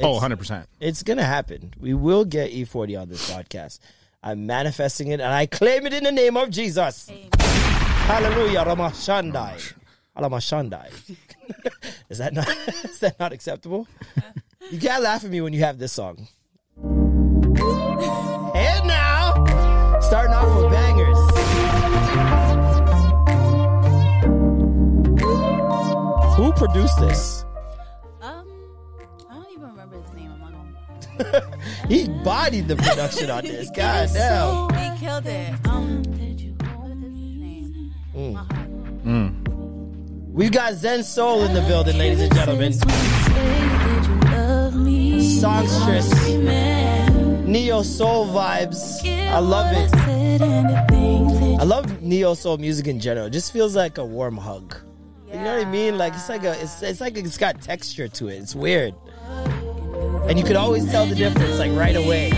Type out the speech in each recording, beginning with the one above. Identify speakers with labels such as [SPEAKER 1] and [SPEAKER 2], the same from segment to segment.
[SPEAKER 1] Oh, 100%.
[SPEAKER 2] It's gonna happen. We will get E40 on this podcast. I'm manifesting it, and I claim it in the name of Jesus. Hallelujah, Ramashandai. Ramashandai. is that not is that not acceptable? you can't laugh at me when you have this song. and now, starting off with bangers. Who produced this?
[SPEAKER 3] Um, I don't even remember his name. I'm not gonna lie.
[SPEAKER 2] He bodied the production on this. God damn.
[SPEAKER 3] He killed it. Um, what is his name?
[SPEAKER 2] Mm.
[SPEAKER 3] My heart.
[SPEAKER 2] We got Zen Soul in the building, ladies and gentlemen. Songstress. Neo Soul vibes. I love it. I love Neo Soul music in general. It just feels like a warm hug. You know what I mean? Like it's like a it's, it's like it's got texture to it. It's weird. And you could always tell the difference like right away.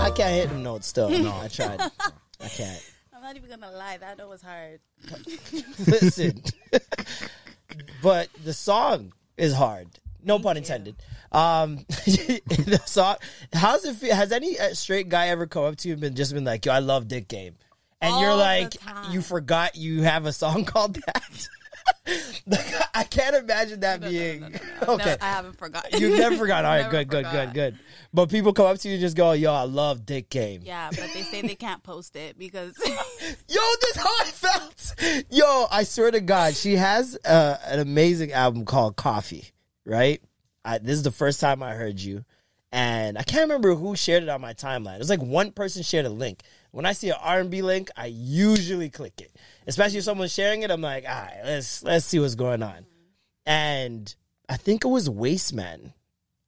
[SPEAKER 2] I can't hit them notes still. No, I tried. I can't.
[SPEAKER 3] I'm not even gonna lie. That note was hard.
[SPEAKER 2] listen. but the song is hard. No pun intended. Um, the song. How's it feel? Has any uh, straight guy ever come up to you and been just been like, "Yo, I love Dick Game," and you're
[SPEAKER 3] All the
[SPEAKER 2] like,
[SPEAKER 3] time.
[SPEAKER 2] "You forgot you have a song called that." like, I can't imagine that being okay.
[SPEAKER 3] No, I haven't forgotten.
[SPEAKER 2] You've never forgotten. All right,
[SPEAKER 3] Never
[SPEAKER 2] good, good,
[SPEAKER 3] forgot.
[SPEAKER 2] good, good. But people come up to you and just go, "Yo, I love Dick Game."
[SPEAKER 3] Yeah, but they say they can't post it because
[SPEAKER 2] Yo, this how I felt. Yo, I swear to God, she has uh, an amazing album called Coffee. Right? I, this is the first time I heard you, and I can't remember who shared it on my timeline. It was like one person shared a link. When I see an R and B link, I usually click it, especially if someone's sharing it. I'm like, all right, let's let's see what's going on. And I think it was Wasteman.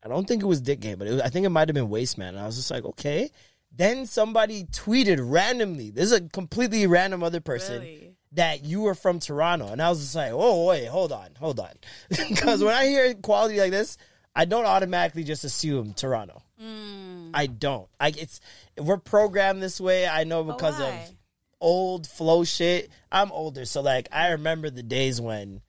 [SPEAKER 2] I don't think it was Dick Game, but it was, I think it might have been Wasteman. And I was just like, okay. Then somebody tweeted randomly. This is a completely random other person
[SPEAKER 3] Really?
[SPEAKER 2] that you were from Toronto, and I was just like, oh wait, hold on, hold on, because when I hear quality like this, I don't automatically just assume Toronto.
[SPEAKER 3] Hmm.
[SPEAKER 2] I don't. I it's we're programmed this way. I know because of
[SPEAKER 3] Oh, why?
[SPEAKER 2] old flow shit. I'm older, so like I remember the days when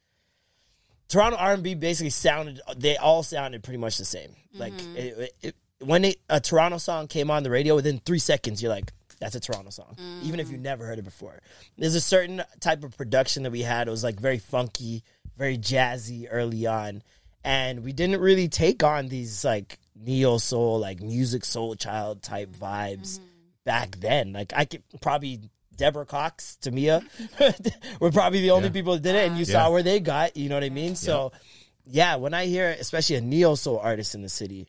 [SPEAKER 2] Toronto R and B basically sounded. They all sounded pretty much the same. Like it, it, when it, a Toronto song came on the radio, within three seconds, you're like, "That's a Toronto song," even if you never heard it before. There's a certain type of production that we had. It was like very funky, very jazzy early on, and we didn't really take on these like neo soul, like music soul child type vibes back then. Like I could probably Deborah Cox, Tamia were probably the only people that did it, and you saw where they got. You know what I mean? So, yeah, when I hear especially a neo soul artist in the city,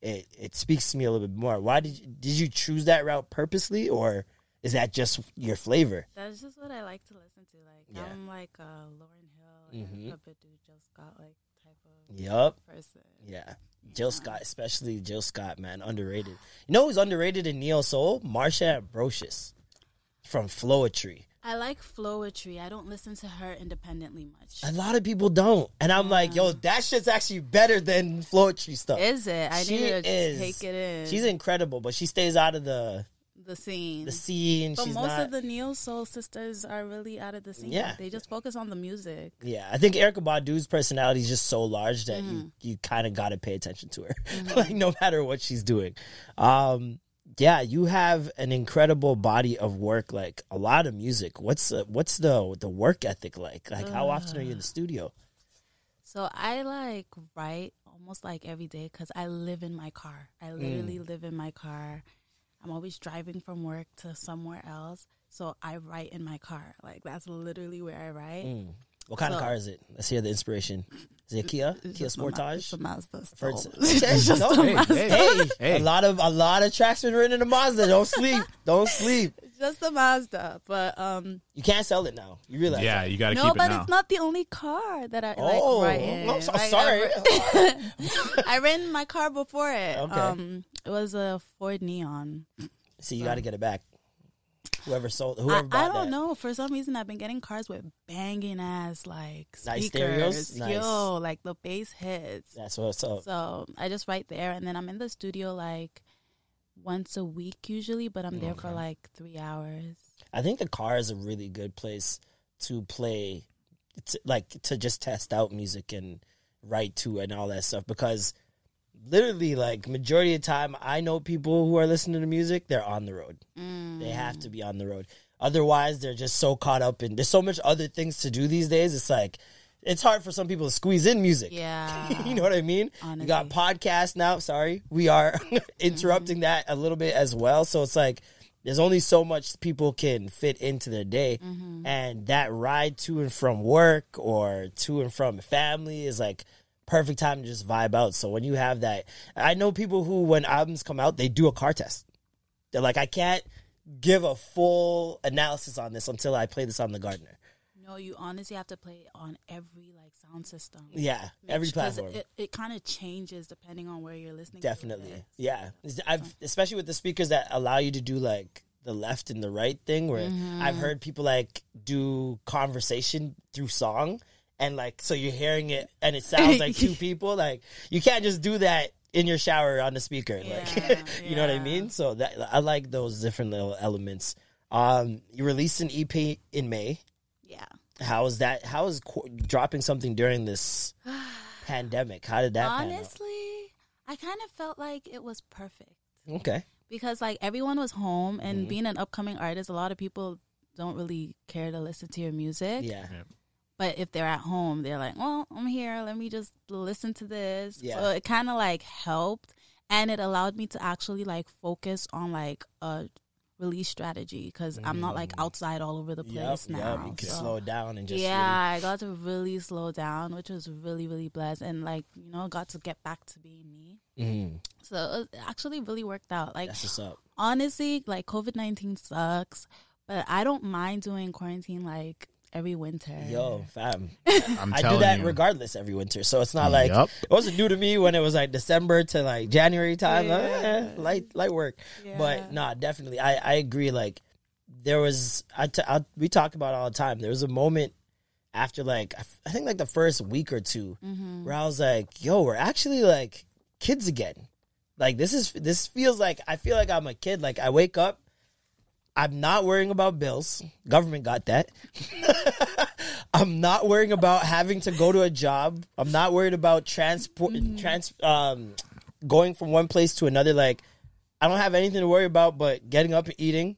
[SPEAKER 2] it it speaks to me a little bit more. Why did you, did you choose that route purposely, or is that just your flavor?
[SPEAKER 3] that's just what I like to listen to. Like I'm like uh, Lauren Hill and
[SPEAKER 2] Mm-hmm.
[SPEAKER 3] mm Joe Scott like type of
[SPEAKER 2] Yup.
[SPEAKER 3] person.
[SPEAKER 2] Yeah. Jill Scott, especially Jill Scott, man, underrated. You know who's underrated in neo soul? Marsha Ambrosius from Floetry.
[SPEAKER 3] I like Flowetry. I don't listen to her independently much.
[SPEAKER 2] A lot of people don't, and I'm like, yo,
[SPEAKER 3] Mm.
[SPEAKER 2] that shit's actually better than Floetry stuff.
[SPEAKER 3] Is it? I need to take it in.
[SPEAKER 2] She's incredible, but she stays out of the
[SPEAKER 3] the scene.
[SPEAKER 2] the scene.
[SPEAKER 3] Mm. but
[SPEAKER 2] She's
[SPEAKER 3] most
[SPEAKER 2] not.
[SPEAKER 3] of the neo soul sisters are really out of the scene.
[SPEAKER 2] Yeah.
[SPEAKER 3] they just focus on the music.
[SPEAKER 2] yeah, I think Erica Badu's personality is just so large that
[SPEAKER 3] Mm.
[SPEAKER 2] you you kind of got to pay attention to her,
[SPEAKER 3] Mm-hmm.
[SPEAKER 2] like no matter what she's doing. Um, yeah, you have an incredible body of work, like a lot of music. What's the, what's the the work ethic like? Like, how often are you in the studio?
[SPEAKER 3] So I like write almost like every day because I live in my car. I literally live in my car. I'm always driving from work to somewhere else. So I write in my car. Like that's literally where I write.
[SPEAKER 2] What kind of
[SPEAKER 3] So-
[SPEAKER 2] car is it? Let's hear the inspiration. Is it a Kia?
[SPEAKER 3] It's
[SPEAKER 2] Kia
[SPEAKER 3] just a Ma- It's
[SPEAKER 2] Sportage?
[SPEAKER 3] a Mazda.
[SPEAKER 2] For
[SPEAKER 3] so-
[SPEAKER 2] it's-
[SPEAKER 3] it's just
[SPEAKER 2] no,
[SPEAKER 3] a
[SPEAKER 2] hey,
[SPEAKER 3] Mazda.
[SPEAKER 1] hey,
[SPEAKER 2] Hey, a
[SPEAKER 1] Hey.
[SPEAKER 2] lot of a lot of tracks been written in the Mazda. Don't sleep. Don't sleep.
[SPEAKER 3] It's just a Mazda. But um,
[SPEAKER 2] You can't sell it now. You realize?
[SPEAKER 1] Yeah,
[SPEAKER 2] that.
[SPEAKER 1] you got to
[SPEAKER 3] no,
[SPEAKER 1] keep it
[SPEAKER 3] but
[SPEAKER 1] now.
[SPEAKER 3] it's not the only car that I
[SPEAKER 2] oh,
[SPEAKER 3] like. Ryan.
[SPEAKER 2] I'm so
[SPEAKER 3] Like, I
[SPEAKER 2] sorry.
[SPEAKER 3] re- I ran my car before it.
[SPEAKER 2] Okay.
[SPEAKER 3] Um, it was a Ford Neon.
[SPEAKER 2] See, you got to get it back. Whoever sold,
[SPEAKER 3] I,
[SPEAKER 2] whoever bought
[SPEAKER 3] I don't
[SPEAKER 2] that.
[SPEAKER 3] know. For some reason, I've been getting cars with banging ass like
[SPEAKER 2] Nice
[SPEAKER 3] speakers.
[SPEAKER 2] stereos? Nice.
[SPEAKER 3] Yo, like the bass hits.
[SPEAKER 2] That's what's up.
[SPEAKER 3] So I just write there, and then I'm in the studio like once a week usually, but I'm there for like three hours.
[SPEAKER 2] I think the car is a really good place to play, to, like to just test out music and write to and all that stuff because literally like majority of the time I know people who are listening to music they're on the road. They have to be on the road. Otherwise they're just so caught up in there's so much other things to do these days. It's like it's hard for some people to squeeze in music.
[SPEAKER 3] Yeah.
[SPEAKER 2] you know what I mean? You got podcasts now. Sorry, we are interrupting that a little bit as well. So it's like there's only so much people can fit into their day, and that ride to and from work or to and from family is like perfect time to just vibe out. So when you have that, I know people who when albums come out, they do a car test. They're like, I can't give a full analysis on this until I play this on the Gardener.
[SPEAKER 3] No, you honestly have to play it on every like sound system.
[SPEAKER 2] Yeah, every
[SPEAKER 3] Because
[SPEAKER 2] platform.
[SPEAKER 3] It, it kind of changes depending on where you're listening. to it.
[SPEAKER 2] Definitely. Yeah. It's-
[SPEAKER 3] Uh-huh.
[SPEAKER 2] I've especially with the speakers that allow you to do like the left and the right thing where
[SPEAKER 3] Mm-hmm.
[SPEAKER 2] I've heard people like do conversation through song and like so you're hearing it and it sounds like two people like you can't just do that in your shower on the speaker like
[SPEAKER 3] Yeah,
[SPEAKER 2] you know what I
[SPEAKER 3] yeah.
[SPEAKER 2] mean? So that I like those different little elements. Um you released an EP in May.
[SPEAKER 3] Yeah.
[SPEAKER 2] How is that how is qu- dropping something during this pandemic? How did that pan out?
[SPEAKER 3] Honestly, I kind of felt like it was perfect
[SPEAKER 2] Okay.
[SPEAKER 3] because like everyone was home, and
[SPEAKER 2] Mm-hmm.
[SPEAKER 3] being an upcoming artist, a lot of people don't really care to listen to your music.
[SPEAKER 2] Yeah.
[SPEAKER 3] But if they're at home, they're like, "Well, I'm here. Let me just listen to this."
[SPEAKER 2] Yeah.
[SPEAKER 3] So it kind of like helped, and it allowed me to actually like focus on like a release strategy because I'm not like outside all over the place now.
[SPEAKER 2] Mm. you can
[SPEAKER 3] so-
[SPEAKER 2] slow down and just
[SPEAKER 3] yeah, I got to really slow down, which was really really blessed, and like you know, got to get back to being me.
[SPEAKER 2] Mm,
[SPEAKER 3] So it was- it actually really worked out. Like
[SPEAKER 2] that's what's up.
[SPEAKER 3] honestly, like COVID nineteen sucks, but I don't mind doing quarantine like every winter.
[SPEAKER 2] Yo, fam.
[SPEAKER 1] I'm
[SPEAKER 2] I
[SPEAKER 1] telling
[SPEAKER 2] do that
[SPEAKER 1] you.
[SPEAKER 2] regardless every winter. So it's not like
[SPEAKER 1] Yup.
[SPEAKER 2] it wasn't new to me when it was like December to like January time. Like,
[SPEAKER 3] Yeah.
[SPEAKER 2] eh, light light work.
[SPEAKER 3] Yeah.
[SPEAKER 2] But nah, definitely. I, I agree. Like there was I, t- I we talk about it all the time. There was a moment after like I f- I think like the first week or 2
[SPEAKER 3] Mm-hmm.
[SPEAKER 2] where I was like, yo, we're actually like kids again. Like this is this feels like I feel like I'm a kid. Like I wake up I'm not worrying about bills. Government got that. I'm not worrying about having to go to a job. I'm not worried about transport, trans, um, going from one place to another. Like, I don't have anything to worry about but getting up and eating,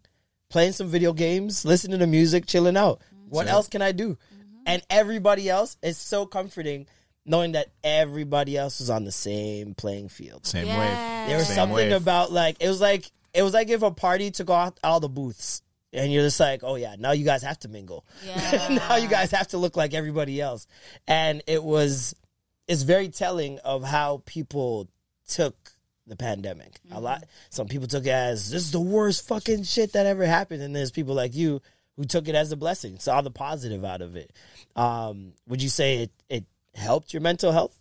[SPEAKER 2] playing some video games, listening to music, chilling out. What else can I do? And everybody else is so comforting knowing that everybody else was on the same playing field.
[SPEAKER 1] Same
[SPEAKER 3] Yeah.
[SPEAKER 1] wave.
[SPEAKER 2] There was
[SPEAKER 1] Same
[SPEAKER 2] something
[SPEAKER 1] wave.
[SPEAKER 2] about like it was like it was like if a party took off all the booths and you're just like, oh yeah, now you guys have to mingle.
[SPEAKER 3] Yeah.
[SPEAKER 2] now you guys have to look like everybody else. And it was it's very telling of how people took the pandemic.
[SPEAKER 3] Mm-hmm.
[SPEAKER 2] A lot some people took it as this is the worst fucking shit that ever happened. And there's people like you who took it as a blessing, saw the positive out of it. Um, would you say it, it helped your mental health?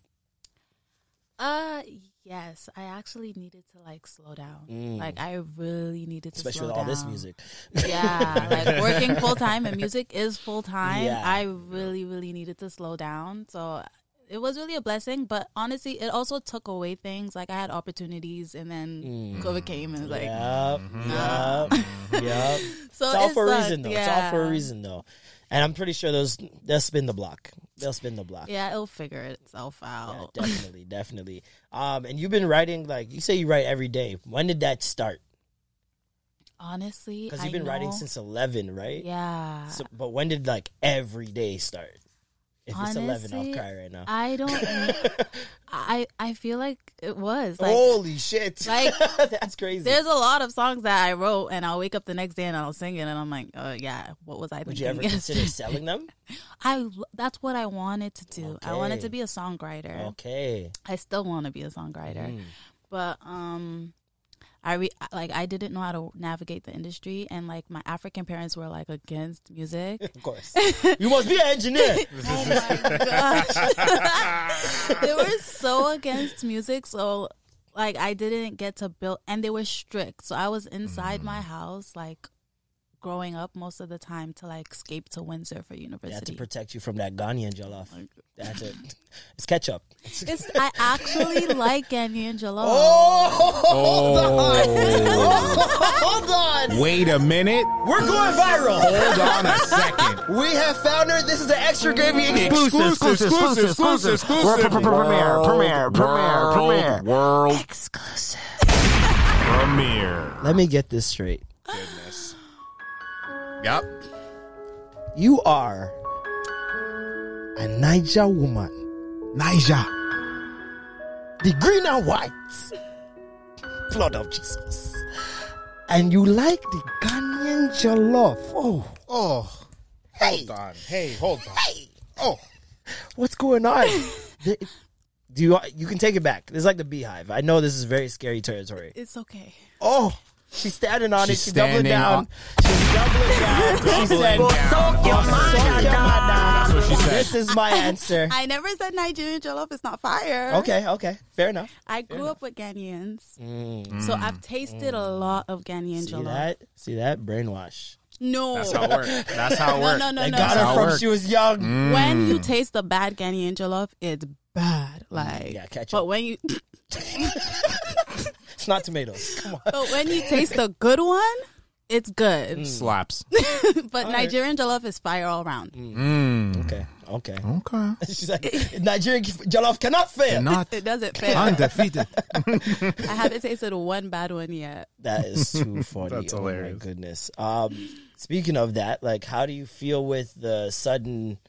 [SPEAKER 3] Uh yes, I actually needed to like slow down. Like I really needed to
[SPEAKER 2] Mm. Especially
[SPEAKER 3] slow
[SPEAKER 2] with all this
[SPEAKER 3] down.
[SPEAKER 2] music.
[SPEAKER 3] Yeah, like working full time and music is full time.
[SPEAKER 2] Yeah.
[SPEAKER 3] I really really needed to slow down. So it was really a blessing, but honestly, it also took away things. Like I had opportunities, and then
[SPEAKER 2] Mm.
[SPEAKER 3] COVID came, and it's like
[SPEAKER 2] Yup, yup, yup.
[SPEAKER 3] so
[SPEAKER 2] It's all
[SPEAKER 3] it
[SPEAKER 2] for a
[SPEAKER 3] sucked,
[SPEAKER 2] reason, though.
[SPEAKER 3] Yeah.
[SPEAKER 2] It's all for a reason, though. And I'm pretty sure those they'll spin the block. They'll spin the block.
[SPEAKER 3] Yeah, it'll figure itself
[SPEAKER 2] Yeah,
[SPEAKER 3] out.
[SPEAKER 2] definitely, definitely. Um, and you've been writing like you say you write every day. When did that start?
[SPEAKER 3] Honestly,
[SPEAKER 2] Because
[SPEAKER 3] I
[SPEAKER 2] you've been writing
[SPEAKER 3] know-
[SPEAKER 2] since eleven, right?
[SPEAKER 3] Yeah,
[SPEAKER 2] So, but when did like every day start? If it's eleven, I'll
[SPEAKER 3] Honestly,
[SPEAKER 2] cry right now.
[SPEAKER 3] I don't. I I feel like it was like
[SPEAKER 2] Holy shit!
[SPEAKER 3] like,
[SPEAKER 2] that's crazy.
[SPEAKER 3] There's a lot of songs that I wrote, and I'll wake up the next day and I'll sing it, and I'm like, oh yeah, what was I
[SPEAKER 2] Would you
[SPEAKER 3] thinking?
[SPEAKER 2] ever consider selling them?
[SPEAKER 3] I l- that's what I wanted to do. I wanted
[SPEAKER 2] Okay. Oh.
[SPEAKER 3] to be a songwriter.
[SPEAKER 2] Okay.
[SPEAKER 3] I still want to be a songwriter,
[SPEAKER 2] Mm.
[SPEAKER 3] but um, I re- like I didn't know how to navigate the industry, and like my African parents were like against music.
[SPEAKER 2] Of course. you must be an engineer.
[SPEAKER 3] oh my gosh, they were so against music, so like I didn't get to build, and they were strict. So I was inside my
[SPEAKER 2] Mm-hmm.
[SPEAKER 3] house, like growing up most of the time to like escape to Windsor for
[SPEAKER 2] They had to
[SPEAKER 3] university.
[SPEAKER 2] protect you from that Ghanaian jollof. That's it. It's ketchup.
[SPEAKER 3] It's- I actually like Ghanaian Jollof.
[SPEAKER 2] Oh, hold on.
[SPEAKER 1] Wait a minute.
[SPEAKER 2] We're going viral.
[SPEAKER 1] Hold on a second.
[SPEAKER 2] We have found her. This is an extra gravy
[SPEAKER 1] Exclusive,
[SPEAKER 2] exclusive.
[SPEAKER 1] exclusive, exclusive, exclusive, exclusive. Premiere, premiere, premiere, premiere. World
[SPEAKER 3] Exclusive.
[SPEAKER 1] premiere.
[SPEAKER 2] Let me get this straight.
[SPEAKER 1] Goodness. Yep.
[SPEAKER 2] You are a Niger woman,
[SPEAKER 1] Niger.
[SPEAKER 2] the green and white blood of Jesus, and you like the Ghanaian jollof. Oh,
[SPEAKER 1] Oh,
[SPEAKER 2] hey,
[SPEAKER 1] hold on. Hey, hold on. Oh,
[SPEAKER 2] what's going on? There- Do you you can take it back? This is like the beehive. I know this is very scary territory.
[SPEAKER 3] It's okay.
[SPEAKER 2] Oh, she's standing on
[SPEAKER 1] She's
[SPEAKER 2] it. She's doubling
[SPEAKER 1] standing
[SPEAKER 2] down.
[SPEAKER 1] on-
[SPEAKER 2] She's doubling down. She said,
[SPEAKER 1] Doubling down.
[SPEAKER 2] "Soak your mind down."
[SPEAKER 1] That's what she said.
[SPEAKER 2] This is my answer.
[SPEAKER 3] I never said Nigerian jollof is not fire.
[SPEAKER 2] Okay, okay, fair enough. Mm.
[SPEAKER 3] I grew up with Ghanaians, so I've tasted a lot of Ghanaian
[SPEAKER 2] See
[SPEAKER 3] jollof.
[SPEAKER 2] that? See that? Brainwash.
[SPEAKER 3] No,
[SPEAKER 1] that's how it works. That's how it
[SPEAKER 3] no,
[SPEAKER 1] works.
[SPEAKER 3] no, no,
[SPEAKER 2] They
[SPEAKER 3] no.
[SPEAKER 2] got
[SPEAKER 1] how
[SPEAKER 2] her
[SPEAKER 1] it
[SPEAKER 2] from
[SPEAKER 1] works.
[SPEAKER 2] she was young.
[SPEAKER 3] When
[SPEAKER 2] Mm.
[SPEAKER 3] you taste the bad Ghanaian jollof, it's bad. Like,
[SPEAKER 2] yeah, ketchup.
[SPEAKER 3] But when you,
[SPEAKER 2] It's not tomatoes. Come on.
[SPEAKER 3] but when you taste the good one, it's good.
[SPEAKER 2] Mm.
[SPEAKER 1] Slaps.
[SPEAKER 3] but Nigerian jollof is fire all around.
[SPEAKER 1] Mm.
[SPEAKER 2] Okay, okay.
[SPEAKER 1] Okay.
[SPEAKER 2] She's like, Nigerian jollof cannot fail.
[SPEAKER 1] Not
[SPEAKER 3] It doesn't fail.
[SPEAKER 1] undefeated.
[SPEAKER 3] I haven't tasted one bad one yet.
[SPEAKER 2] That is too funny.
[SPEAKER 1] That's
[SPEAKER 2] oh my
[SPEAKER 1] hilarious.
[SPEAKER 2] goodness. Um, speaking of that, like, how do you feel with the sudden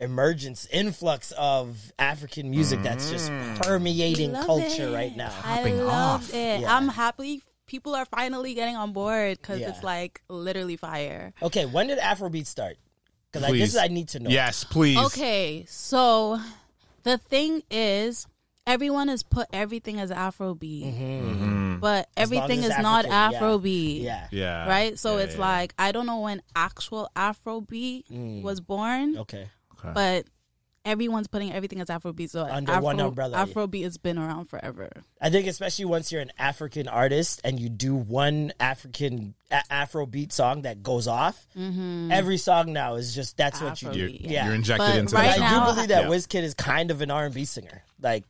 [SPEAKER 2] emergence, influx of African music that's just
[SPEAKER 1] Mm.
[SPEAKER 2] permeating
[SPEAKER 3] Love
[SPEAKER 2] culture
[SPEAKER 3] it.
[SPEAKER 2] right now?
[SPEAKER 3] I
[SPEAKER 1] Popping
[SPEAKER 3] love
[SPEAKER 1] off.
[SPEAKER 3] it.
[SPEAKER 2] Yeah.
[SPEAKER 3] I'm happy people are finally getting on board because
[SPEAKER 2] Yeah.
[SPEAKER 3] it's like literally fire.
[SPEAKER 2] Okay, when did Afrobeat start? Because like, this
[SPEAKER 1] Please.
[SPEAKER 2] is I need to know.
[SPEAKER 1] Yes, please.
[SPEAKER 3] Okay, so the thing is, everyone has put everything as Afrobeat, but
[SPEAKER 2] long
[SPEAKER 3] everything
[SPEAKER 2] Mm-hmm.
[SPEAKER 3] is
[SPEAKER 2] as it's
[SPEAKER 3] not
[SPEAKER 2] African, yeah.
[SPEAKER 3] Afrobeat.
[SPEAKER 2] Yeah.
[SPEAKER 1] Yeah.
[SPEAKER 3] Right? So
[SPEAKER 1] Yeah,
[SPEAKER 3] it's
[SPEAKER 1] yeah,
[SPEAKER 3] like, I don't know when actual Afrobeat was born,
[SPEAKER 2] Mm. Okay.
[SPEAKER 1] Okay.
[SPEAKER 3] but everyone's putting everything as Afrobeat. So
[SPEAKER 2] Under
[SPEAKER 3] Afro,
[SPEAKER 2] one umbrella.
[SPEAKER 3] Afrobeat has been around forever.
[SPEAKER 2] I think especially once you're an African artist and you do one African a- Afrobeat song that goes off, every song now is just that's what you do.
[SPEAKER 1] you're,
[SPEAKER 3] Mm-hmm. Afrobeat,
[SPEAKER 2] yeah.
[SPEAKER 1] you're injected
[SPEAKER 3] But
[SPEAKER 1] into
[SPEAKER 3] right
[SPEAKER 2] I
[SPEAKER 1] that.
[SPEAKER 3] now-
[SPEAKER 2] do believe that
[SPEAKER 1] Yeah.
[SPEAKER 2] Wizkid is kind of an R and B singer. Like,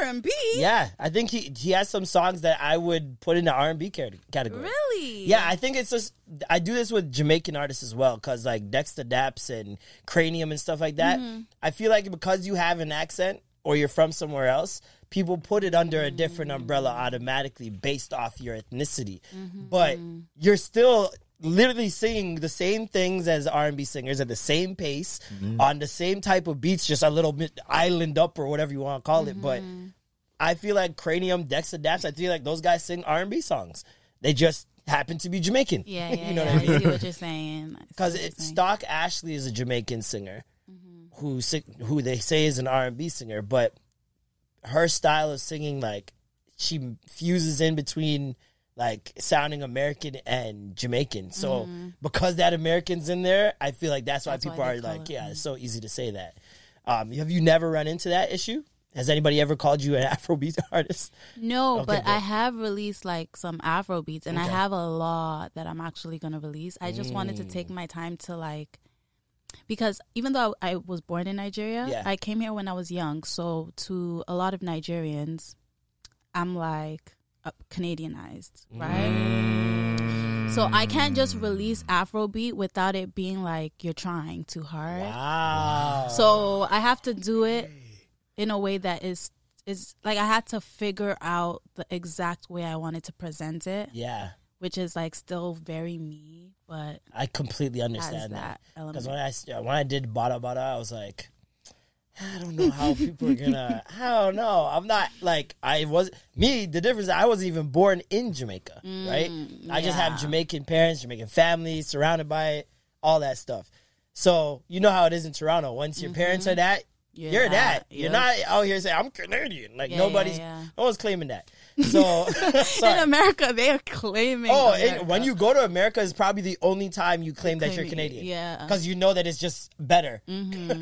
[SPEAKER 3] R&B?
[SPEAKER 2] yeah, I think he he has some songs that I would put in the R and B category.
[SPEAKER 3] Really?
[SPEAKER 2] Yeah, I think it's just I do this with Jamaican artists as well because like Dexter Daps and Cranium and stuff like that. I feel like because you have an accent or you're from somewhere else, people put it under a different umbrella automatically based off your ethnicity. But you're still literally singing the same things as R&B singers at the same pace on the same type of beats, just a little bit island up or whatever you want to call it. But I feel like Cranium, Dex Adapts, I feel like those guys sing R and B songs. They just happen to be Jamaican.
[SPEAKER 3] Yeah, yeah,
[SPEAKER 2] you know
[SPEAKER 3] yeah.
[SPEAKER 2] what I mean?
[SPEAKER 3] I see what you're saying. I see
[SPEAKER 2] Because
[SPEAKER 3] what you're saying.
[SPEAKER 2] Stock Ashley is a Jamaican singer
[SPEAKER 3] Mm-hmm.
[SPEAKER 2] who sing, who they say is an R and B singer, but her style of singing like she fuses in between like sounding American and Jamaican. So because that American's in there, I feel like that's why
[SPEAKER 3] Mm-hmm. That's why
[SPEAKER 2] people
[SPEAKER 3] they
[SPEAKER 2] are
[SPEAKER 3] call
[SPEAKER 2] like,
[SPEAKER 3] it, mm-hmm.
[SPEAKER 2] yeah, it's so easy to say that. Um, have you never run into that issue? Has anybody ever called you an Afrobeat artist?
[SPEAKER 3] No,
[SPEAKER 2] Okay,
[SPEAKER 3] but
[SPEAKER 2] good.
[SPEAKER 3] I have released like some Afro beats, and I have a lot that I'm actually gonna release. I just wanted to take my time to like, because even though I, I was born in Nigeria,
[SPEAKER 2] Yeah.
[SPEAKER 3] I came here when I was young. So to a lot of Nigerians, I'm like uh, Canadianized, right? So I can't just release Afrobeat without it being like you're trying too hard.
[SPEAKER 2] Wow.
[SPEAKER 3] So I have to do it in a way that is is like I had to figure out the exact way I wanted to present it,
[SPEAKER 2] Yeah,
[SPEAKER 3] which is like still very me, but
[SPEAKER 2] I completely
[SPEAKER 3] has
[SPEAKER 2] understand that.
[SPEAKER 3] that element.
[SPEAKER 2] Because when I s- when I did Bada Bada, I was like, I don't know how people are gonna. I don't know. I'm not like I was me. The difference I wasn't even born in Jamaica, right? I just have Jamaican parents, Jamaican family, surrounded by it, all that stuff. So you know how it is in Toronto. Once your parents are that, you're, that. You're not out here saying I'm Canadian. Like
[SPEAKER 3] Yeah, yeah,
[SPEAKER 2] nobody's,
[SPEAKER 3] yeah.
[SPEAKER 2] no one's claiming that. So,
[SPEAKER 3] In
[SPEAKER 2] sorry.
[SPEAKER 3] America, they are claiming.
[SPEAKER 2] Oh,
[SPEAKER 3] America.
[SPEAKER 2] it, when you go to America is probably the only time you claim that you're
[SPEAKER 3] Claiming-
[SPEAKER 2] Canadian.
[SPEAKER 3] yeah. Mm-hmm.
[SPEAKER 2] Because you know that it's just better.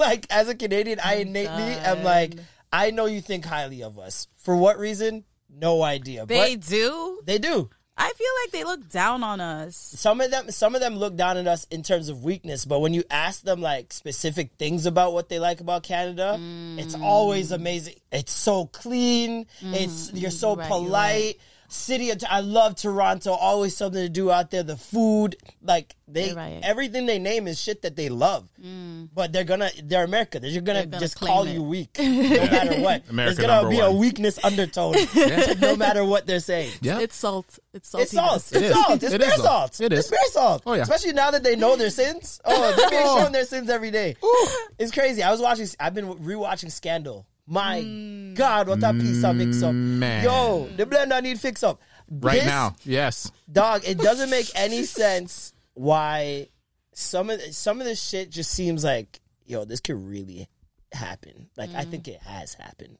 [SPEAKER 2] like, as a Canadian, I innately am like, I know you think highly of us. For what reason? No idea.
[SPEAKER 3] they
[SPEAKER 2] but
[SPEAKER 3] do.
[SPEAKER 2] they do.
[SPEAKER 3] I feel like they look down on us.
[SPEAKER 2] Some of them some of them look down at us in terms of weakness, but when you ask them like specific things about what they like about Canada, it's
[SPEAKER 3] Mm.
[SPEAKER 2] always amazing. It's so clean. It's you're so
[SPEAKER 3] Right, you're
[SPEAKER 2] polite.
[SPEAKER 3] right.
[SPEAKER 2] City of I love Toronto. Always something to do out there. The food, like they
[SPEAKER 3] You're right. Mm.
[SPEAKER 2] everything they name is shit that they love. But they're gonna they're America. They're gonna,
[SPEAKER 3] gonna
[SPEAKER 2] just
[SPEAKER 3] claim
[SPEAKER 2] call
[SPEAKER 3] it.
[SPEAKER 2] you weak no matter what.
[SPEAKER 1] America
[SPEAKER 2] There's gonna
[SPEAKER 1] number
[SPEAKER 2] be a
[SPEAKER 1] one.
[SPEAKER 2] weakness undertone no matter what they're saying.
[SPEAKER 1] Yeah.
[SPEAKER 3] It's salt. It's salty.
[SPEAKER 2] It's salt. It's
[SPEAKER 1] It is.
[SPEAKER 2] salt. It's
[SPEAKER 1] It
[SPEAKER 2] bear
[SPEAKER 1] is, though.
[SPEAKER 2] salt.
[SPEAKER 1] It is.
[SPEAKER 2] It's bear salt.
[SPEAKER 1] Oh, yeah.
[SPEAKER 2] Especially now that they know their sins. Oh, they're being shown their sins every day. It's crazy. I was watching. I've been rewatching Scandal. My God, what that piece of mix up.
[SPEAKER 1] Mm. Man.
[SPEAKER 2] Yo, the blender need fix up
[SPEAKER 1] Right
[SPEAKER 2] This-
[SPEAKER 1] now. Yes.
[SPEAKER 2] dog. It doesn't make any sense why some of some of this shit just seems like yo, this could really happen. Like I think it has happened.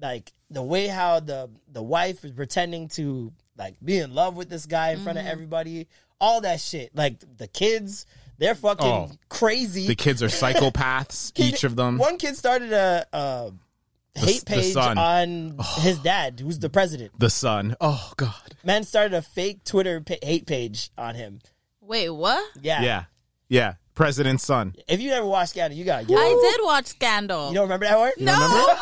[SPEAKER 2] Like the way how the the wife is pretending to like be in love with this guy in front of everybody, all that shit. Like the kids, they're fucking
[SPEAKER 1] Oh.
[SPEAKER 2] crazy.
[SPEAKER 1] The kids are psychopaths,
[SPEAKER 2] Kid-
[SPEAKER 1] each of them.
[SPEAKER 2] One kid started a. a Hate
[SPEAKER 1] the
[SPEAKER 2] page
[SPEAKER 1] son.
[SPEAKER 2] on his dad, who's the president.
[SPEAKER 1] The son. Oh, God.
[SPEAKER 2] Man started a fake Twitter pa- hate page on him.
[SPEAKER 3] Wait, what?
[SPEAKER 1] Yeah. Yeah. President's son.
[SPEAKER 2] If you never watched Scandal, you gotta get it.
[SPEAKER 3] I did watch Scandal.
[SPEAKER 2] You don't remember that part? No.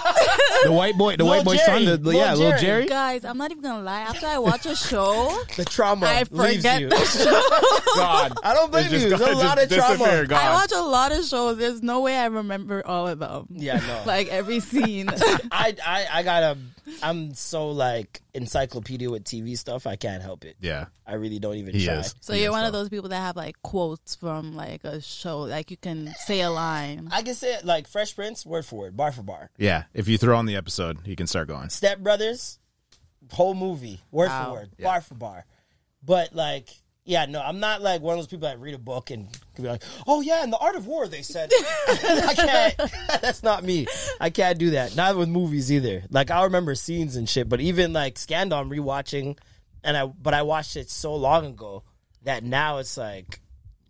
[SPEAKER 1] The white boy. The
[SPEAKER 2] Lil
[SPEAKER 1] white boy's
[SPEAKER 2] Jerry.
[SPEAKER 1] son. The,
[SPEAKER 2] Lil
[SPEAKER 1] yeah, little
[SPEAKER 2] Jerry.
[SPEAKER 1] Jerry.
[SPEAKER 3] Guys, I'm not even gonna lie. After I watch a show,
[SPEAKER 2] The trauma
[SPEAKER 3] I
[SPEAKER 2] leaves
[SPEAKER 3] forget
[SPEAKER 2] you.
[SPEAKER 3] the show.
[SPEAKER 1] God.
[SPEAKER 2] I don't blame
[SPEAKER 1] It's just
[SPEAKER 2] you. There's a
[SPEAKER 1] gonna
[SPEAKER 2] lot
[SPEAKER 1] just
[SPEAKER 2] of trauma.
[SPEAKER 1] disappear, God.
[SPEAKER 3] I watch a lot of shows. There's no way I remember all of them.
[SPEAKER 2] Yeah, no.
[SPEAKER 3] Like every scene.
[SPEAKER 2] I, I, I gotta, I'm so like encyclopedia with TV stuff, I can't help it.
[SPEAKER 1] Yeah.
[SPEAKER 2] I really don't even
[SPEAKER 1] He
[SPEAKER 2] try.
[SPEAKER 1] is.
[SPEAKER 3] so you're one of those people that have like quotes from like a show. Like you can say a line.
[SPEAKER 2] I can say it like Fresh Prince, word for word, bar for bar.
[SPEAKER 1] Yeah. If you throw on the episode, you can start going.
[SPEAKER 2] Step Brothers, whole movie, word for word, bar for bar. But like, yeah, no, I'm not like one of those people that read a book and can be like, oh yeah, in the Art of War they said. I can't. That's not me. I can't do that. Not with movies either. Like I remember scenes and shit, but even like Scandal, I'm rewatching, and I but I watched it so long ago that now it's like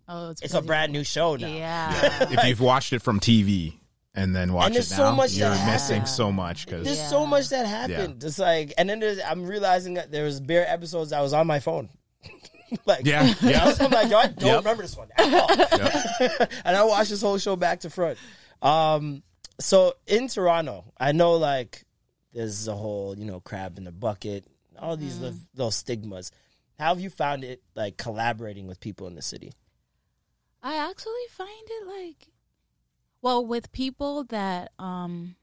[SPEAKER 3] Oh, it's,
[SPEAKER 2] it's a
[SPEAKER 3] pretty-
[SPEAKER 2] brand new show now.
[SPEAKER 3] Yeah.
[SPEAKER 1] If you've watched it from TV and then watch it
[SPEAKER 2] And there's
[SPEAKER 1] now,
[SPEAKER 2] so much
[SPEAKER 1] you're
[SPEAKER 2] that
[SPEAKER 1] missing
[SPEAKER 3] happened.
[SPEAKER 1] so much because
[SPEAKER 2] There's so much that happened. It's like, and then there's, I'm realizing that there was bare episodes I was on my phone. like,
[SPEAKER 1] Yeah, yeah.
[SPEAKER 2] I'm like, yo, I don't
[SPEAKER 1] Yep.
[SPEAKER 2] remember this one at all. and I watched this whole show back to front. Um, so in Toronto, I know like there's a whole you know crab in the bucket, all these little, little stigmas. How have you found it like collaborating with people in the city?
[SPEAKER 3] I actually find it like well with people that um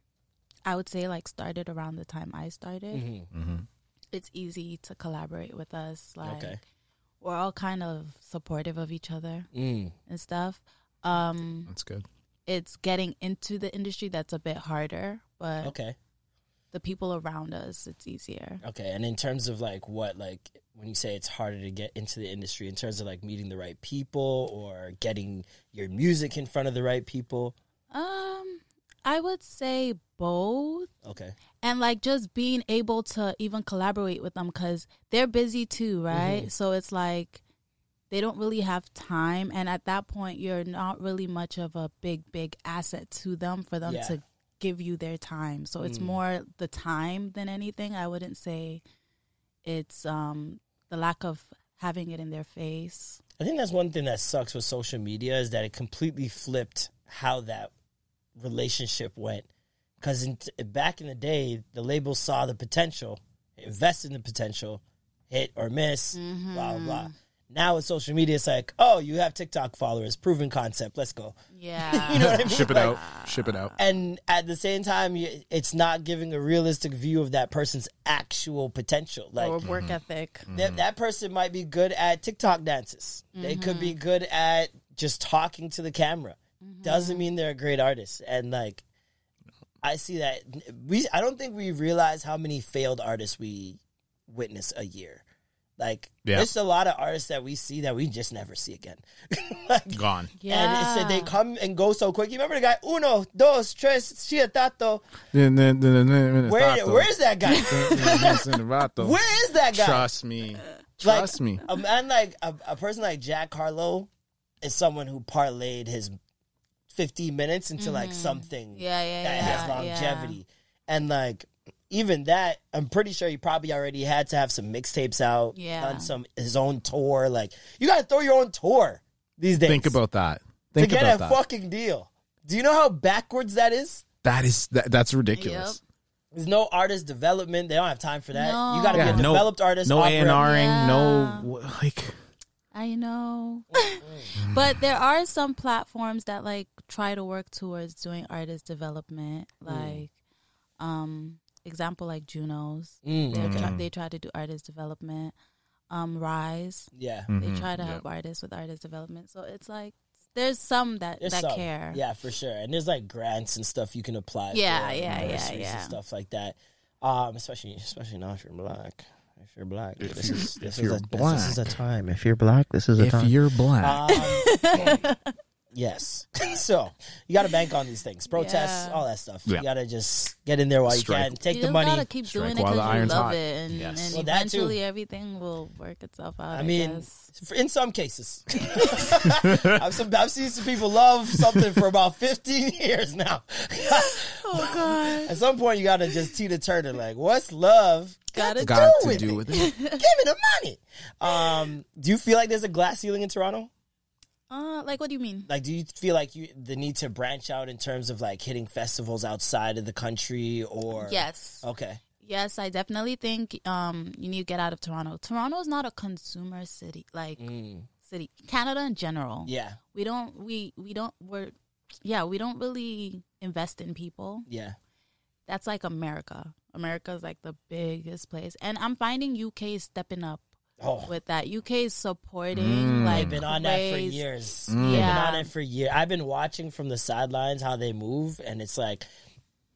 [SPEAKER 3] I would say like started around the time I started.
[SPEAKER 2] Mm-hmm.
[SPEAKER 3] It's easy to collaborate with us like
[SPEAKER 2] Okay.
[SPEAKER 3] we're all kind of supportive of each other
[SPEAKER 2] Mm.
[SPEAKER 3] and stuff. Um
[SPEAKER 1] that's good.
[SPEAKER 3] it's getting into the industry that's a bit harder, but
[SPEAKER 2] Okay,
[SPEAKER 3] the people around us it's easier.
[SPEAKER 2] okay. And in terms of like what like when you say it's harder to get into the industry, in terms of like meeting the right people or getting your music in front of the right people.
[SPEAKER 3] Um I would say both
[SPEAKER 2] Okay,
[SPEAKER 3] and like just being able to even collaborate with them because they're busy too right
[SPEAKER 2] Mm-hmm.
[SPEAKER 3] so it's like they don't really have time and at that point you're not really much of a big big asset to them for them
[SPEAKER 2] Yeah. Mm.
[SPEAKER 3] to give you their time so it's more the time than anything i wouldn't say it's um the lack of having it in their face
[SPEAKER 2] I think that's one thing that sucks with social media is that it completely flipped how that relationship went. Because in back in the day, the label saw the potential, invested in the potential, hit or miss, blah, blah, blah. Now with social media, it's like, oh, you have TikTok followers, proven concept, let's go.
[SPEAKER 3] yeah
[SPEAKER 1] Ship it out. Ship it out.
[SPEAKER 2] And at the same time, you- it's not giving a realistic view of that person's actual potential. Like, mm-hmm.
[SPEAKER 3] or work ethic
[SPEAKER 2] that, that person might be good at TikTok dances. They could be good at just talking to the camera. Doesn't mean they're a great artist. And like, I see that we. I don't think we realize how many failed artists we witness a year. Like
[SPEAKER 1] Yeah.
[SPEAKER 2] there's a lot of artists that we see that we just never see again. like,
[SPEAKER 1] Gone.
[SPEAKER 3] Yeah.
[SPEAKER 2] And it said they come and go so quick. You remember the guy uno, dos, tres, chiatato. Where where's that guy? Where is that guy?
[SPEAKER 1] Trust me.
[SPEAKER 2] Like, uh,
[SPEAKER 1] Trust me.
[SPEAKER 2] A man like a, a person like Jack Harlow is someone who parlayed his 15 minutes into like something
[SPEAKER 3] Mm-hmm. Yeah, yeah,
[SPEAKER 2] that
[SPEAKER 3] yeah,
[SPEAKER 2] has
[SPEAKER 3] yeah.
[SPEAKER 2] longevity. And like even that, I'm pretty sure he probably already had to have some mixtapes out,
[SPEAKER 3] Yeah.
[SPEAKER 2] on some his own tour. Like you gotta throw your own tour these days.
[SPEAKER 1] Think about that.
[SPEAKER 2] to
[SPEAKER 1] Think
[SPEAKER 2] get
[SPEAKER 1] about
[SPEAKER 2] a
[SPEAKER 1] that.
[SPEAKER 2] fucking deal. Do you know how backwards that is?
[SPEAKER 1] that is that, that's ridiculous.
[SPEAKER 2] There's no artist development. They don't have time for that.
[SPEAKER 3] No.
[SPEAKER 2] You got to
[SPEAKER 3] Yeah,
[SPEAKER 2] be a developed artist.
[SPEAKER 1] No
[SPEAKER 2] offer
[SPEAKER 1] A
[SPEAKER 2] a-
[SPEAKER 1] and Ring.
[SPEAKER 3] Yeah.
[SPEAKER 1] No like.
[SPEAKER 3] I know.
[SPEAKER 2] Mm-hmm.
[SPEAKER 3] but there are some platforms that like try to work towards doing artist development.
[SPEAKER 2] Mm.
[SPEAKER 3] Like um example like Junos.
[SPEAKER 2] Mm,
[SPEAKER 3] They're
[SPEAKER 2] okay.
[SPEAKER 1] Mm-hmm.
[SPEAKER 3] try- they try to do artist development. Um Rise.
[SPEAKER 2] Mm-hmm. Yeah.
[SPEAKER 1] Mm.
[SPEAKER 3] They try to help artists with artist development. So it's like there's some that,
[SPEAKER 2] There's
[SPEAKER 3] that
[SPEAKER 2] some.
[SPEAKER 3] care.
[SPEAKER 2] Yeah, for sure. And there's like grants and stuff you can apply.
[SPEAKER 3] Yeah,
[SPEAKER 2] for,
[SPEAKER 3] yeah, yeah,
[SPEAKER 2] bursaries
[SPEAKER 3] yeah.
[SPEAKER 2] And stuff like that. Um, especially, especially now if you're black. If you're black,
[SPEAKER 1] If
[SPEAKER 2] this
[SPEAKER 1] you're-
[SPEAKER 2] is this
[SPEAKER 1] if
[SPEAKER 2] is
[SPEAKER 1] you're
[SPEAKER 2] a this is a
[SPEAKER 1] black.
[SPEAKER 2] time. If you're black, this is a
[SPEAKER 1] If
[SPEAKER 2] time.
[SPEAKER 1] you're black,
[SPEAKER 2] Uh, Um, yes. so you got to bank on these things, protests,
[SPEAKER 3] Yeah.
[SPEAKER 2] all that stuff.
[SPEAKER 1] Yeah.
[SPEAKER 2] You got to just get in there while you
[SPEAKER 1] Strike.
[SPEAKER 2] can, take
[SPEAKER 3] you
[SPEAKER 2] the
[SPEAKER 3] don't
[SPEAKER 2] money.
[SPEAKER 3] gotta keep
[SPEAKER 1] Strike
[SPEAKER 3] doing it
[SPEAKER 1] while
[SPEAKER 3] because
[SPEAKER 1] the
[SPEAKER 3] you
[SPEAKER 1] iron's
[SPEAKER 3] love
[SPEAKER 1] hot.
[SPEAKER 3] it, and,
[SPEAKER 1] Yes.
[SPEAKER 3] and
[SPEAKER 2] Well, that too.
[SPEAKER 3] eventually everything will work itself out. I,
[SPEAKER 2] I mean,
[SPEAKER 3] guess.
[SPEAKER 2] for, in some cases, I've, some, I've seen some people love something for about 15 years now.
[SPEAKER 3] oh god,
[SPEAKER 2] At some point, you gotta just Tina Turner, like, what's love got to
[SPEAKER 3] Gotta
[SPEAKER 1] got
[SPEAKER 2] do
[SPEAKER 1] to
[SPEAKER 2] with
[SPEAKER 1] do
[SPEAKER 2] it?
[SPEAKER 1] with it.
[SPEAKER 2] Give me the money. Um, do you feel like there's a glass ceiling in Toronto?
[SPEAKER 3] uh, like what do you mean?
[SPEAKER 2] Like, do you feel like you the need to branch out in terms of like hitting festivals outside of the country or?
[SPEAKER 3] Yes,
[SPEAKER 2] Okay.
[SPEAKER 3] yes, I definitely think um you need to get out of Toronto. Toronto is not a consumer city, like
[SPEAKER 2] Mm.
[SPEAKER 3] city. Canada in general,
[SPEAKER 2] Yeah.
[SPEAKER 3] we don't we we don't we're yeah we don't really invest in people.
[SPEAKER 2] Yeah.
[SPEAKER 3] That's like America. America is like the biggest place, and I'm finding UK is stepping up
[SPEAKER 2] Oh,
[SPEAKER 3] with that. UK is supporting
[SPEAKER 1] Mm.
[SPEAKER 3] like
[SPEAKER 2] they've been on that for
[SPEAKER 3] crazy-
[SPEAKER 2] years.
[SPEAKER 3] Mm.
[SPEAKER 2] They've been
[SPEAKER 3] Yeah.
[SPEAKER 2] on it for years. I've been watching from the sidelines how they move, and it's like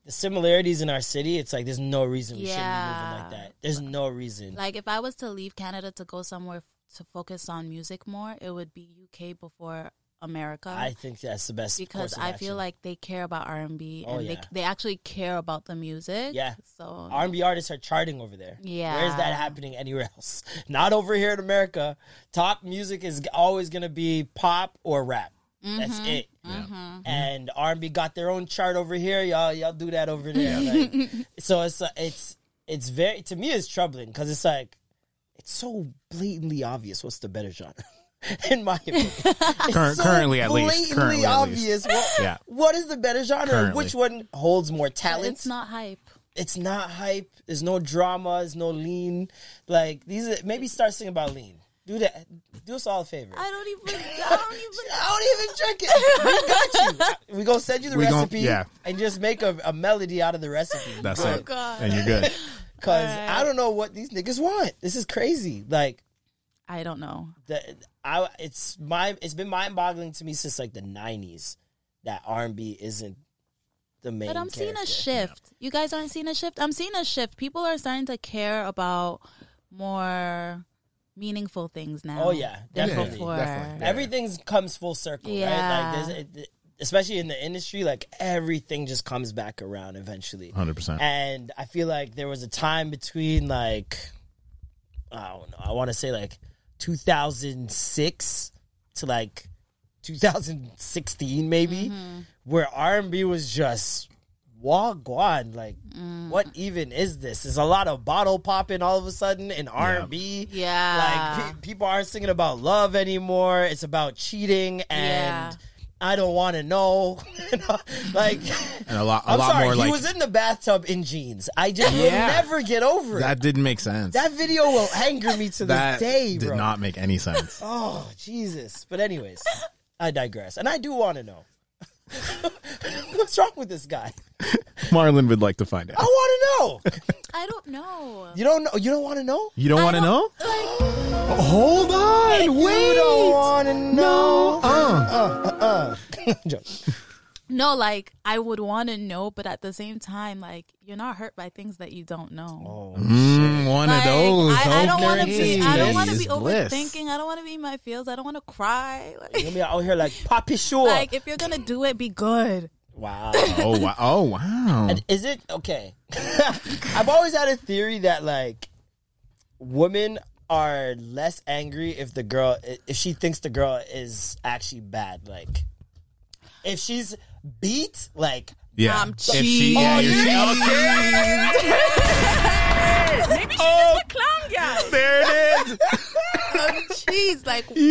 [SPEAKER 2] the similarities in our city. It's like there's no reason we
[SPEAKER 3] Yeah.
[SPEAKER 2] shouldn't be moving like that. There's no reason.
[SPEAKER 3] Like if I was to leave Canada to go somewhere f- to focus on music more, it would be UK before America
[SPEAKER 2] I think that's the best course
[SPEAKER 3] because
[SPEAKER 2] of
[SPEAKER 3] I
[SPEAKER 2] action.
[SPEAKER 3] feel like they care about R&B
[SPEAKER 2] Oh,
[SPEAKER 3] and
[SPEAKER 2] yeah.
[SPEAKER 3] they they actually care about the music.
[SPEAKER 2] Yeah.
[SPEAKER 3] So
[SPEAKER 2] R&B artists are charting over there.
[SPEAKER 3] Yeah.
[SPEAKER 2] Where is that happening anywhere else? Not over here in America. Top music is always going to be pop or rap. That's
[SPEAKER 1] Mm-hmm.
[SPEAKER 2] it. And R&B got their own chart over here. Y'all y'all do that over there. Like, so it's uh, it's it's very to me it's troubling cuz it's like it's so blatantly obvious what's the better genre. In my opinion, It's
[SPEAKER 1] Cur-
[SPEAKER 2] so
[SPEAKER 1] currently at least.
[SPEAKER 2] blatantly
[SPEAKER 1] Currently at least.
[SPEAKER 2] obvious. What,
[SPEAKER 1] Yeah.
[SPEAKER 2] what is the better genre?
[SPEAKER 1] Currently.
[SPEAKER 2] Which one holds more talent?
[SPEAKER 3] it's not hype.
[SPEAKER 2] it's not hype. There's no drama. There's no lean. Like these, are, maybe start singing about lean. Do that. Do us all a favor.
[SPEAKER 3] I don't even I don't even
[SPEAKER 2] I don't even drink it. We got you. We gonna send you the
[SPEAKER 1] We gon-
[SPEAKER 2] recipe
[SPEAKER 1] yeah.
[SPEAKER 2] and just make a, a melody out of the recipe.
[SPEAKER 1] That's
[SPEAKER 3] Oh,
[SPEAKER 1] it.
[SPEAKER 3] God.
[SPEAKER 1] And you're good.
[SPEAKER 2] Cause
[SPEAKER 3] Alright.
[SPEAKER 2] I don't know what these niggas want. This is crazy. Like
[SPEAKER 3] I don't know.
[SPEAKER 2] the I it's my it's been mind boggling to me since like the nineties that R and B isn't the main.
[SPEAKER 3] But I'm seeing a
[SPEAKER 2] character.
[SPEAKER 3] shift. You guys aren't seeing a shift. I'm seeing a shift. People are starting to care about more meaningful things now.
[SPEAKER 2] Oh, yeah.
[SPEAKER 3] than
[SPEAKER 2] Definitely.
[SPEAKER 3] before.
[SPEAKER 1] Definitely. Yeah.
[SPEAKER 2] everything comes full circle, right?
[SPEAKER 3] Yeah.
[SPEAKER 2] Like, there's, it, especially in the industry, like everything just comes back around eventually.
[SPEAKER 1] 100%.
[SPEAKER 2] And I feel like there was a time between like I don't know, I want to say like 2006 to like 2016 maybe,
[SPEAKER 3] Mm-hmm.
[SPEAKER 2] where R and B was just wagwan. Like, what
[SPEAKER 3] Mm.
[SPEAKER 2] even is this? There's a lot of bottle popping all of a sudden in R and B.
[SPEAKER 3] Yeah.
[SPEAKER 2] like pe- people aren't singing about love anymore. It's about cheating
[SPEAKER 3] Yeah.
[SPEAKER 2] and. I don't want to know. You know? like,
[SPEAKER 1] And a lot, a
[SPEAKER 2] I'm
[SPEAKER 1] lot
[SPEAKER 2] sorry,
[SPEAKER 1] more
[SPEAKER 2] he
[SPEAKER 1] like
[SPEAKER 2] was in the bathtub in jeans. I just will
[SPEAKER 1] Yeah.
[SPEAKER 2] never get over it. That,
[SPEAKER 1] that. Didn't make sense.
[SPEAKER 2] video will anger me to
[SPEAKER 1] That
[SPEAKER 2] this day,
[SPEAKER 1] did
[SPEAKER 2] bro.
[SPEAKER 1] not make any sense.
[SPEAKER 2] Oh Jesus! But anyways, I digress, and I do want to know what's wrong with this guy.
[SPEAKER 1] Marlon would like to find
[SPEAKER 2] I
[SPEAKER 1] out.
[SPEAKER 2] want to know.
[SPEAKER 3] I don't know.
[SPEAKER 2] You don't know. You don't want to know.
[SPEAKER 1] You don't want to know? Hold on,
[SPEAKER 2] You
[SPEAKER 1] wait.
[SPEAKER 2] don't want to know.
[SPEAKER 1] Uh,
[SPEAKER 2] Uh, uh. Joke.
[SPEAKER 3] No, like I would want to know, but at the same time, like you're not hurt by things that you don't know.
[SPEAKER 2] Oh,
[SPEAKER 1] Mm, one
[SPEAKER 3] Like,
[SPEAKER 1] of those.
[SPEAKER 3] I, I don't want to
[SPEAKER 1] okay.
[SPEAKER 3] be. I don't
[SPEAKER 1] Bliss
[SPEAKER 3] want to be
[SPEAKER 1] is bliss.
[SPEAKER 3] overthinking. I don't want to be in my feels. I don't want to cry.
[SPEAKER 2] shit.
[SPEAKER 3] Like,
[SPEAKER 2] You out here like Poppy Shore.
[SPEAKER 3] like if you're gonna do it, be good.
[SPEAKER 2] wow.
[SPEAKER 1] Oh wow! Oh wow!
[SPEAKER 2] And is it okay? I've always had a theory that like women are less angry if the girl if she thinks the girl is actually bad. Like if she's beat, like
[SPEAKER 1] Yeah.
[SPEAKER 2] um,
[SPEAKER 3] I'm
[SPEAKER 1] If she, yeah,
[SPEAKER 3] Oh,
[SPEAKER 1] you're cheating.
[SPEAKER 3] Oh, clown guy.
[SPEAKER 1] There it is.
[SPEAKER 3] Oh, Jeez, like what? Oh.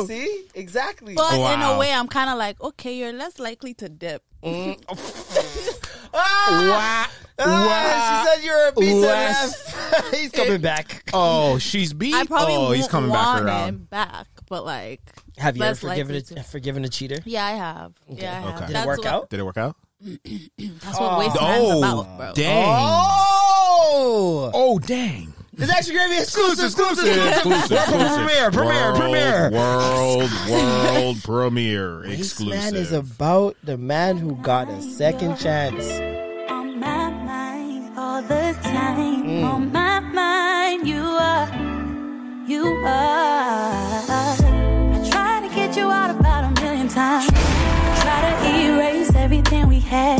[SPEAKER 1] Yo.
[SPEAKER 2] see exactly.
[SPEAKER 3] But in a
[SPEAKER 1] Wow.
[SPEAKER 3] way, I'm kind of like, okay, you're less likely to dip.
[SPEAKER 1] Wow.
[SPEAKER 2] Ah, she said you're a piece
[SPEAKER 1] West.
[SPEAKER 2] of F. He's coming back.
[SPEAKER 1] Oh, she's beat.
[SPEAKER 3] I probably
[SPEAKER 1] oh,
[SPEAKER 3] won't
[SPEAKER 1] he's coming back
[SPEAKER 3] want
[SPEAKER 1] around.
[SPEAKER 3] him back, but like,
[SPEAKER 2] Have you ever
[SPEAKER 3] less
[SPEAKER 2] forgiven
[SPEAKER 3] likely
[SPEAKER 2] a,
[SPEAKER 3] to-
[SPEAKER 2] forgiven a cheater?
[SPEAKER 3] Yeah, I have. Yeah, I have.
[SPEAKER 1] Okay. Did it
[SPEAKER 2] Did it
[SPEAKER 3] That's
[SPEAKER 2] work
[SPEAKER 3] what,
[SPEAKER 2] out?
[SPEAKER 1] Did it work out?
[SPEAKER 3] That's what waste time's
[SPEAKER 1] Oh,
[SPEAKER 3] about, bro.
[SPEAKER 1] dang.
[SPEAKER 2] Oh,
[SPEAKER 1] Oh, dang.
[SPEAKER 2] it's actually gonna be exclusive, exclusive, premiere,
[SPEAKER 1] World,
[SPEAKER 2] premiere, premiere.
[SPEAKER 1] World, world premiere.
[SPEAKER 2] This
[SPEAKER 1] Exclusive.
[SPEAKER 2] man is about the man who got a second chance.
[SPEAKER 4] on my mind all the time. On my mind, you are, you are. I try to get you out about a million times. Try to erase everything we had.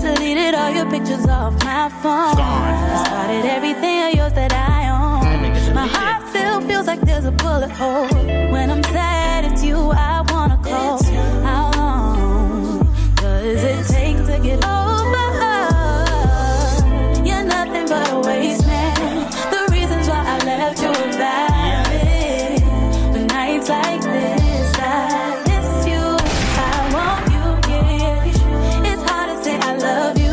[SPEAKER 4] Deleted all your pictures off my phone. I started everything of yours that I own. My heart still feels like there's a bullet hole. When I'm sad, it's you I wanna call. How long does it take to get over? her? You're nothing but a waste man. The reasons why I left you are valid. But nights like this, I miss you. I want you, yeah. It's hard to say I love you.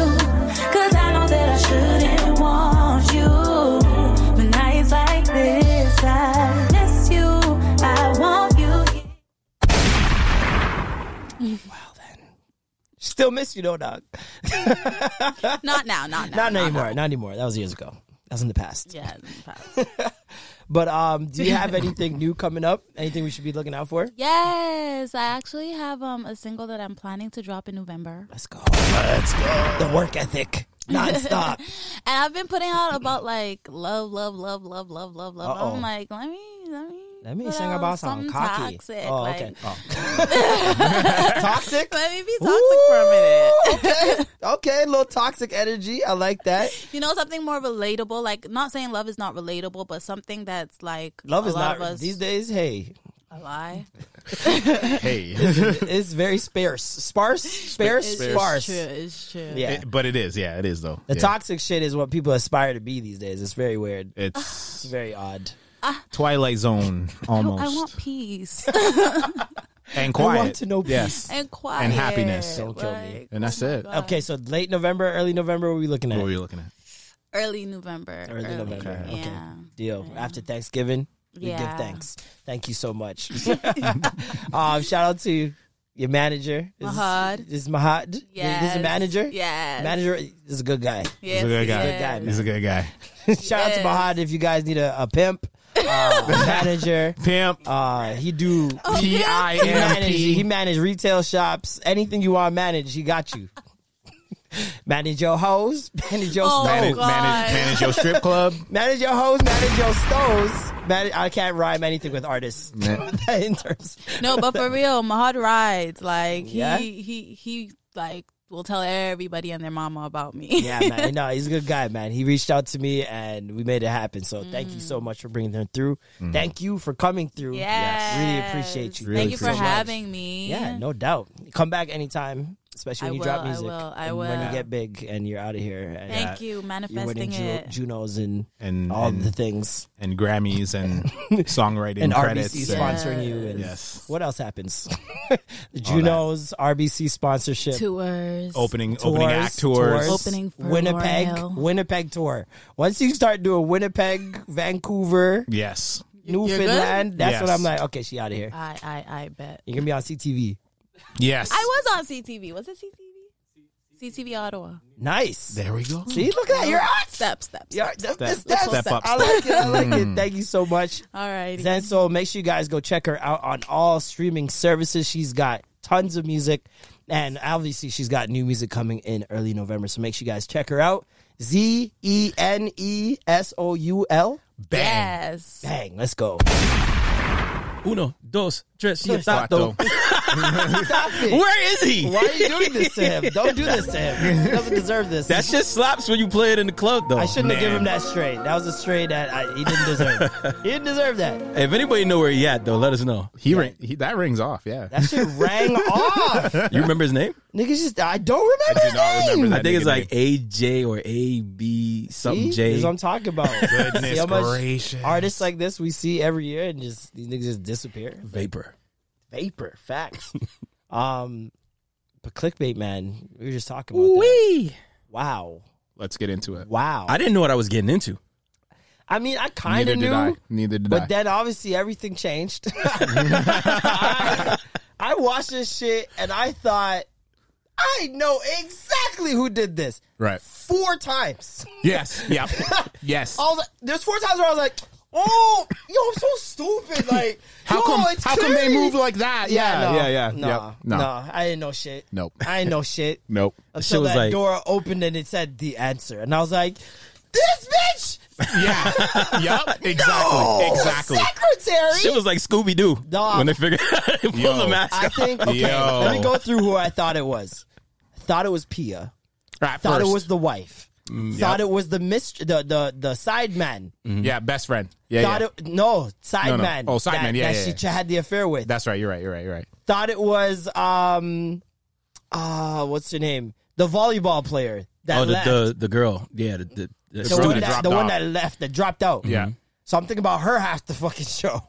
[SPEAKER 4] Cause I know that I shouldn't want you. But nights like this, I miss you. I want you, yeah.
[SPEAKER 2] Still miss you though, dog.
[SPEAKER 3] Not now, not now.
[SPEAKER 2] Not anymore. Not anymore. That was years ago. That was in the past.
[SPEAKER 3] Yeah. perhaps.
[SPEAKER 2] But um, do you have anything new coming up? Anything we should be looking out for?
[SPEAKER 3] yes, I actually have um a single that I'm planning to drop in November,
[SPEAKER 2] Let's go. Let's go. The work ethic, nonstop.
[SPEAKER 3] and I've been putting out about like love, love, love, love, love, love, love.
[SPEAKER 2] Uh-oh.
[SPEAKER 3] I'm like, let me, let me,
[SPEAKER 2] Let me
[SPEAKER 3] put
[SPEAKER 2] sing
[SPEAKER 3] out
[SPEAKER 2] about something cocky.
[SPEAKER 3] um, toxic.
[SPEAKER 2] Oh,
[SPEAKER 3] like,
[SPEAKER 2] okay. Oh. toxic.
[SPEAKER 3] Let me be toxic for a minute.
[SPEAKER 2] okay, okay, a little toxic energy. I like that.
[SPEAKER 3] You know, something more relatable. Like, not saying love is not relatable, but something that's like
[SPEAKER 2] Love
[SPEAKER 3] a
[SPEAKER 2] is
[SPEAKER 3] lot of
[SPEAKER 2] not
[SPEAKER 3] us
[SPEAKER 2] these days. Hey,
[SPEAKER 3] a lie.
[SPEAKER 1] Hey.
[SPEAKER 2] it's very sparse, sparse, sparse,
[SPEAKER 3] It's
[SPEAKER 2] sparse.
[SPEAKER 3] true. It's true.
[SPEAKER 2] Yeah,
[SPEAKER 1] but it is. Yeah, it is, though.
[SPEAKER 2] the
[SPEAKER 1] yeah.
[SPEAKER 2] toxic shit is what people aspire to be these days. It's very weird.
[SPEAKER 1] It's
[SPEAKER 2] It's very odd.
[SPEAKER 1] Twilight Zone almost.
[SPEAKER 3] I want peace
[SPEAKER 1] and quiet.
[SPEAKER 2] to know
[SPEAKER 1] Yes.
[SPEAKER 3] and quiet
[SPEAKER 1] And happiness.
[SPEAKER 2] Don't kill me.
[SPEAKER 3] like,
[SPEAKER 1] And that's it. What
[SPEAKER 2] Uh, Okay, so late November, early November, what are we looking at?
[SPEAKER 1] were you looking at?
[SPEAKER 3] Early November.
[SPEAKER 2] Early November. Okay.
[SPEAKER 3] Yeah.
[SPEAKER 2] Deal. After Thanksgiving, we
[SPEAKER 3] Yeah.
[SPEAKER 2] give thanks. Thank you so much. um, shout out to your manager. Is-
[SPEAKER 3] Mahad.
[SPEAKER 2] Is, Mahad?
[SPEAKER 3] Yes.
[SPEAKER 2] This is a manager?
[SPEAKER 3] Yes.
[SPEAKER 2] Manager is a good guy.
[SPEAKER 3] Yes.
[SPEAKER 1] He's a good guy.
[SPEAKER 3] yes.
[SPEAKER 1] He's a good guy.
[SPEAKER 2] shout out to
[SPEAKER 3] Yes.
[SPEAKER 2] Mahad if you guys need a, a pimp, uh, a manager.
[SPEAKER 1] Pimp.
[SPEAKER 2] Uh, he do.
[SPEAKER 3] Oh.
[SPEAKER 1] P I
[SPEAKER 2] He
[SPEAKER 1] M
[SPEAKER 2] manage, he
[SPEAKER 1] P.
[SPEAKER 2] manage retail shops. Anything you want to manage, he got you. manage your hoes. Manage your
[SPEAKER 3] Oh,
[SPEAKER 2] stoves.
[SPEAKER 1] Manage,
[SPEAKER 3] God.
[SPEAKER 1] manage, manage your strip club.
[SPEAKER 2] Manage your hoes, manage your stoves. Manage, I can't rhyme anything with artists.
[SPEAKER 1] Man.
[SPEAKER 2] in terms,
[SPEAKER 3] No, but for real, Mahad rides. Like he
[SPEAKER 2] Yeah?
[SPEAKER 3] he he like will tell everybody and their mama about me.
[SPEAKER 2] yeah, man. No, he's a good guy, man. He reached out to me and we made it happen. So thank you so much for bringing him through. Thank you for coming through.
[SPEAKER 3] Yes.
[SPEAKER 2] really appreciate you.
[SPEAKER 1] Mm. Really
[SPEAKER 3] Thank you for
[SPEAKER 1] appreciate it.
[SPEAKER 3] having me.
[SPEAKER 2] Yeah, no doubt. Come back anytime, especially
[SPEAKER 3] I
[SPEAKER 2] when you
[SPEAKER 3] will,
[SPEAKER 2] drop
[SPEAKER 3] I
[SPEAKER 2] music.
[SPEAKER 3] will, I
[SPEAKER 2] and When
[SPEAKER 3] will.
[SPEAKER 2] you get big and you're out of here, and uh,
[SPEAKER 3] Thank you,
[SPEAKER 2] You're winning
[SPEAKER 3] manifesting
[SPEAKER 2] Ju-
[SPEAKER 3] it.
[SPEAKER 2] Junos and
[SPEAKER 1] And,
[SPEAKER 2] all
[SPEAKER 1] and,
[SPEAKER 2] the things,
[SPEAKER 1] and Grammys and songwriting
[SPEAKER 2] and
[SPEAKER 1] credits.
[SPEAKER 2] RBC
[SPEAKER 1] and-
[SPEAKER 2] sponsoring you. And
[SPEAKER 1] Yes.
[SPEAKER 2] What else happens? the Junos, RBC sponsorship.
[SPEAKER 3] Tours.
[SPEAKER 1] opening opening act tours.
[SPEAKER 3] Opening for
[SPEAKER 2] Winnipeg,
[SPEAKER 3] L'Oreal.
[SPEAKER 2] Winnipeg tour. Once you start doing Winnipeg, Vancouver,
[SPEAKER 1] Yes.
[SPEAKER 2] Newfoundland, that's what
[SPEAKER 1] Yes.
[SPEAKER 2] I'm like. Okay, she out of here.
[SPEAKER 3] I I I bet.
[SPEAKER 2] You're gonna be on CTV.
[SPEAKER 1] Yes.
[SPEAKER 3] I was on CTV. Was it CTV? CTV Ottawa.
[SPEAKER 2] Nice.
[SPEAKER 1] There we go.
[SPEAKER 2] See, look at that. You're out.
[SPEAKER 3] Step steps.
[SPEAKER 2] You're, that's-
[SPEAKER 1] Step
[SPEAKER 2] that's-
[SPEAKER 1] up. Mm.
[SPEAKER 2] I like it. I like it. Thank you so much.
[SPEAKER 3] All right.
[SPEAKER 2] Zen Soul, make sure you guys go check her out on all streaming services. She's got tons of music. And obviously, she's got new music coming in early November. So make sure you guys check her out. Z E N E S O U L.
[SPEAKER 1] Bang.
[SPEAKER 3] Yes.
[SPEAKER 2] Bang. Let's go.
[SPEAKER 5] Uno, dos, tres, cuatro.
[SPEAKER 1] Cuatro.
[SPEAKER 2] Stop it.
[SPEAKER 5] Where is he?
[SPEAKER 2] Why are you doing this to him? Don't do this to him. He doesn't deserve this.
[SPEAKER 5] That shit slaps when you play it in the club, though.
[SPEAKER 2] I shouldn't
[SPEAKER 1] Nah.
[SPEAKER 2] have given him that straight. That was a straight that I, he didn't deserve. he didn't deserve that.
[SPEAKER 5] If anybody know where he at, though, let us know.
[SPEAKER 1] He, ring, he that rings off. Yeah.
[SPEAKER 2] That shit rang off.
[SPEAKER 5] You remember his name?
[SPEAKER 2] Niggas just, I don't remember
[SPEAKER 1] do
[SPEAKER 2] his
[SPEAKER 1] not
[SPEAKER 2] name.
[SPEAKER 1] remember that.
[SPEAKER 5] I think it's
[SPEAKER 1] nigga
[SPEAKER 5] like AJ or AB something
[SPEAKER 2] See?
[SPEAKER 5] J.
[SPEAKER 2] This is what I'm talking about.
[SPEAKER 1] Goodness
[SPEAKER 2] see how much
[SPEAKER 1] gracious.
[SPEAKER 2] artists like this we see every year and just these niggas just disappear.
[SPEAKER 5] Vapor.
[SPEAKER 2] Vapor, facts. um, but clickbait, man, we were just talking about that. Wow,
[SPEAKER 1] Let's get into it.
[SPEAKER 2] wow.
[SPEAKER 5] I
[SPEAKER 2] I,
[SPEAKER 5] didn't know what I was getting into.
[SPEAKER 2] mean, I kind
[SPEAKER 1] Neither
[SPEAKER 2] of
[SPEAKER 1] did I.
[SPEAKER 2] knew,
[SPEAKER 1] Neither did I.
[SPEAKER 2] but then obviously everything changed. I, I watched this shit and I thought, I know exactly who did this.
[SPEAKER 1] right.
[SPEAKER 2] Four times.
[SPEAKER 1] Yes. Yep. yes.
[SPEAKER 2] I was like, there's four times where I was like, oh, yo, I'm so stupid. Like,
[SPEAKER 1] How
[SPEAKER 2] yo,
[SPEAKER 1] come?
[SPEAKER 2] it's
[SPEAKER 1] How come they
[SPEAKER 2] Curry.
[SPEAKER 1] move like that? Yeah.
[SPEAKER 2] no,
[SPEAKER 1] yeah. Yeah.
[SPEAKER 2] No,
[SPEAKER 1] Yep.
[SPEAKER 2] no,
[SPEAKER 1] No.
[SPEAKER 2] I didn't know shit.
[SPEAKER 1] Nope.
[SPEAKER 2] I didn't know shit
[SPEAKER 1] Nope.
[SPEAKER 2] until
[SPEAKER 5] was
[SPEAKER 2] that
[SPEAKER 5] like-
[SPEAKER 2] door opened and it said the answer, and I was like, "This bitch, Oh,
[SPEAKER 1] Yeah. yep. Exactly. Exactly.
[SPEAKER 2] secretary."
[SPEAKER 5] Shit was like Scooby Doo
[SPEAKER 2] Nah.
[SPEAKER 5] when they figured pull
[SPEAKER 1] Yo.
[SPEAKER 5] the mask
[SPEAKER 2] I
[SPEAKER 5] off.
[SPEAKER 2] think. Okay,
[SPEAKER 1] Yo.
[SPEAKER 2] let me go through who I thought it was. Thought it was Pia.
[SPEAKER 1] Right.
[SPEAKER 2] Thought
[SPEAKER 1] first. Mm,
[SPEAKER 2] it was the wife. Thought it was the mist, the the the side man.
[SPEAKER 1] Mm-hmm. Yeah. Best friend. Yeah.
[SPEAKER 2] Thought
[SPEAKER 1] yeah.
[SPEAKER 2] it no side
[SPEAKER 1] No, no.
[SPEAKER 2] man.
[SPEAKER 1] Oh, side
[SPEAKER 2] that,
[SPEAKER 1] man. Yeah,
[SPEAKER 2] that
[SPEAKER 1] yeah,
[SPEAKER 2] she had the affair with.
[SPEAKER 1] That's right. You're right. You're right. You're right.
[SPEAKER 2] Thought it was um, uh, what's her name? The volleyball player that
[SPEAKER 5] Oh, the,
[SPEAKER 2] left.
[SPEAKER 5] the the girl. Yeah, the, the, the
[SPEAKER 2] the
[SPEAKER 5] student.
[SPEAKER 2] one that,
[SPEAKER 1] dropped
[SPEAKER 2] the one
[SPEAKER 1] off.
[SPEAKER 2] that left that dropped out.
[SPEAKER 1] Yeah.
[SPEAKER 5] Mm-hmm.
[SPEAKER 2] So I'm thinking about her half the fucking show.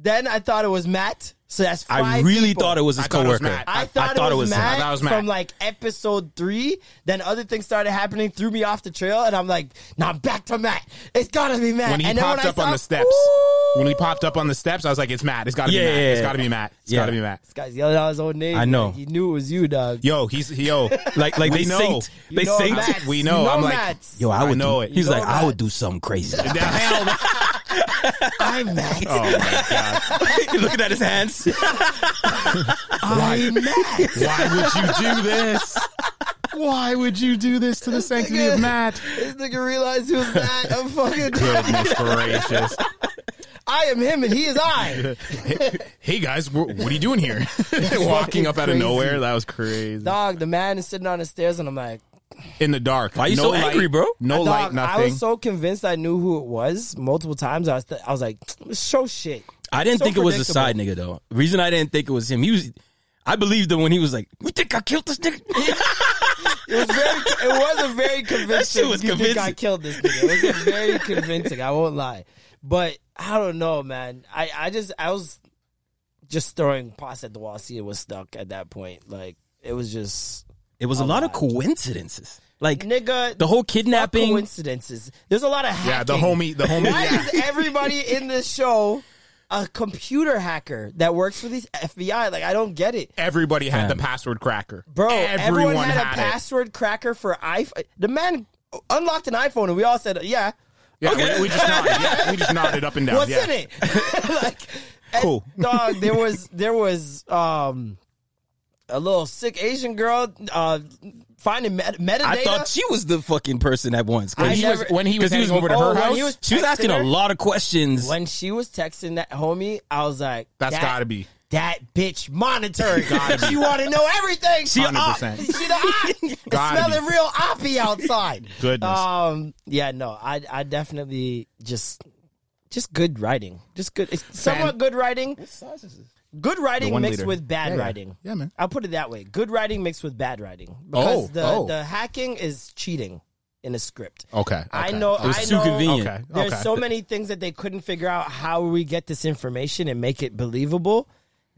[SPEAKER 2] Then I thought it was Matt. So that's five
[SPEAKER 5] I really
[SPEAKER 2] people.
[SPEAKER 5] thought it was his
[SPEAKER 1] I thought it was
[SPEAKER 5] coworker.
[SPEAKER 1] Matt.
[SPEAKER 2] I, thought, it was,
[SPEAKER 5] him.
[SPEAKER 2] Matt
[SPEAKER 1] I thought it was Matt.
[SPEAKER 2] from like episode three. Then other things started happening, threw me off the trail, and I'm like, "Now I'm back to Matt. It's gotta be Matt."
[SPEAKER 1] When he
[SPEAKER 2] and then
[SPEAKER 1] popped
[SPEAKER 2] I
[SPEAKER 1] up on
[SPEAKER 2] saw-
[SPEAKER 1] the steps.
[SPEAKER 2] Ooh,
[SPEAKER 1] When he popped up on the steps, I was like, "It's Matt. It's got to
[SPEAKER 5] Yeah,
[SPEAKER 1] be Matt.
[SPEAKER 5] yeah,
[SPEAKER 1] It's
[SPEAKER 5] yeah.
[SPEAKER 1] got to be Matt. It's
[SPEAKER 5] Yeah.
[SPEAKER 1] got to be Matt."
[SPEAKER 2] this guy's yelling out his own name.
[SPEAKER 5] I know.
[SPEAKER 2] Like, he knew it was you, dog.
[SPEAKER 1] Yo, he's yo.
[SPEAKER 5] Like like
[SPEAKER 1] We
[SPEAKER 5] they
[SPEAKER 1] know.
[SPEAKER 5] synced.
[SPEAKER 2] You
[SPEAKER 5] They
[SPEAKER 2] know
[SPEAKER 5] synced.
[SPEAKER 2] Matt.
[SPEAKER 1] We
[SPEAKER 2] You
[SPEAKER 1] know.
[SPEAKER 2] know
[SPEAKER 1] I'm like,
[SPEAKER 2] Matt.
[SPEAKER 5] Yo, I
[SPEAKER 1] I
[SPEAKER 5] would
[SPEAKER 1] know
[SPEAKER 5] do,
[SPEAKER 1] it.
[SPEAKER 5] He's
[SPEAKER 1] You
[SPEAKER 5] like,
[SPEAKER 2] know
[SPEAKER 5] I
[SPEAKER 2] Matt.
[SPEAKER 5] would do something crazy.
[SPEAKER 1] the hell.
[SPEAKER 2] I'm Matt.
[SPEAKER 1] Oh my god!
[SPEAKER 5] Looking at his hands.
[SPEAKER 2] I'm Matt.
[SPEAKER 1] Why would you do this? Why would you do this to the sanctity of Matt?
[SPEAKER 2] This nigga realized he was Matt. I'm fucking.
[SPEAKER 1] Goodness gracious!
[SPEAKER 2] I am him, and he is I.
[SPEAKER 1] Hey guys, wh- what are you doing here? Walking up out of
[SPEAKER 2] crazy.
[SPEAKER 1] nowhere. That was crazy.
[SPEAKER 2] Dog, the man is sitting on the stairs, and I'm like,
[SPEAKER 1] In the dark.
[SPEAKER 5] Why you
[SPEAKER 1] no
[SPEAKER 5] so
[SPEAKER 1] light,
[SPEAKER 5] angry, bro?
[SPEAKER 1] No light,
[SPEAKER 2] dog,
[SPEAKER 1] nothing.
[SPEAKER 2] I was so convinced I knew who it was multiple times. I was, th- I was like, show shit.
[SPEAKER 5] I didn't
[SPEAKER 2] So
[SPEAKER 5] think it was a side nigga though. Reason I didn't think it was him. He was. I believed him when he was like, "You think I killed this nigga?"
[SPEAKER 2] It was very, it was a very convincing.
[SPEAKER 5] was
[SPEAKER 2] you think I
[SPEAKER 5] convincing.
[SPEAKER 2] killed this nigga? It was a very convincing. I won't lie, but I don't know, man. I, I just, I was just throwing pots at the wall. See, it was stuck at that point. Like it was just,
[SPEAKER 5] It
[SPEAKER 1] Oh
[SPEAKER 5] was a lot of coincidences. Like
[SPEAKER 2] nigga.
[SPEAKER 5] the whole
[SPEAKER 2] fuck
[SPEAKER 5] kidnapping.
[SPEAKER 2] coincidences. There's a lot of hacking.
[SPEAKER 1] yeah, the homie, the homie.
[SPEAKER 2] Why
[SPEAKER 1] yeah.
[SPEAKER 2] is everybody in this show a computer hacker that works for these FBI? Like, I don't get it.
[SPEAKER 1] Everybody had the password cracker.
[SPEAKER 2] Bro,
[SPEAKER 1] everyone,
[SPEAKER 2] had,
[SPEAKER 1] had,
[SPEAKER 2] a
[SPEAKER 1] it.
[SPEAKER 2] password cracker for iPhone. The man unlocked an iPhone and we all said, yeah,
[SPEAKER 1] Yeah, we, we just nodded. Yeah, we just nodded up and down.
[SPEAKER 2] what's
[SPEAKER 1] yeah.
[SPEAKER 2] in it? like, and,
[SPEAKER 1] Cool.
[SPEAKER 2] Dog, there was, there was, um, a little sick Asian girl, uh, finding met- metadata.
[SPEAKER 5] I thought she was the fucking person at once. 'Cause
[SPEAKER 2] I
[SPEAKER 5] she
[SPEAKER 2] never-
[SPEAKER 5] was,
[SPEAKER 1] When he was
[SPEAKER 5] 'cause he
[SPEAKER 1] heading
[SPEAKER 5] was-
[SPEAKER 1] over to
[SPEAKER 2] oh,
[SPEAKER 1] her
[SPEAKER 2] when
[SPEAKER 1] house,
[SPEAKER 2] he was
[SPEAKER 5] she was asking
[SPEAKER 2] texting
[SPEAKER 5] a
[SPEAKER 2] her-
[SPEAKER 5] lot of questions.
[SPEAKER 2] when she was texting that homie, I was like,
[SPEAKER 1] That's
[SPEAKER 2] that-
[SPEAKER 1] gotta be.
[SPEAKER 2] that bitch monitoring. she want to know everything. She
[SPEAKER 1] Hundred
[SPEAKER 2] op.
[SPEAKER 1] percent.
[SPEAKER 2] She the op. It's
[SPEAKER 1] Gotta
[SPEAKER 2] smelling
[SPEAKER 1] be.
[SPEAKER 2] real oppy outside.
[SPEAKER 1] Goodness.
[SPEAKER 2] Um. Yeah. No. I. I definitely just. Just good writing. Just good. It's somewhat good writing. What size is this? Good writing
[SPEAKER 1] one
[SPEAKER 2] mixed
[SPEAKER 1] liter.
[SPEAKER 2] with bad
[SPEAKER 1] Yeah, yeah.
[SPEAKER 2] writing.
[SPEAKER 1] Yeah, man.
[SPEAKER 2] I'll put it that way. Good writing mixed with bad writing.
[SPEAKER 1] Oh,
[SPEAKER 2] Because the,
[SPEAKER 1] oh.
[SPEAKER 2] the hacking is cheating in a script.
[SPEAKER 1] Okay,
[SPEAKER 2] I
[SPEAKER 1] okay.
[SPEAKER 2] know.
[SPEAKER 5] it was
[SPEAKER 2] I
[SPEAKER 5] too
[SPEAKER 2] know,
[SPEAKER 5] convenient.
[SPEAKER 1] Okay.
[SPEAKER 2] there's
[SPEAKER 1] okay.
[SPEAKER 2] so many things that they couldn't figure out how we get this information and make it believable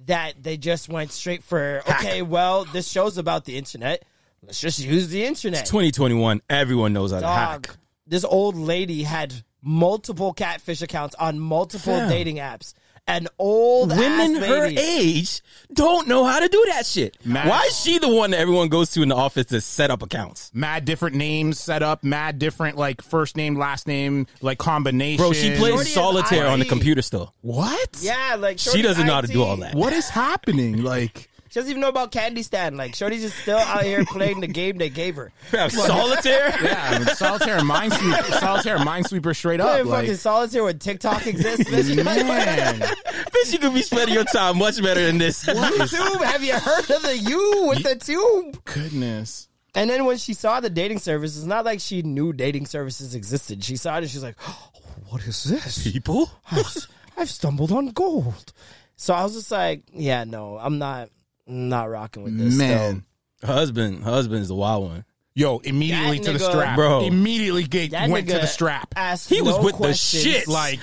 [SPEAKER 2] that they just went straight for okay well this show's about the internet let's just use the internet
[SPEAKER 5] 2021, everyone knows how to
[SPEAKER 2] Dog,
[SPEAKER 5] hack.
[SPEAKER 2] this old lady had multiple catfish accounts on multiple
[SPEAKER 5] Fam.
[SPEAKER 2] dating apps an old
[SPEAKER 5] Women
[SPEAKER 2] ass
[SPEAKER 5] her
[SPEAKER 2] lady.
[SPEAKER 5] age don't know how to do that shit.
[SPEAKER 1] Man.
[SPEAKER 5] Why is she the one that everyone goes to in the office to set up accounts?
[SPEAKER 1] mad different names set up, mad different like first name, last name, like combination.
[SPEAKER 5] Bro, she
[SPEAKER 2] Shorty
[SPEAKER 5] plays
[SPEAKER 2] is
[SPEAKER 5] solitaire on the
[SPEAKER 2] IT.
[SPEAKER 5] computer still.
[SPEAKER 1] what?
[SPEAKER 2] yeah like
[SPEAKER 5] She doesn't know how to do all that.
[SPEAKER 1] What is happening? Like
[SPEAKER 2] She doesn't even know about Candy Stand. Like, Shorty's just still out here playing the game they gave her.
[SPEAKER 5] Fam, solitaire?
[SPEAKER 1] Yeah, I mean, solitaire minesweeper, solitaire minesweeper, straight up.
[SPEAKER 2] Playing
[SPEAKER 1] Like,
[SPEAKER 2] fucking solitaire when TikTok exists.
[SPEAKER 1] man,
[SPEAKER 5] Bitch, you could be spending your time much better than this.
[SPEAKER 2] YouTube, have you heard of the U with the tube?
[SPEAKER 1] goodness.
[SPEAKER 2] And then when she saw the dating service, it's not like she knew dating services existed. She saw it and she's like, oh, what is this?
[SPEAKER 5] People?
[SPEAKER 2] I've, I've stumbled on gold. So I was just like, yeah, no, I'm not not rocking with this.
[SPEAKER 1] Man.
[SPEAKER 5] Her husband, her husband's the wild one.
[SPEAKER 1] Yo, immediately
[SPEAKER 2] That
[SPEAKER 1] to the
[SPEAKER 2] nigga-
[SPEAKER 1] strap.
[SPEAKER 5] Bro.
[SPEAKER 1] Immediately get,
[SPEAKER 2] That
[SPEAKER 1] went to
[SPEAKER 2] nigga
[SPEAKER 1] the strap.
[SPEAKER 2] Asked
[SPEAKER 5] He was
[SPEAKER 2] no
[SPEAKER 5] with the
[SPEAKER 2] questions.
[SPEAKER 5] shit,
[SPEAKER 1] Like,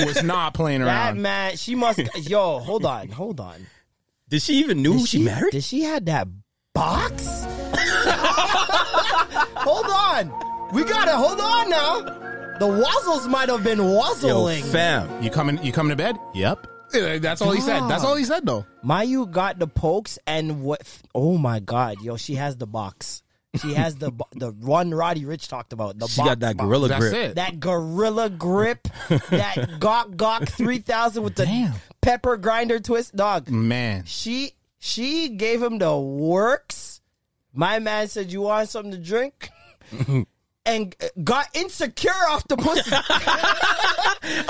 [SPEAKER 1] he was not playing
[SPEAKER 2] that
[SPEAKER 1] around.
[SPEAKER 2] man, she must. Yo, hold on, hold on.
[SPEAKER 5] Did she even knew she, married?
[SPEAKER 2] Did she had that box? hold on, we gotta hold on now. The wazzles might have been
[SPEAKER 5] Yo,
[SPEAKER 2] wazzling.
[SPEAKER 5] fam.
[SPEAKER 1] You coming? You coming to bed? Yep. Uh, That's all he said. That's all he said, though.
[SPEAKER 2] Mayu got the pokes and what? Oh my god, yo, she has the box. She has the bo- the one Roddy Rich talked about. The
[SPEAKER 5] She
[SPEAKER 2] box
[SPEAKER 5] got that
[SPEAKER 2] box.
[SPEAKER 5] gorilla
[SPEAKER 1] That's
[SPEAKER 5] grip.
[SPEAKER 1] it.
[SPEAKER 2] That gorilla grip, that gawk gawk three thousand with the
[SPEAKER 1] Damn.
[SPEAKER 2] pepper grinder twist, dog.
[SPEAKER 1] man.
[SPEAKER 2] She she gave him the works. My man said, "You want something to drink?" and uh, got insecure off the pussy.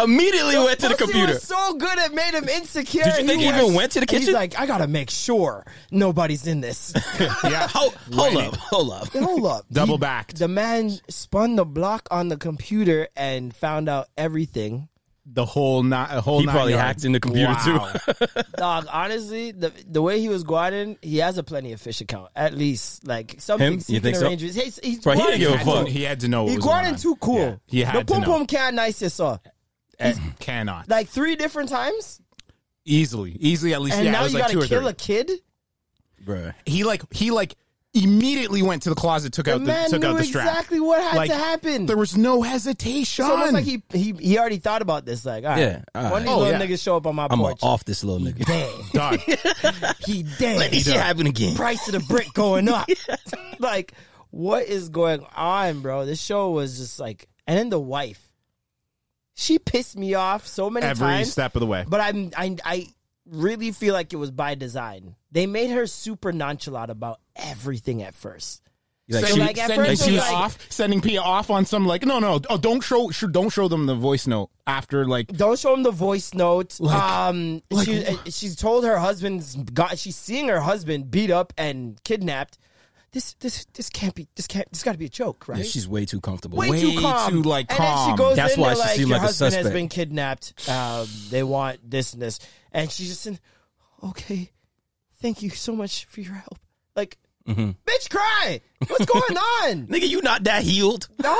[SPEAKER 5] Immediately went to the
[SPEAKER 2] Pussy
[SPEAKER 5] computer.
[SPEAKER 2] Was so good it made him insecure.
[SPEAKER 5] Did you think he
[SPEAKER 2] was-
[SPEAKER 5] even went to the
[SPEAKER 2] and He's
[SPEAKER 5] kitchen?
[SPEAKER 2] like, I gotta make sure nobody's in this.
[SPEAKER 1] Yeah.
[SPEAKER 5] Ho- hold up, hold up.
[SPEAKER 2] Hold up,
[SPEAKER 1] Double
[SPEAKER 2] He-
[SPEAKER 1] backed.
[SPEAKER 2] The man spun the block on the computer and found out everything.
[SPEAKER 1] The whole not. A whole.
[SPEAKER 5] He
[SPEAKER 1] nine
[SPEAKER 5] probably
[SPEAKER 1] yards.
[SPEAKER 5] hacked in the computer,
[SPEAKER 1] Wow.
[SPEAKER 5] too.
[SPEAKER 2] Dog, honestly, the the way he was guarding, he has a plenty of fish account at least. Like something.
[SPEAKER 5] Him? You
[SPEAKER 2] seeking
[SPEAKER 5] think so?
[SPEAKER 2] arrangements. He's, he's
[SPEAKER 5] Bro, he didn't
[SPEAKER 2] guarding-
[SPEAKER 5] give a
[SPEAKER 1] Had
[SPEAKER 5] fuck.
[SPEAKER 1] to- he had to know. What
[SPEAKER 2] He
[SPEAKER 1] was
[SPEAKER 2] guarding
[SPEAKER 1] going on.
[SPEAKER 2] too cool.
[SPEAKER 1] Yeah. He had
[SPEAKER 2] the
[SPEAKER 1] to
[SPEAKER 2] pum
[SPEAKER 1] know.
[SPEAKER 2] pum cat nice you saw
[SPEAKER 1] Eh, cannot
[SPEAKER 2] like three different times,
[SPEAKER 1] easily, easily at least.
[SPEAKER 2] and
[SPEAKER 1] yeah, it
[SPEAKER 2] now
[SPEAKER 1] was
[SPEAKER 2] you
[SPEAKER 1] like two
[SPEAKER 2] gotta
[SPEAKER 1] or
[SPEAKER 2] kill
[SPEAKER 1] three.
[SPEAKER 2] a kid.
[SPEAKER 5] Bruh.
[SPEAKER 1] he like he like immediately went to the closet, took
[SPEAKER 2] The
[SPEAKER 1] out the
[SPEAKER 2] man
[SPEAKER 1] took
[SPEAKER 2] knew
[SPEAKER 1] out the strap.
[SPEAKER 2] exactly what had
[SPEAKER 1] Like,
[SPEAKER 2] to happen.
[SPEAKER 1] There was no hesitation.
[SPEAKER 2] It's almost like he, he he already thought about this. Like, all right,
[SPEAKER 5] Yeah, all right.
[SPEAKER 2] one of these
[SPEAKER 1] Oh,
[SPEAKER 2] little
[SPEAKER 1] yeah.
[SPEAKER 2] niggas show up on my
[SPEAKER 5] I'm
[SPEAKER 2] porch.
[SPEAKER 5] off this little nigga.
[SPEAKER 2] Dang,
[SPEAKER 1] Done.
[SPEAKER 2] he dead.
[SPEAKER 5] Let me see it happen again.
[SPEAKER 2] Price of the brick going up. like, what is going on, bro? This show was just like, and then the wife, she pissed me off so many
[SPEAKER 1] Every
[SPEAKER 2] times.
[SPEAKER 1] step of the way.
[SPEAKER 2] But I'm I I really feel like it was by design. They made her super nonchalant about everything at first.
[SPEAKER 5] Like,
[SPEAKER 2] So,
[SPEAKER 5] she-
[SPEAKER 2] like, at
[SPEAKER 1] sending
[SPEAKER 2] first
[SPEAKER 1] Pia
[SPEAKER 2] it was like-
[SPEAKER 1] off, sending Pia off on some like no no oh don't show sh- don't show them the voice note after like
[SPEAKER 2] Don't show him the voice note.
[SPEAKER 1] Like-
[SPEAKER 2] um,
[SPEAKER 1] like-
[SPEAKER 2] she uh, she's told her husband's got. She's seeing her husband beat up and kidnapped. This this this can't be. This can't. This got to be a joke, right?
[SPEAKER 5] yeah, she's way too comfortable.
[SPEAKER 2] way,
[SPEAKER 1] way
[SPEAKER 2] too calm.
[SPEAKER 1] too, like,
[SPEAKER 2] and then
[SPEAKER 1] calm.
[SPEAKER 2] she goes
[SPEAKER 5] That's
[SPEAKER 2] in
[SPEAKER 5] why
[SPEAKER 2] there
[SPEAKER 5] she
[SPEAKER 2] like,
[SPEAKER 5] seemed
[SPEAKER 2] your
[SPEAKER 5] like a
[SPEAKER 2] husband has
[SPEAKER 5] suspect."
[SPEAKER 2] been kidnapped. Um, they want this and this, and she's just in. Okay, thank you so much for your help. Like,
[SPEAKER 5] Mm-hmm.
[SPEAKER 2] bitch, cry. What's going on,
[SPEAKER 5] Nigga, you not that healed.
[SPEAKER 2] dog?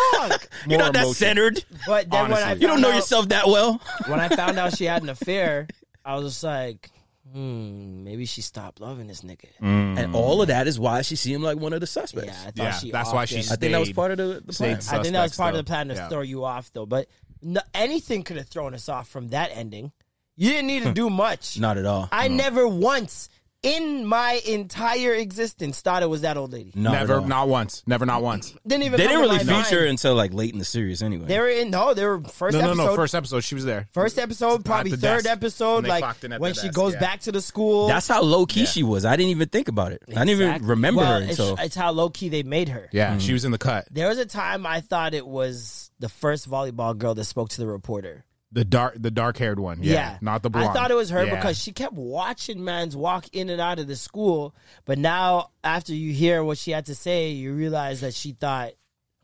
[SPEAKER 1] More
[SPEAKER 5] You're not that
[SPEAKER 1] emotion.
[SPEAKER 5] centered.
[SPEAKER 2] But then when I
[SPEAKER 1] Honestly.
[SPEAKER 5] You don't
[SPEAKER 2] found
[SPEAKER 5] know
[SPEAKER 2] out-
[SPEAKER 5] yourself that well.
[SPEAKER 2] when I found out she had an affair, I was just like, hmm, maybe she stopped loving this nigga.
[SPEAKER 5] And all of that is why she seemed like one of the
[SPEAKER 2] Yeah,
[SPEAKER 5] suspects.
[SPEAKER 2] I thought
[SPEAKER 1] Mm. yeah
[SPEAKER 2] she.
[SPEAKER 1] that's
[SPEAKER 2] offed
[SPEAKER 1] why
[SPEAKER 2] it.
[SPEAKER 1] she's.
[SPEAKER 5] I think that was part of the, the plan.
[SPEAKER 1] Stayed
[SPEAKER 2] I think that was
[SPEAKER 1] suspects,
[SPEAKER 2] part of
[SPEAKER 1] though.
[SPEAKER 2] the plan to
[SPEAKER 1] Yeah.
[SPEAKER 2] throw you off, though. But no, anything could have thrown us off from that ending. You
[SPEAKER 1] Hmm.
[SPEAKER 2] didn't need to do much.
[SPEAKER 5] Not at all.
[SPEAKER 2] I never once in my entire existence thought it was that old lady.
[SPEAKER 5] Not at
[SPEAKER 1] Never,
[SPEAKER 5] all.
[SPEAKER 1] not once. Never, not once.
[SPEAKER 2] Didn't even.
[SPEAKER 5] They
[SPEAKER 2] come
[SPEAKER 5] didn't
[SPEAKER 2] to
[SPEAKER 5] really
[SPEAKER 2] my
[SPEAKER 5] feature
[SPEAKER 2] mind.
[SPEAKER 5] until like late in the series anyway.
[SPEAKER 2] They were in. No, they were first
[SPEAKER 1] no,
[SPEAKER 2] episode.
[SPEAKER 1] no, no. First episode, she was there.
[SPEAKER 2] First episode, probably
[SPEAKER 1] the desk.
[SPEAKER 2] third
[SPEAKER 1] When
[SPEAKER 2] episode,
[SPEAKER 1] they
[SPEAKER 2] like
[SPEAKER 1] clocked in at
[SPEAKER 2] when
[SPEAKER 1] the
[SPEAKER 2] she
[SPEAKER 1] desk,
[SPEAKER 2] goes
[SPEAKER 1] yeah.
[SPEAKER 2] back to the school.
[SPEAKER 5] That's how low key she was. I didn't even think about it. I didn't even
[SPEAKER 2] Exactly.
[SPEAKER 5] remember
[SPEAKER 2] Well,
[SPEAKER 5] her
[SPEAKER 2] it's-
[SPEAKER 5] until.
[SPEAKER 2] it's how low key they made her.
[SPEAKER 1] Yeah, she was in the cut.
[SPEAKER 2] There was a time I thought it was the first volleyball girl that spoke to the reporter.
[SPEAKER 1] The dark, the dark-haired one. Yeah,
[SPEAKER 2] Yeah,
[SPEAKER 1] not the blonde.
[SPEAKER 2] I thought it was her
[SPEAKER 1] Yeah.
[SPEAKER 2] because she kept watching man's walk in and out of the school. But now, after you hear what she had to say, you realize that she thought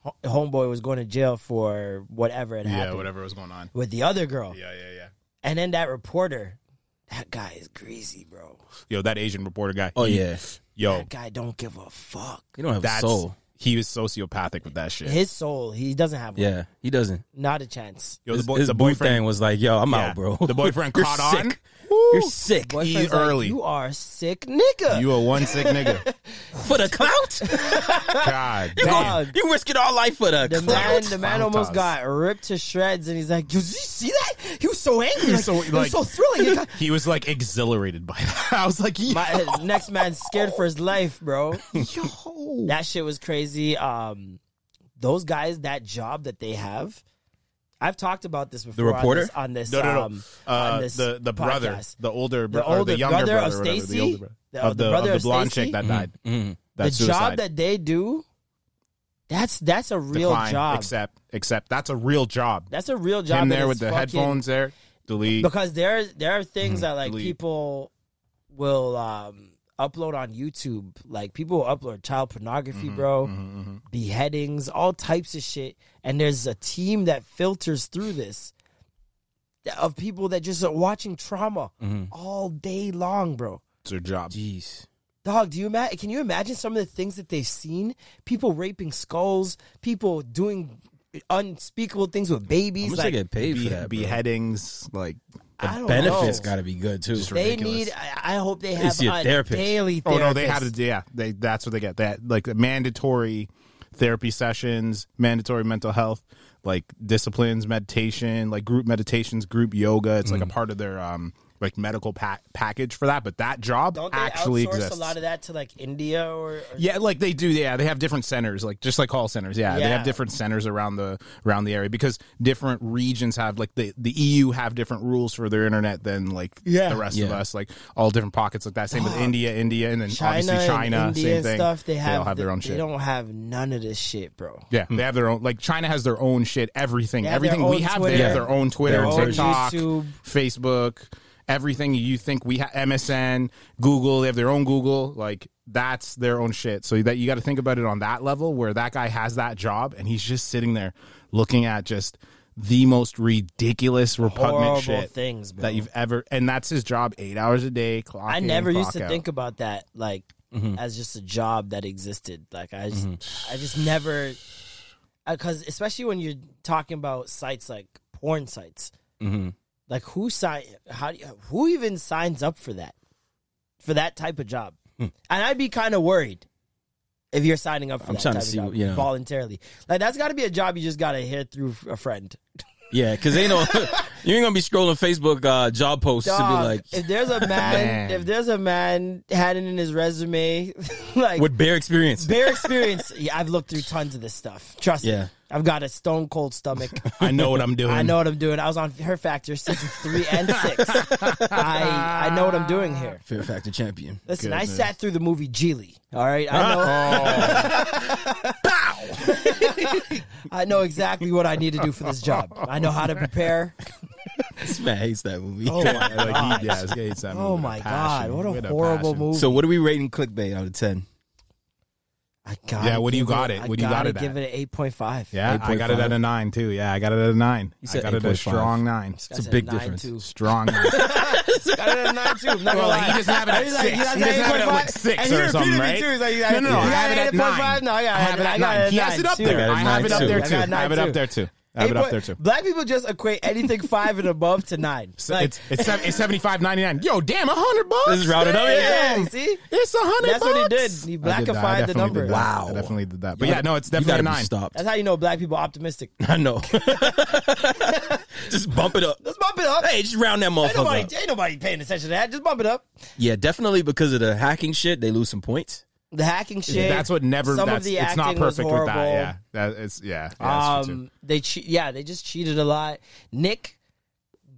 [SPEAKER 2] ho- homeboy was going to jail for whatever had
[SPEAKER 1] Yeah,
[SPEAKER 2] happened
[SPEAKER 1] whatever was going on.
[SPEAKER 2] with the other girl.
[SPEAKER 1] Yeah, yeah, yeah.
[SPEAKER 2] And then that reporter, that guy is greasy, bro.
[SPEAKER 1] Yo, that Asian reporter guy.
[SPEAKER 5] oh
[SPEAKER 1] he-
[SPEAKER 5] yeah,
[SPEAKER 1] Yo,
[SPEAKER 2] That guy don't give a fuck.
[SPEAKER 5] you don't have a
[SPEAKER 1] that's
[SPEAKER 5] soul.
[SPEAKER 1] he was sociopathic with that shit.
[SPEAKER 2] His soul, he doesn't have one.
[SPEAKER 5] Yeah, he doesn't.
[SPEAKER 2] Not a chance.
[SPEAKER 1] Yo,
[SPEAKER 5] his
[SPEAKER 1] the, boy,
[SPEAKER 5] his
[SPEAKER 1] the
[SPEAKER 5] boo
[SPEAKER 1] boyfriend
[SPEAKER 5] thing was like, "Yo, I'm
[SPEAKER 1] Yeah.
[SPEAKER 5] out, bro."
[SPEAKER 1] The boyfriend
[SPEAKER 5] You're
[SPEAKER 1] caught on.
[SPEAKER 5] sick. You're sick
[SPEAKER 2] Boyfriend's like,
[SPEAKER 1] early.
[SPEAKER 2] you are a sick nigga.
[SPEAKER 1] You a one sick nigga.
[SPEAKER 5] for the clout.
[SPEAKER 1] God
[SPEAKER 5] You
[SPEAKER 1] damn.
[SPEAKER 5] go- you risk it all life for the,
[SPEAKER 2] The man,
[SPEAKER 5] clout.
[SPEAKER 2] the man almost got ripped to shreds, and he's like, "Did you see that? He was so angry.
[SPEAKER 1] was
[SPEAKER 2] Like,
[SPEAKER 1] so,
[SPEAKER 2] it
[SPEAKER 1] like-
[SPEAKER 2] was so thrilling." It got-
[SPEAKER 1] He was like exhilarated by that. I was like, yo,
[SPEAKER 2] My next man's scared for his life, bro.
[SPEAKER 1] yo.
[SPEAKER 2] That shit was crazy. Um, those guys, that job that they have, I've talked about this before.
[SPEAKER 5] reporter?
[SPEAKER 2] on this, on this,
[SPEAKER 1] No, no, no.
[SPEAKER 2] Um,
[SPEAKER 1] uh,
[SPEAKER 2] on this
[SPEAKER 1] the the brother,
[SPEAKER 2] podcast.
[SPEAKER 1] the older, bro-
[SPEAKER 2] The
[SPEAKER 1] or
[SPEAKER 2] older
[SPEAKER 1] the younger
[SPEAKER 2] brother
[SPEAKER 1] brother,
[SPEAKER 2] of
[SPEAKER 1] or whatever,
[SPEAKER 2] Stacy?
[SPEAKER 1] the older brother,
[SPEAKER 2] The-
[SPEAKER 1] of
[SPEAKER 2] the
[SPEAKER 1] the,
[SPEAKER 2] brother
[SPEAKER 1] of
[SPEAKER 2] of
[SPEAKER 1] the blonde
[SPEAKER 2] Stacy?
[SPEAKER 1] chick that died.
[SPEAKER 5] Mhm.
[SPEAKER 1] That
[SPEAKER 2] the job
[SPEAKER 1] suicide.
[SPEAKER 2] that they do. That's that's a real
[SPEAKER 1] Decline,
[SPEAKER 2] job.
[SPEAKER 1] Except, except that's a real job.
[SPEAKER 2] That's a real job.
[SPEAKER 1] Him
[SPEAKER 2] that
[SPEAKER 1] there
[SPEAKER 2] is
[SPEAKER 1] with the
[SPEAKER 2] fucking-
[SPEAKER 1] headphones there. Delete.
[SPEAKER 2] because there there are
[SPEAKER 5] Mm-hmm.
[SPEAKER 2] things that like
[SPEAKER 1] Delete.
[SPEAKER 2] people will um upload on YouTube. Like people will upload child pornography,
[SPEAKER 5] Mm-hmm.
[SPEAKER 2] bro, beheadings, all types of shit. And there's a team that filters through this th- of people that just are watching trauma
[SPEAKER 5] Mm-hmm.
[SPEAKER 2] all day long, bro.
[SPEAKER 1] It's their job.
[SPEAKER 5] Jeez.
[SPEAKER 2] Dog, do you ima- can you imagine some of the things that they've seen? People raping skulls, people doing unspeakable things with
[SPEAKER 5] How
[SPEAKER 2] babies.
[SPEAKER 5] much
[SPEAKER 2] like,
[SPEAKER 5] they get paid
[SPEAKER 1] Be-
[SPEAKER 5] for that? bro?
[SPEAKER 1] beheadings, like
[SPEAKER 2] I
[SPEAKER 5] The
[SPEAKER 2] don't
[SPEAKER 5] benefits
[SPEAKER 2] know.
[SPEAKER 5] got to be good too.
[SPEAKER 2] They
[SPEAKER 1] ridiculous.
[SPEAKER 2] need. I, I hope they have
[SPEAKER 5] see a
[SPEAKER 2] a
[SPEAKER 5] therapist.
[SPEAKER 2] daily.
[SPEAKER 1] Oh
[SPEAKER 2] Therapist.
[SPEAKER 1] no, they have to. Yeah, they that's what they get. That like the mandatory therapy sessions, mandatory mental health, like disciplines, meditation, like group meditations, group yoga. It's
[SPEAKER 2] Mm.
[SPEAKER 1] like a part of their um like medical pa- package for that. But that job
[SPEAKER 2] Don't they
[SPEAKER 1] actually
[SPEAKER 2] outsource
[SPEAKER 1] exists.
[SPEAKER 2] a lot of that to like India or? or
[SPEAKER 1] yeah, like they do. Yeah, they have different centers, like just like call centers. Yeah, they
[SPEAKER 2] Yeah.
[SPEAKER 1] have different centers around the around the area because different regions have like the the EU have different rules for their internet than like
[SPEAKER 2] Yeah.
[SPEAKER 1] the rest of
[SPEAKER 5] Yeah.
[SPEAKER 1] us. Like all different pockets like that. Same with India, India, and then
[SPEAKER 2] China,
[SPEAKER 1] obviously
[SPEAKER 2] and
[SPEAKER 1] China.
[SPEAKER 2] India
[SPEAKER 1] same
[SPEAKER 2] and
[SPEAKER 1] thing.
[SPEAKER 2] stuff. They
[SPEAKER 1] They
[SPEAKER 2] have.
[SPEAKER 1] all have their own
[SPEAKER 2] they
[SPEAKER 1] shit.
[SPEAKER 2] don't have none of this shit, bro.
[SPEAKER 1] Yeah, they have their own. Like China has their own shit. Everything,
[SPEAKER 2] They have
[SPEAKER 1] everything
[SPEAKER 2] their
[SPEAKER 1] we
[SPEAKER 2] own
[SPEAKER 1] have,
[SPEAKER 2] Twitter,
[SPEAKER 1] they have their own Twitter,
[SPEAKER 5] their own
[SPEAKER 1] TikTok,
[SPEAKER 2] YouTube.
[SPEAKER 1] Facebook, everything you think we have. MSN, Google, they have their own Google. Like that's their own shit. So that you got to think about it on that level, where that guy has that job and he's just sitting there looking at just the most ridiculous, repugnant
[SPEAKER 2] Horrible
[SPEAKER 1] shit
[SPEAKER 2] things, bro.
[SPEAKER 1] that you've ever. And that's his job, eight hours a day. Clock.
[SPEAKER 2] I
[SPEAKER 1] in,
[SPEAKER 2] never used
[SPEAKER 1] clock
[SPEAKER 2] to
[SPEAKER 1] out. Mm-hmm.
[SPEAKER 2] think about that, like as just a job that existed. Like I just, I just never, because especially when you're talking about sites like porn sites,
[SPEAKER 1] Mm-hmm.
[SPEAKER 2] like who sign, how do you, who even signs up for that, for that type of job?
[SPEAKER 5] Hmm.
[SPEAKER 2] And I'd be kind of worried if you're signing up for
[SPEAKER 5] I'm
[SPEAKER 2] that
[SPEAKER 5] trying to
[SPEAKER 2] type
[SPEAKER 5] see
[SPEAKER 2] of job
[SPEAKER 5] what- you know.
[SPEAKER 2] voluntarily. Like that's got to be a job you just got to hit through a friend.
[SPEAKER 5] Yeah, because they know you ain't gonna be scrolling Facebook uh, job posts to
[SPEAKER 2] Dog,
[SPEAKER 5] be like
[SPEAKER 2] if there's a man,
[SPEAKER 1] Man.
[SPEAKER 2] if there's a man had it in his resume, like
[SPEAKER 5] with bare experience.
[SPEAKER 2] Bare experience. Yeah, I've looked through tons of this stuff. Trust
[SPEAKER 5] Yeah.
[SPEAKER 2] me. I've got a stone cold stomach.
[SPEAKER 1] I know what I'm doing.
[SPEAKER 2] I know what I'm doing. I was on Her Factor season three and six. I I know what I'm doing here.
[SPEAKER 5] Fear Factor champion.
[SPEAKER 2] Listen, I sat through the movie Geely. All right, I know. I know exactly what I need to do for this job. I know how to prepare.
[SPEAKER 5] This man hates that movie.
[SPEAKER 2] Oh my
[SPEAKER 1] Like,
[SPEAKER 2] god.
[SPEAKER 1] he- yeah, this guy hates that movie
[SPEAKER 2] Oh
[SPEAKER 1] with a
[SPEAKER 2] my god.
[SPEAKER 1] passion,
[SPEAKER 2] What a
[SPEAKER 1] with
[SPEAKER 2] horrible
[SPEAKER 1] passion.
[SPEAKER 2] movie.
[SPEAKER 5] So what are we rating clickbait out of ten?
[SPEAKER 2] I gotta
[SPEAKER 1] Yeah, what do you
[SPEAKER 2] give
[SPEAKER 1] got it?
[SPEAKER 2] I
[SPEAKER 1] What do you got
[SPEAKER 2] gotta
[SPEAKER 1] it at?
[SPEAKER 2] Give it an eight point five.
[SPEAKER 1] Yeah, I got it at a
[SPEAKER 5] 8.5.
[SPEAKER 1] nine too. Yeah, I got it at a nine. I
[SPEAKER 5] said
[SPEAKER 1] got it at a
[SPEAKER 5] 8.5.
[SPEAKER 1] strong nine.
[SPEAKER 5] It's a big difference.
[SPEAKER 1] Strong. nine.
[SPEAKER 2] Got it at a nine too. I'm not gonna lie.
[SPEAKER 1] he doesn't have it at
[SPEAKER 2] He's like,
[SPEAKER 1] six.
[SPEAKER 2] he doesn't
[SPEAKER 1] He doesn't have
[SPEAKER 2] have it
[SPEAKER 1] it
[SPEAKER 2] at
[SPEAKER 1] at, like, six
[SPEAKER 2] and he
[SPEAKER 1] or something,
[SPEAKER 2] repeated me
[SPEAKER 1] right?
[SPEAKER 2] too. He's like,
[SPEAKER 1] No, no, no.
[SPEAKER 2] you
[SPEAKER 1] I
[SPEAKER 2] got
[SPEAKER 1] have it at
[SPEAKER 2] 8.5?
[SPEAKER 1] nine.
[SPEAKER 2] No, I got
[SPEAKER 1] I have
[SPEAKER 2] it.
[SPEAKER 1] it
[SPEAKER 2] I
[SPEAKER 1] at
[SPEAKER 2] got it
[SPEAKER 1] nine.
[SPEAKER 2] at
[SPEAKER 1] He has it up
[SPEAKER 2] too.
[SPEAKER 1] there.
[SPEAKER 5] got it
[SPEAKER 1] I
[SPEAKER 5] at
[SPEAKER 1] have it
[SPEAKER 5] nine,
[SPEAKER 1] up there
[SPEAKER 5] too.
[SPEAKER 1] too. I
[SPEAKER 2] I got nine,
[SPEAKER 1] have it
[SPEAKER 2] too.
[SPEAKER 1] up there too. I have it
[SPEAKER 2] Eight
[SPEAKER 1] up there
[SPEAKER 2] point-
[SPEAKER 1] too.
[SPEAKER 2] Black people just equate anything five and above to nine.
[SPEAKER 1] So
[SPEAKER 2] Like,
[SPEAKER 1] It's it's sev- it's seventy five ninety nine. Yo, damn, a hundred bucks.
[SPEAKER 5] This is rounded up,
[SPEAKER 2] yeah,
[SPEAKER 5] yeah.
[SPEAKER 2] you see,
[SPEAKER 1] It's a hundred.
[SPEAKER 2] That's what he did.
[SPEAKER 1] bucks.
[SPEAKER 2] He
[SPEAKER 1] I did that. I
[SPEAKER 2] blackified
[SPEAKER 1] definitely
[SPEAKER 2] the number.
[SPEAKER 1] did that.
[SPEAKER 5] Wow.
[SPEAKER 1] I definitely did that. But yeah, no, it's
[SPEAKER 5] You gotta
[SPEAKER 1] definitely a
[SPEAKER 5] be
[SPEAKER 1] nine.
[SPEAKER 5] stopped.
[SPEAKER 2] that's how you know black people are optimistic.
[SPEAKER 5] I know. Just bump it up.
[SPEAKER 2] Let's bump it up.
[SPEAKER 5] Hey, just round that
[SPEAKER 2] ain't nobody,
[SPEAKER 5] motherfucker. Up.
[SPEAKER 2] ain't nobody paying attention to that. Just bump it up.
[SPEAKER 5] Yeah, definitely because of the hacking shit, they lose some points.
[SPEAKER 2] The hacking shit.
[SPEAKER 1] That's what never.
[SPEAKER 2] Some
[SPEAKER 1] That's
[SPEAKER 2] of the
[SPEAKER 1] it's
[SPEAKER 2] acting
[SPEAKER 1] not
[SPEAKER 2] was
[SPEAKER 1] perfect with that.
[SPEAKER 2] horrible.
[SPEAKER 1] Yeah, that it's yeah. yeah it's true, too.
[SPEAKER 2] um, they che- yeah, they just cheated a lot. Nick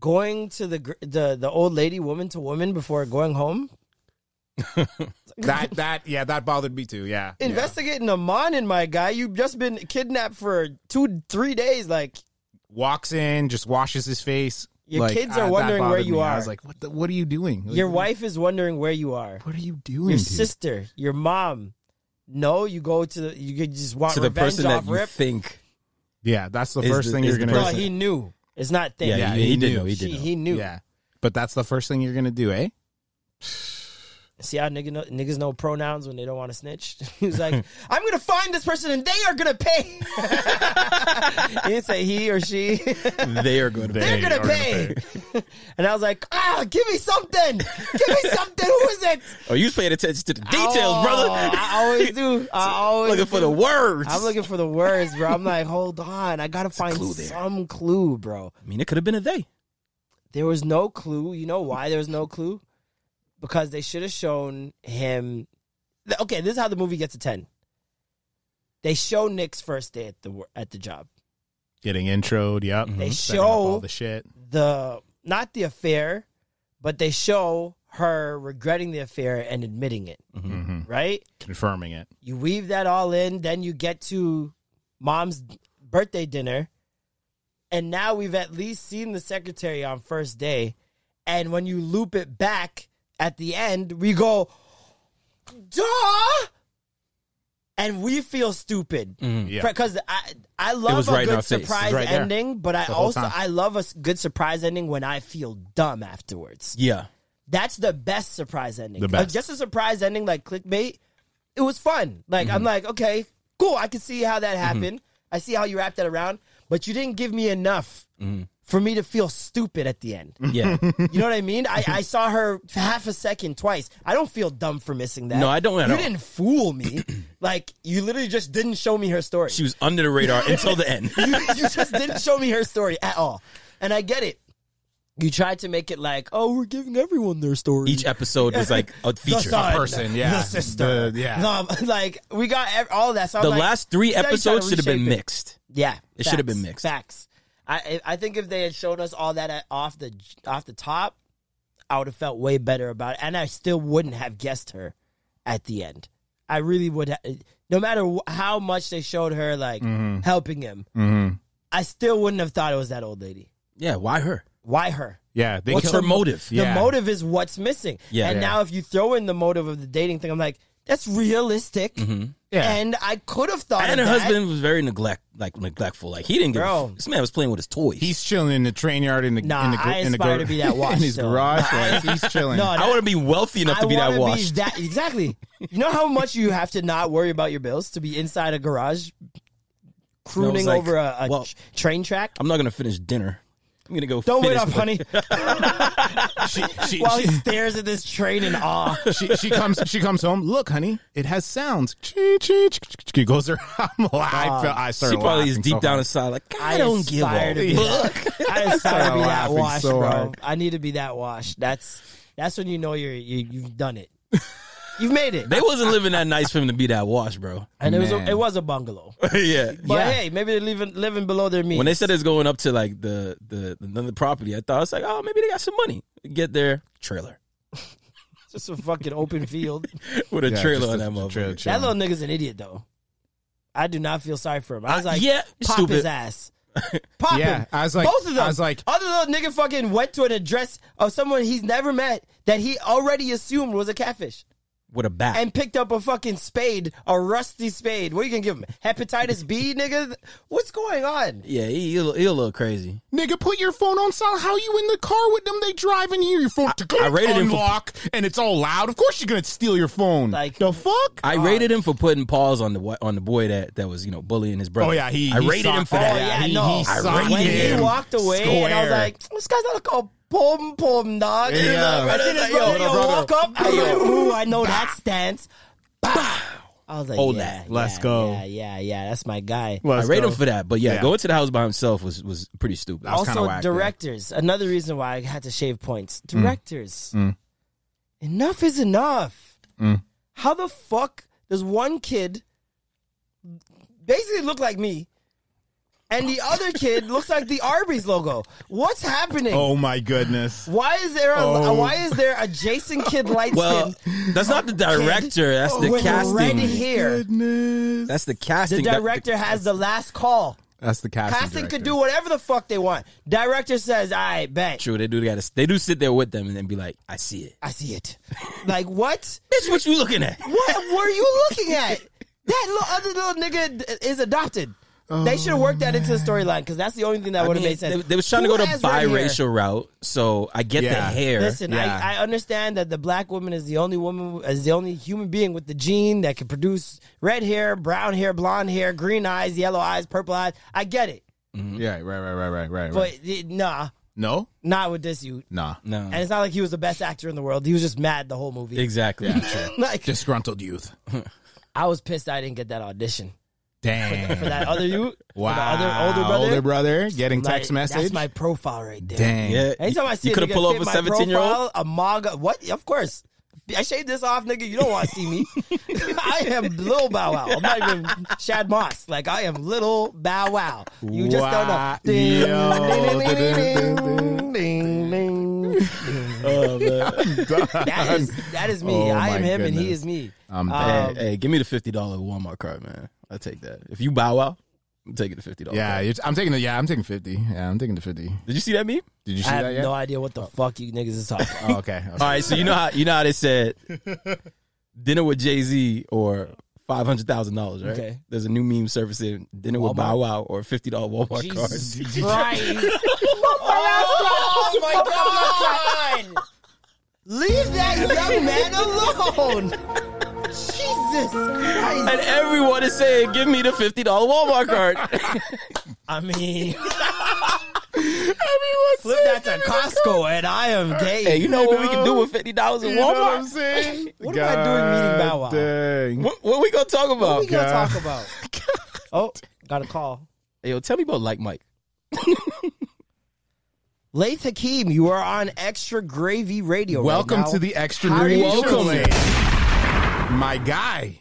[SPEAKER 2] going to the gr- the the old lady, woman to woman, before going home,
[SPEAKER 1] That that yeah, that bothered me too. Yeah, yeah.
[SPEAKER 2] investigating a man and my guy. You've just been kidnapped for two three days. Like
[SPEAKER 1] walks in, just washes his face. ah,
[SPEAKER 2] Your kids are
[SPEAKER 1] that
[SPEAKER 2] wondering where
[SPEAKER 1] bothered
[SPEAKER 2] you
[SPEAKER 1] me.
[SPEAKER 2] are.
[SPEAKER 1] I was like, what? The, what are you doing? Like,
[SPEAKER 2] your
[SPEAKER 1] what-
[SPEAKER 2] wife is wondering where you are.
[SPEAKER 1] What are you doing?
[SPEAKER 2] Your
[SPEAKER 1] dude?
[SPEAKER 2] sister, your mom. No, you go to the, you could just want
[SPEAKER 5] to the
[SPEAKER 2] revenge
[SPEAKER 5] person that
[SPEAKER 2] off
[SPEAKER 5] you
[SPEAKER 2] rip.
[SPEAKER 5] think.
[SPEAKER 1] Yeah, that's the
[SPEAKER 5] Is
[SPEAKER 1] first
[SPEAKER 5] the-
[SPEAKER 1] thing you're
[SPEAKER 5] is the
[SPEAKER 1] gonna.
[SPEAKER 2] no,
[SPEAKER 5] person-
[SPEAKER 1] do.
[SPEAKER 2] he knew. It's not thing.
[SPEAKER 5] Yeah,
[SPEAKER 1] Yeah,
[SPEAKER 5] he,
[SPEAKER 1] he
[SPEAKER 5] he did
[SPEAKER 1] knew.
[SPEAKER 5] know. He
[SPEAKER 2] she,
[SPEAKER 5] did know.
[SPEAKER 2] he knew.
[SPEAKER 1] Yeah, but that's the first thing you're gonna do, eh?
[SPEAKER 2] See how nigga know, niggas know pronouns when they don't want to snitch? he was like, I'm going to find this person and they are going to pay. he didn't say he or she.
[SPEAKER 5] They are good.
[SPEAKER 1] They
[SPEAKER 2] They're going
[SPEAKER 1] are
[SPEAKER 2] to
[SPEAKER 1] gonna
[SPEAKER 2] pay. and I was like, ah, give me something. Give me something. Who is it?
[SPEAKER 5] Oh, you was paying attention to the details,
[SPEAKER 2] Oh,
[SPEAKER 5] brother.
[SPEAKER 2] I always do. I always
[SPEAKER 5] looking for
[SPEAKER 2] do.
[SPEAKER 5] the words.
[SPEAKER 2] I'm looking for the words, bro. I'm like, hold on. I got to find
[SPEAKER 5] clue there.
[SPEAKER 2] some clue, bro.
[SPEAKER 5] I mean, it could have been a they.
[SPEAKER 2] There was no clue. You know why there was no clue? Because they should have shown him. th- Okay, this is how the movie gets a ten. They show Nick's first day at the wor- at the job.
[SPEAKER 1] Getting introed. Yep.
[SPEAKER 5] Mm-hmm.
[SPEAKER 2] They
[SPEAKER 1] Setting up all
[SPEAKER 2] show-
[SPEAKER 1] the shit.
[SPEAKER 2] the not the affair, but they show her regretting the affair and admitting it. Right?
[SPEAKER 1] Confirming it.
[SPEAKER 2] You weave that all in, then you get to mom's birthday dinner, and now we've at least seen the secretary on first day. And when you loop it back at the end, we go, duh, and we feel stupid
[SPEAKER 1] Yeah.
[SPEAKER 2] because I I love
[SPEAKER 5] was
[SPEAKER 2] a
[SPEAKER 5] right in our
[SPEAKER 2] good
[SPEAKER 5] face. It was
[SPEAKER 2] surprise
[SPEAKER 1] right there.
[SPEAKER 2] ending, but I
[SPEAKER 1] The whole
[SPEAKER 2] also
[SPEAKER 1] time.
[SPEAKER 2] I love a s- good surprise ending when I feel dumb afterwards.
[SPEAKER 5] Yeah.
[SPEAKER 2] That's the best surprise ending.
[SPEAKER 1] The best.
[SPEAKER 2] Like, just a surprise ending like clickbait. It was fun. Like
[SPEAKER 5] Mm-hmm.
[SPEAKER 2] I'm like, okay, cool. I can see how that happened. I see how you wrapped that around, but you didn't give me enough
[SPEAKER 5] Mm-hmm.
[SPEAKER 2] for me to feel stupid at the end.
[SPEAKER 5] Yeah.
[SPEAKER 2] You know what I mean? I, I saw her half a second twice. I don't feel dumb for missing that.
[SPEAKER 5] No, I don't at
[SPEAKER 2] You
[SPEAKER 5] all.
[SPEAKER 2] didn't fool me. like you literally just didn't show me her story.
[SPEAKER 5] she was under the radar until the end.
[SPEAKER 2] you, you just didn't show me her story at all. And I get it. You tried to make it like, oh, we're giving everyone their story.
[SPEAKER 5] Each episode was like a
[SPEAKER 2] the
[SPEAKER 5] feature.
[SPEAKER 2] son,
[SPEAKER 1] person, yeah.
[SPEAKER 2] The sister.
[SPEAKER 1] The- yeah.
[SPEAKER 2] The- like, we got ev- all of that. So I'm
[SPEAKER 5] The
[SPEAKER 2] like,
[SPEAKER 5] last three
[SPEAKER 2] now you're trying
[SPEAKER 5] episodes
[SPEAKER 2] to
[SPEAKER 5] should have been
[SPEAKER 2] reshape it.
[SPEAKER 5] mixed.
[SPEAKER 2] Yeah.
[SPEAKER 5] It should have
[SPEAKER 2] facts,
[SPEAKER 5] been mixed.
[SPEAKER 2] Facts. I I think if they had shown us all that at, off the off the top, I would have felt way better about it, and I still wouldn't have guessed her at the end. I really would, ha- no matter wh- how much they showed her like helping him, I still wouldn't have thought it was that old lady.
[SPEAKER 5] Yeah, why her?
[SPEAKER 2] Why her?
[SPEAKER 1] Yeah. They
[SPEAKER 5] What's
[SPEAKER 1] killed
[SPEAKER 5] her
[SPEAKER 1] him.
[SPEAKER 5] motive?
[SPEAKER 1] Yeah.
[SPEAKER 2] The motive is what's missing.
[SPEAKER 5] Yeah.
[SPEAKER 2] and
[SPEAKER 5] Yeah.
[SPEAKER 2] now if you throw in the motive of the dating thing, I'm like, that's realistic.
[SPEAKER 5] Mm-hmm.
[SPEAKER 1] Yeah.
[SPEAKER 2] And I could have thought.
[SPEAKER 5] And her
[SPEAKER 2] of that.
[SPEAKER 5] husband was very neglect, like neglectful. Like he didn't give. A
[SPEAKER 2] Bro.
[SPEAKER 5] f- this man was playing with his toys.
[SPEAKER 1] He's chilling in the train yard in the
[SPEAKER 2] Nah,
[SPEAKER 1] in the, gar-
[SPEAKER 2] I
[SPEAKER 1] in the
[SPEAKER 2] aspire
[SPEAKER 1] gar-
[SPEAKER 2] to be that watch
[SPEAKER 1] in his
[SPEAKER 2] still.
[SPEAKER 1] garage. like, he's chilling.
[SPEAKER 2] No,
[SPEAKER 5] I want to be wealthy enough to be that
[SPEAKER 2] wanna
[SPEAKER 5] washed.
[SPEAKER 2] that- exactly. You know how much you have to not worry about your bills to be inside a garage, cruising
[SPEAKER 5] like,
[SPEAKER 2] over a, a
[SPEAKER 5] well-
[SPEAKER 2] tr- train track.
[SPEAKER 5] I'm not gonna finish dinner. I'm gonna go.
[SPEAKER 2] Don't wait
[SPEAKER 5] finish
[SPEAKER 2] up,
[SPEAKER 5] what-
[SPEAKER 2] honey.
[SPEAKER 1] she, she,
[SPEAKER 2] While he
[SPEAKER 1] she,
[SPEAKER 2] stares at this train in awe.
[SPEAKER 1] she, she comes she comes home. Look, honey, it has sounds. Chee, chee, chee, chee, chee, goes around. I, felt, I
[SPEAKER 5] She
[SPEAKER 1] started
[SPEAKER 5] probably is
[SPEAKER 1] laughing
[SPEAKER 5] deep
[SPEAKER 1] so
[SPEAKER 5] down
[SPEAKER 1] hard.
[SPEAKER 5] inside, like I,
[SPEAKER 2] I
[SPEAKER 5] don't give
[SPEAKER 2] aspire
[SPEAKER 5] a
[SPEAKER 2] to be
[SPEAKER 5] fuck.
[SPEAKER 2] I aspire to be that
[SPEAKER 1] laughing
[SPEAKER 2] wash,
[SPEAKER 1] so
[SPEAKER 2] bro.
[SPEAKER 1] hard.
[SPEAKER 2] I need to be that wash. That's that's when you know you're you, you've done it. You've made it.
[SPEAKER 5] They wasn't living that nice for him to be that washed, bro.
[SPEAKER 2] And it was
[SPEAKER 1] Man.
[SPEAKER 2] a, it was a bungalow, but
[SPEAKER 5] yeah.
[SPEAKER 2] hey, maybe they're living living below their means.
[SPEAKER 5] When they said it's going up to like the the another property, I thought it's like, oh, maybe they got some money. Get their trailer
[SPEAKER 2] just a fucking open field.
[SPEAKER 5] with a
[SPEAKER 1] Yeah,
[SPEAKER 5] trailer
[SPEAKER 1] just a-
[SPEAKER 5] on that
[SPEAKER 1] a trailer
[SPEAKER 5] motherfucker.
[SPEAKER 1] chilling.
[SPEAKER 2] That little nigga's an idiot though. I do not feel sorry for him. I was
[SPEAKER 5] Uh,
[SPEAKER 2] like,
[SPEAKER 5] yeah,
[SPEAKER 2] pop
[SPEAKER 5] stupid.
[SPEAKER 2] his ass. Pop
[SPEAKER 1] Yeah,
[SPEAKER 2] him.
[SPEAKER 1] I was like-
[SPEAKER 2] both of them.
[SPEAKER 1] I was like-
[SPEAKER 2] other little nigga fucking went to an address of someone he's never met that he already assumed was a catfish
[SPEAKER 5] with a bat.
[SPEAKER 2] and picked up a fucking spade, a rusty spade. What are you gonna give him? Hepatitis B, nigga? What's going on?
[SPEAKER 5] yeah, he, he, a little- he a little crazy.
[SPEAKER 1] Nigga, put your phone on silent. How you in the car with them? They driving here. Your phone to
[SPEAKER 5] I rated him for-
[SPEAKER 1] unlock, and it's all loud. Of course, you're gonna steal your phone.
[SPEAKER 2] Like-
[SPEAKER 1] the fuck?
[SPEAKER 5] I rated him for putting paws on the wa- on the boy that, that was you know bullying his brother.
[SPEAKER 1] oh yeah, he.
[SPEAKER 5] I
[SPEAKER 1] he
[SPEAKER 5] rated
[SPEAKER 1] socked
[SPEAKER 5] him for
[SPEAKER 1] him.
[SPEAKER 5] that.
[SPEAKER 2] Oh yeah,
[SPEAKER 1] he,
[SPEAKER 2] no.
[SPEAKER 1] He
[SPEAKER 2] I
[SPEAKER 1] socked
[SPEAKER 2] when
[SPEAKER 1] him
[SPEAKER 2] he walked away, and I was
[SPEAKER 1] square.
[SPEAKER 2] like, this guy's not called pom pom dog.
[SPEAKER 1] Yeah.
[SPEAKER 2] I seen his
[SPEAKER 1] Yo,
[SPEAKER 2] brother,
[SPEAKER 1] yo,
[SPEAKER 2] yo,
[SPEAKER 1] brother.
[SPEAKER 2] walk up. I was like, ooh, I know that stance. Bah. I was like,
[SPEAKER 5] Hold
[SPEAKER 2] yeah,
[SPEAKER 5] that.
[SPEAKER 1] Let's
[SPEAKER 2] yeah,
[SPEAKER 1] go.
[SPEAKER 2] Yeah, yeah, yeah. That's my guy.
[SPEAKER 1] Let's
[SPEAKER 5] I rate
[SPEAKER 1] go.
[SPEAKER 5] him for that, but yeah,
[SPEAKER 1] Yeah.
[SPEAKER 5] going to the house by himself was was pretty stupid.
[SPEAKER 1] was kinda
[SPEAKER 2] also,
[SPEAKER 1] whack, yeah. Mm.
[SPEAKER 2] directors. Another reason why I had to shave points. Directors. Enough is enough.
[SPEAKER 1] Mm.
[SPEAKER 2] How the fuck does one kid basically look like me? And the other kid looks like the Arby's logo. What's happening?
[SPEAKER 1] Oh my goodness.
[SPEAKER 2] Why is there a
[SPEAKER 1] Oh.
[SPEAKER 2] why is there a Jason Kidd light
[SPEAKER 5] Well,
[SPEAKER 2] skin
[SPEAKER 5] that's not the director. That's the
[SPEAKER 2] with red
[SPEAKER 5] casting.
[SPEAKER 2] hair?
[SPEAKER 1] Goodness.
[SPEAKER 5] That's the
[SPEAKER 2] The
[SPEAKER 5] casting. That-
[SPEAKER 2] director has the last call.
[SPEAKER 1] That's the casting.
[SPEAKER 2] Casting could
[SPEAKER 1] director.
[SPEAKER 2] do whatever the fuck they want. Director says, "I bet
[SPEAKER 5] True, they do. Got to. They do sit there with them and then be like, "I see it."
[SPEAKER 2] I see it." Like what?
[SPEAKER 5] Bitch, what you looking at?
[SPEAKER 2] What were you looking at? That little other little nigga d- is adopted. they should have worked that into the storyline because that's the only thing that would have
[SPEAKER 5] Oh, mean,
[SPEAKER 2] made sense.
[SPEAKER 5] They, they was trying to
[SPEAKER 2] Who
[SPEAKER 5] go the
[SPEAKER 2] has red hair?
[SPEAKER 5] biracial route, so I get the
[SPEAKER 1] Yeah.
[SPEAKER 5] hair.
[SPEAKER 2] Listen,
[SPEAKER 1] Yeah.
[SPEAKER 2] I, I understand that the black woman is the only woman is the only human being with the gene that can produce red hair, brown hair, blonde hair, green eyes, yellow eyes, purple eyes. I get it,
[SPEAKER 1] Yeah, right, right, right, right, right.
[SPEAKER 2] but
[SPEAKER 1] right.
[SPEAKER 2] it- nah,
[SPEAKER 1] No,
[SPEAKER 2] not with this you.
[SPEAKER 1] nah,
[SPEAKER 5] no,
[SPEAKER 2] And it's not like he was the best actor in the world. He was just mad the whole movie.
[SPEAKER 5] exactly.
[SPEAKER 2] Like
[SPEAKER 1] disgruntled youth.
[SPEAKER 2] I was pissed I didn't get that audition
[SPEAKER 1] Damn.
[SPEAKER 2] for that other you,
[SPEAKER 1] wow.
[SPEAKER 2] for the other older brother.
[SPEAKER 1] brother getting
[SPEAKER 2] Like,
[SPEAKER 1] text message.
[SPEAKER 2] That's my profile right there.
[SPEAKER 1] Dang.
[SPEAKER 5] Yeah,
[SPEAKER 2] Anytime I see
[SPEAKER 5] you
[SPEAKER 2] a
[SPEAKER 5] could have
[SPEAKER 2] nigga
[SPEAKER 5] pulled
[SPEAKER 2] fit
[SPEAKER 5] over
[SPEAKER 2] my
[SPEAKER 5] seventeen year old.
[SPEAKER 2] profile, a MAGA. What? Of course. I shaved this off, nigga. You don't want to see me. I am Lil Bow Wow. I'm not even Shad Moss. Like I am Little Bow Wow. You just don't know.
[SPEAKER 1] Wow. Yo.
[SPEAKER 2] Ding, ding, ding, ding, ding, ding. That is that is me.
[SPEAKER 1] Oh,
[SPEAKER 2] I
[SPEAKER 1] my
[SPEAKER 2] am him, and he
[SPEAKER 1] goodness.
[SPEAKER 2] is me.
[SPEAKER 1] I'm
[SPEAKER 5] Hey,
[SPEAKER 1] bad.
[SPEAKER 5] hey, give me the fifty dollar Walmart card, man. I take that. If you bow out, I'm taking the fifty dollars.
[SPEAKER 1] yeah, you're, I'm taking the yeah. I'm taking fifty. Yeah, I'm taking the fifty.
[SPEAKER 5] Did you see that meme?
[SPEAKER 1] Did you see
[SPEAKER 2] I
[SPEAKER 1] that
[SPEAKER 2] have
[SPEAKER 1] yet?
[SPEAKER 2] no idea what the fuck you niggas is talking. about.
[SPEAKER 1] oh, okay. okay.
[SPEAKER 5] All right, so you know how you know how they said dinner with Jay Z or five hundred thousand dollars, right?
[SPEAKER 2] Okay.
[SPEAKER 5] There's a new meme surfacing: dinner with Bow Wow or fifty dollar Walmart
[SPEAKER 2] Jesus
[SPEAKER 5] card.
[SPEAKER 2] Christ! oh my god! Leave that young man alone. Jesus Christ!
[SPEAKER 5] And everyone is saying, "Give me the fifty dollar Walmart card."
[SPEAKER 2] I mean, flip that to Costco, and I am gay.
[SPEAKER 5] hey, you know what we can do
[SPEAKER 1] know?
[SPEAKER 5] with fifty dollars at
[SPEAKER 1] You know what I'm
[SPEAKER 5] Walmart?
[SPEAKER 1] saying?
[SPEAKER 2] What am I doing meeting Bow Wow?
[SPEAKER 1] Dang.
[SPEAKER 5] What, what we gonna talk
[SPEAKER 2] what
[SPEAKER 5] about?
[SPEAKER 2] we gonna
[SPEAKER 1] God.
[SPEAKER 2] talk about? oh, got a call.
[SPEAKER 5] Hey, yo, tell me about like Mike.
[SPEAKER 2] Laith Hakeem, you are on Extra Gravy Radio. right
[SPEAKER 1] Welcome
[SPEAKER 2] now.
[SPEAKER 1] to the extra
[SPEAKER 2] How are
[SPEAKER 1] Gravy
[SPEAKER 2] you
[SPEAKER 1] Show,
[SPEAKER 2] doing?
[SPEAKER 1] man. My guy.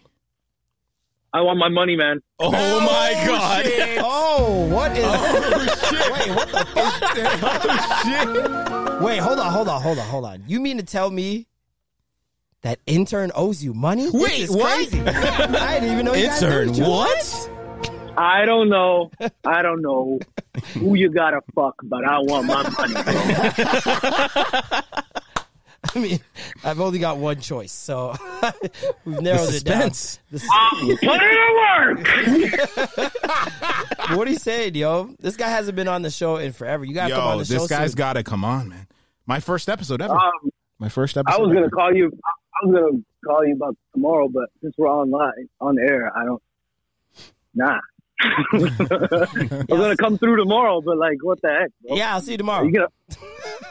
[SPEAKER 6] I want my money, man.
[SPEAKER 5] Oh, my god!
[SPEAKER 2] Oh, what is? Wait, what the fuck?
[SPEAKER 1] oh
[SPEAKER 2] Wait, hold on, hold on, hold on, hold on. You mean to tell me that intern owes you money? This
[SPEAKER 1] Wait,
[SPEAKER 2] is
[SPEAKER 1] what?
[SPEAKER 2] Crazy. I didn't even know you guys did
[SPEAKER 5] Intern,
[SPEAKER 2] each other.
[SPEAKER 5] what?
[SPEAKER 6] I don't know. I don't know who you gotta fuck, but I want my money. Bro.
[SPEAKER 2] I mean, I've only got one choice, so we've narrowed it down.
[SPEAKER 5] suspense.
[SPEAKER 2] This-
[SPEAKER 6] I'm putting in work.
[SPEAKER 2] what are you saying, yo? This guy hasn't been on the show in forever. You
[SPEAKER 1] shit.
[SPEAKER 2] gotta come on
[SPEAKER 1] Yo,
[SPEAKER 2] the
[SPEAKER 1] this
[SPEAKER 2] show.
[SPEAKER 1] guy's
[SPEAKER 2] soon.
[SPEAKER 1] got to come on, man. My first episode ever.
[SPEAKER 6] Um,
[SPEAKER 1] My first
[SPEAKER 6] I
[SPEAKER 1] episode.
[SPEAKER 6] was gonna
[SPEAKER 1] ever.
[SPEAKER 6] call you. I was gonna call you about tomorrow, but since we're online on air, I don't. Nah. I was gonna come through tomorrow, but like, what the heck? Bro?
[SPEAKER 2] Yeah, I'll see you
[SPEAKER 6] Are
[SPEAKER 2] tomorrow.
[SPEAKER 6] you gonna?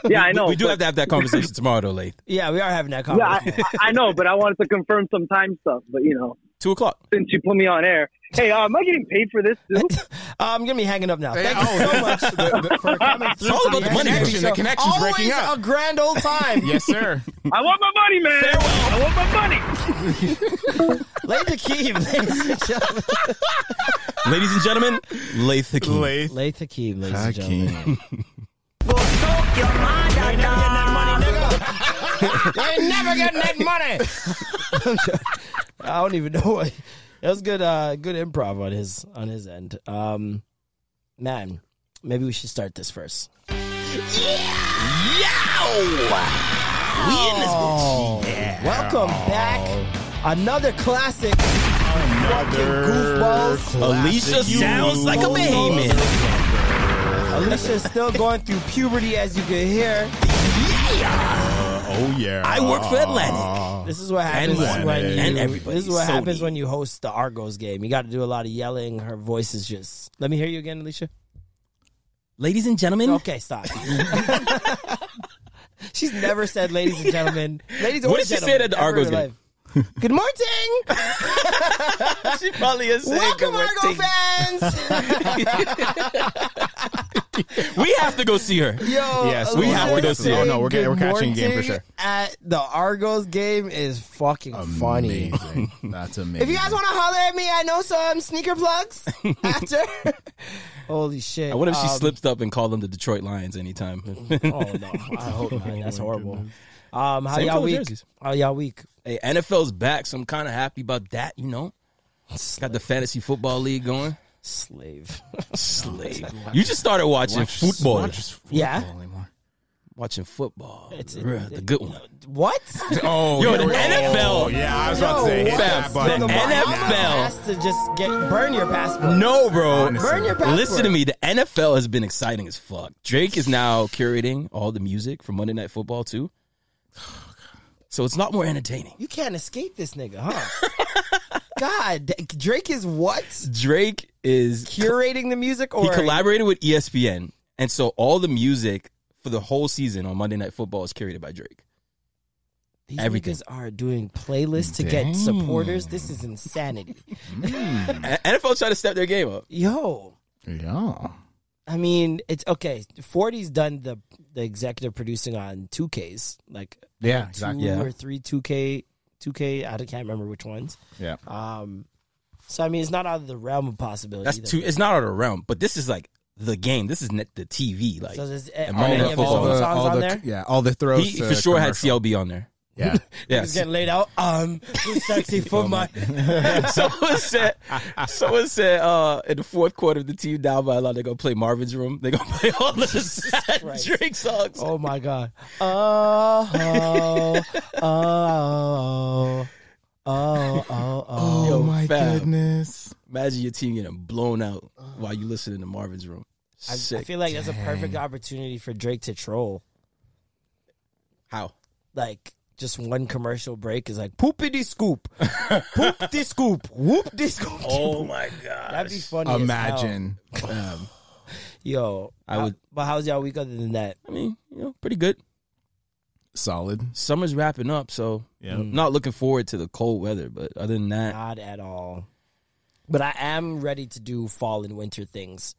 [SPEAKER 6] Yeah, I know.
[SPEAKER 5] we do
[SPEAKER 6] but-
[SPEAKER 5] have to have that conversation tomorrow, though, late
[SPEAKER 2] Yeah, we are having that
[SPEAKER 6] Yeah,
[SPEAKER 2] conversation.
[SPEAKER 6] I, I I know, but I wanted to confirm some time stuff. But you know,
[SPEAKER 5] two o'clock.
[SPEAKER 6] since you put me on air, hey, uh, am I getting paid for this too?
[SPEAKER 2] Uh, I'm gonna be hanging up now.
[SPEAKER 1] Hey,
[SPEAKER 2] Thank you so
[SPEAKER 1] oh,
[SPEAKER 2] much.
[SPEAKER 1] that's- the- the- for coming
[SPEAKER 5] It's all
[SPEAKER 1] through
[SPEAKER 5] about
[SPEAKER 1] to the
[SPEAKER 5] the money.
[SPEAKER 1] connection. The connection's
[SPEAKER 2] Always
[SPEAKER 1] breaking
[SPEAKER 2] a
[SPEAKER 1] up.
[SPEAKER 2] grand old time.
[SPEAKER 1] Yes, sir.
[SPEAKER 6] I want my money, man. I want my money.
[SPEAKER 2] Lady Keem, ladies and gentlemen.
[SPEAKER 5] Ladies and gentlemen, Lath the King.
[SPEAKER 2] Late Hakeem, ladies and gentlemen.
[SPEAKER 1] Hakeem.
[SPEAKER 2] ain't never getting that money. I don't even know what. That was good. Uh, good improv on his on his end. Um, man, maybe we should start this first. Oh. Yeah, we in this bitch. Welcome back. Another classic.
[SPEAKER 1] Another
[SPEAKER 2] goofballs.
[SPEAKER 5] Alicia sounds like a behemoth.
[SPEAKER 2] Alicia's still going through puberty, as you can hear.
[SPEAKER 1] Oh yeah.
[SPEAKER 5] I work for Atlantic.
[SPEAKER 2] This is what happens
[SPEAKER 1] And
[SPEAKER 2] when
[SPEAKER 1] Lenny.
[SPEAKER 2] you,
[SPEAKER 1] And
[SPEAKER 5] everybody.
[SPEAKER 2] This is what
[SPEAKER 5] Sony.
[SPEAKER 2] happens when you host the Argos game. You got to do a lot of yelling. Her voice is just. Let me hear you again, Alicia.
[SPEAKER 5] Ladies and gentlemen,
[SPEAKER 2] Okay, stop. She's never said, "Ladies and gentlemen." Ladies,
[SPEAKER 5] What
[SPEAKER 2] or
[SPEAKER 5] did she say
[SPEAKER 2] gentlemen,
[SPEAKER 5] at the
[SPEAKER 2] ever
[SPEAKER 5] Argos
[SPEAKER 2] in her
[SPEAKER 5] game?
[SPEAKER 2] life. Good morning.
[SPEAKER 5] she probably is saying
[SPEAKER 2] Welcome,
[SPEAKER 5] good
[SPEAKER 2] Argo
[SPEAKER 5] thing.
[SPEAKER 2] fans.
[SPEAKER 5] We have to go see her.
[SPEAKER 2] Yo,
[SPEAKER 1] Yes,
[SPEAKER 5] we
[SPEAKER 2] Alicia
[SPEAKER 5] have to go see it.
[SPEAKER 1] Oh, no, we're
[SPEAKER 2] saying
[SPEAKER 1] getting- we're
[SPEAKER 2] good
[SPEAKER 1] catching a game for
[SPEAKER 2] morning
[SPEAKER 1] sure.
[SPEAKER 2] At the Argos game is fucking funny.
[SPEAKER 1] Amazing. That's amazing.
[SPEAKER 2] If you guys want to holler at me, I know some sneaker plugs after. Holy shit!
[SPEAKER 5] I wonder if she
[SPEAKER 2] Um,
[SPEAKER 5] slips up and called them the Detroit Lions anytime.
[SPEAKER 2] Oh no, I hope not. That's horrible. Um, how
[SPEAKER 5] Oh Same
[SPEAKER 2] y'all
[SPEAKER 5] color
[SPEAKER 2] week?
[SPEAKER 5] jerseys.
[SPEAKER 2] How y'all week?
[SPEAKER 5] hey, NFL's back, so I'm kind of happy about that, you know? Got the fantasy football league going.
[SPEAKER 2] Slave.
[SPEAKER 5] Slay. You just started watching football.
[SPEAKER 1] Not just football
[SPEAKER 2] Yeah.
[SPEAKER 1] anymore.
[SPEAKER 5] watching football.
[SPEAKER 2] It's-
[SPEAKER 5] Bruh, the good one.
[SPEAKER 2] What?
[SPEAKER 1] Oh,
[SPEAKER 5] Yo,
[SPEAKER 1] yeah,
[SPEAKER 5] the
[SPEAKER 1] we're-
[SPEAKER 5] NFL.
[SPEAKER 1] Oh, yeah, I was about to say.
[SPEAKER 2] Yo,
[SPEAKER 1] hit
[SPEAKER 2] what?
[SPEAKER 1] that button.
[SPEAKER 2] Yo,
[SPEAKER 5] The
[SPEAKER 2] Bahamas
[SPEAKER 5] NFL.
[SPEAKER 2] has to just get burn your passport.
[SPEAKER 5] No, bro.
[SPEAKER 2] burn your passport.
[SPEAKER 5] Listen to me. The NFL has been exciting as fuck. Drake is now curating all the music for Monday Night Football too. So it's a lot more entertaining.
[SPEAKER 2] You can't escape this nigga, huh? God, D- Drake is what?
[SPEAKER 5] Drake is
[SPEAKER 2] Curating the music or
[SPEAKER 5] he collaborated with E ESPN, and so all the music for the whole season on Monday Night Football is curated by Drake.
[SPEAKER 2] These
[SPEAKER 5] everything.
[SPEAKER 2] niggas are doing playlists to
[SPEAKER 1] Dang.
[SPEAKER 2] get supporters. This is insanity.
[SPEAKER 5] A- NFL tried to step their game up.
[SPEAKER 2] Yo,
[SPEAKER 1] Yeah.
[SPEAKER 2] I mean, it's okay. Forty's done the the executive producing on two Ks, like
[SPEAKER 1] Yeah,
[SPEAKER 2] two
[SPEAKER 1] exactly.
[SPEAKER 5] Yeah.
[SPEAKER 2] or three two K, two K. I don't- can't remember which ones.
[SPEAKER 1] Yeah.
[SPEAKER 2] Um, so I mean, it's not out of the realm of possibility.
[SPEAKER 5] That's
[SPEAKER 2] either.
[SPEAKER 5] too. It's not out of the realm, but this is like the game. This is net the TV. Like
[SPEAKER 2] So there's,
[SPEAKER 5] and
[SPEAKER 2] are
[SPEAKER 5] all
[SPEAKER 2] any
[SPEAKER 5] the-
[SPEAKER 2] of his
[SPEAKER 5] all
[SPEAKER 2] own
[SPEAKER 5] the-
[SPEAKER 2] songs on
[SPEAKER 1] the,
[SPEAKER 2] there?
[SPEAKER 1] Yeah, all the throws.
[SPEAKER 5] he
[SPEAKER 1] to
[SPEAKER 5] for sure had
[SPEAKER 1] commercial.
[SPEAKER 5] CLB on there.
[SPEAKER 1] Yeah,
[SPEAKER 2] He's
[SPEAKER 5] Yes.
[SPEAKER 2] getting laid out. Um, too sexy
[SPEAKER 5] Oh
[SPEAKER 2] for my.
[SPEAKER 5] someone said, someone said, uh, in the fourth quarter of the team down by a lot, they're gonna play Marvin's Room. They're gonna play all the sad
[SPEAKER 2] Christ.
[SPEAKER 5] Drake songs.
[SPEAKER 2] Oh my god. Oh, oh, oh, oh, oh, oh, oh.
[SPEAKER 5] Yo, fam,
[SPEAKER 1] goodness.
[SPEAKER 5] Imagine your team getting blown out while you listening to Marvin's Room.
[SPEAKER 2] I, I
[SPEAKER 5] Sick.
[SPEAKER 2] feel like that's a perfect opportunity for Drake to troll.
[SPEAKER 5] How?
[SPEAKER 2] Like just one commercial break is like poopity scoop, poop the scoop, whoop the scoop.
[SPEAKER 5] Oh my god!
[SPEAKER 2] That'd be funny. as hell.
[SPEAKER 1] Imagine. um,
[SPEAKER 2] yo.
[SPEAKER 5] I would-
[SPEAKER 2] But how's y'all week other than that?
[SPEAKER 5] I mean, you know, pretty good.
[SPEAKER 1] Solid.
[SPEAKER 5] Summer's wrapping up, so
[SPEAKER 1] Yeah.
[SPEAKER 5] not looking forward to the cold weather. But other than that,
[SPEAKER 2] Not at all. But I am ready to do fall and winter things.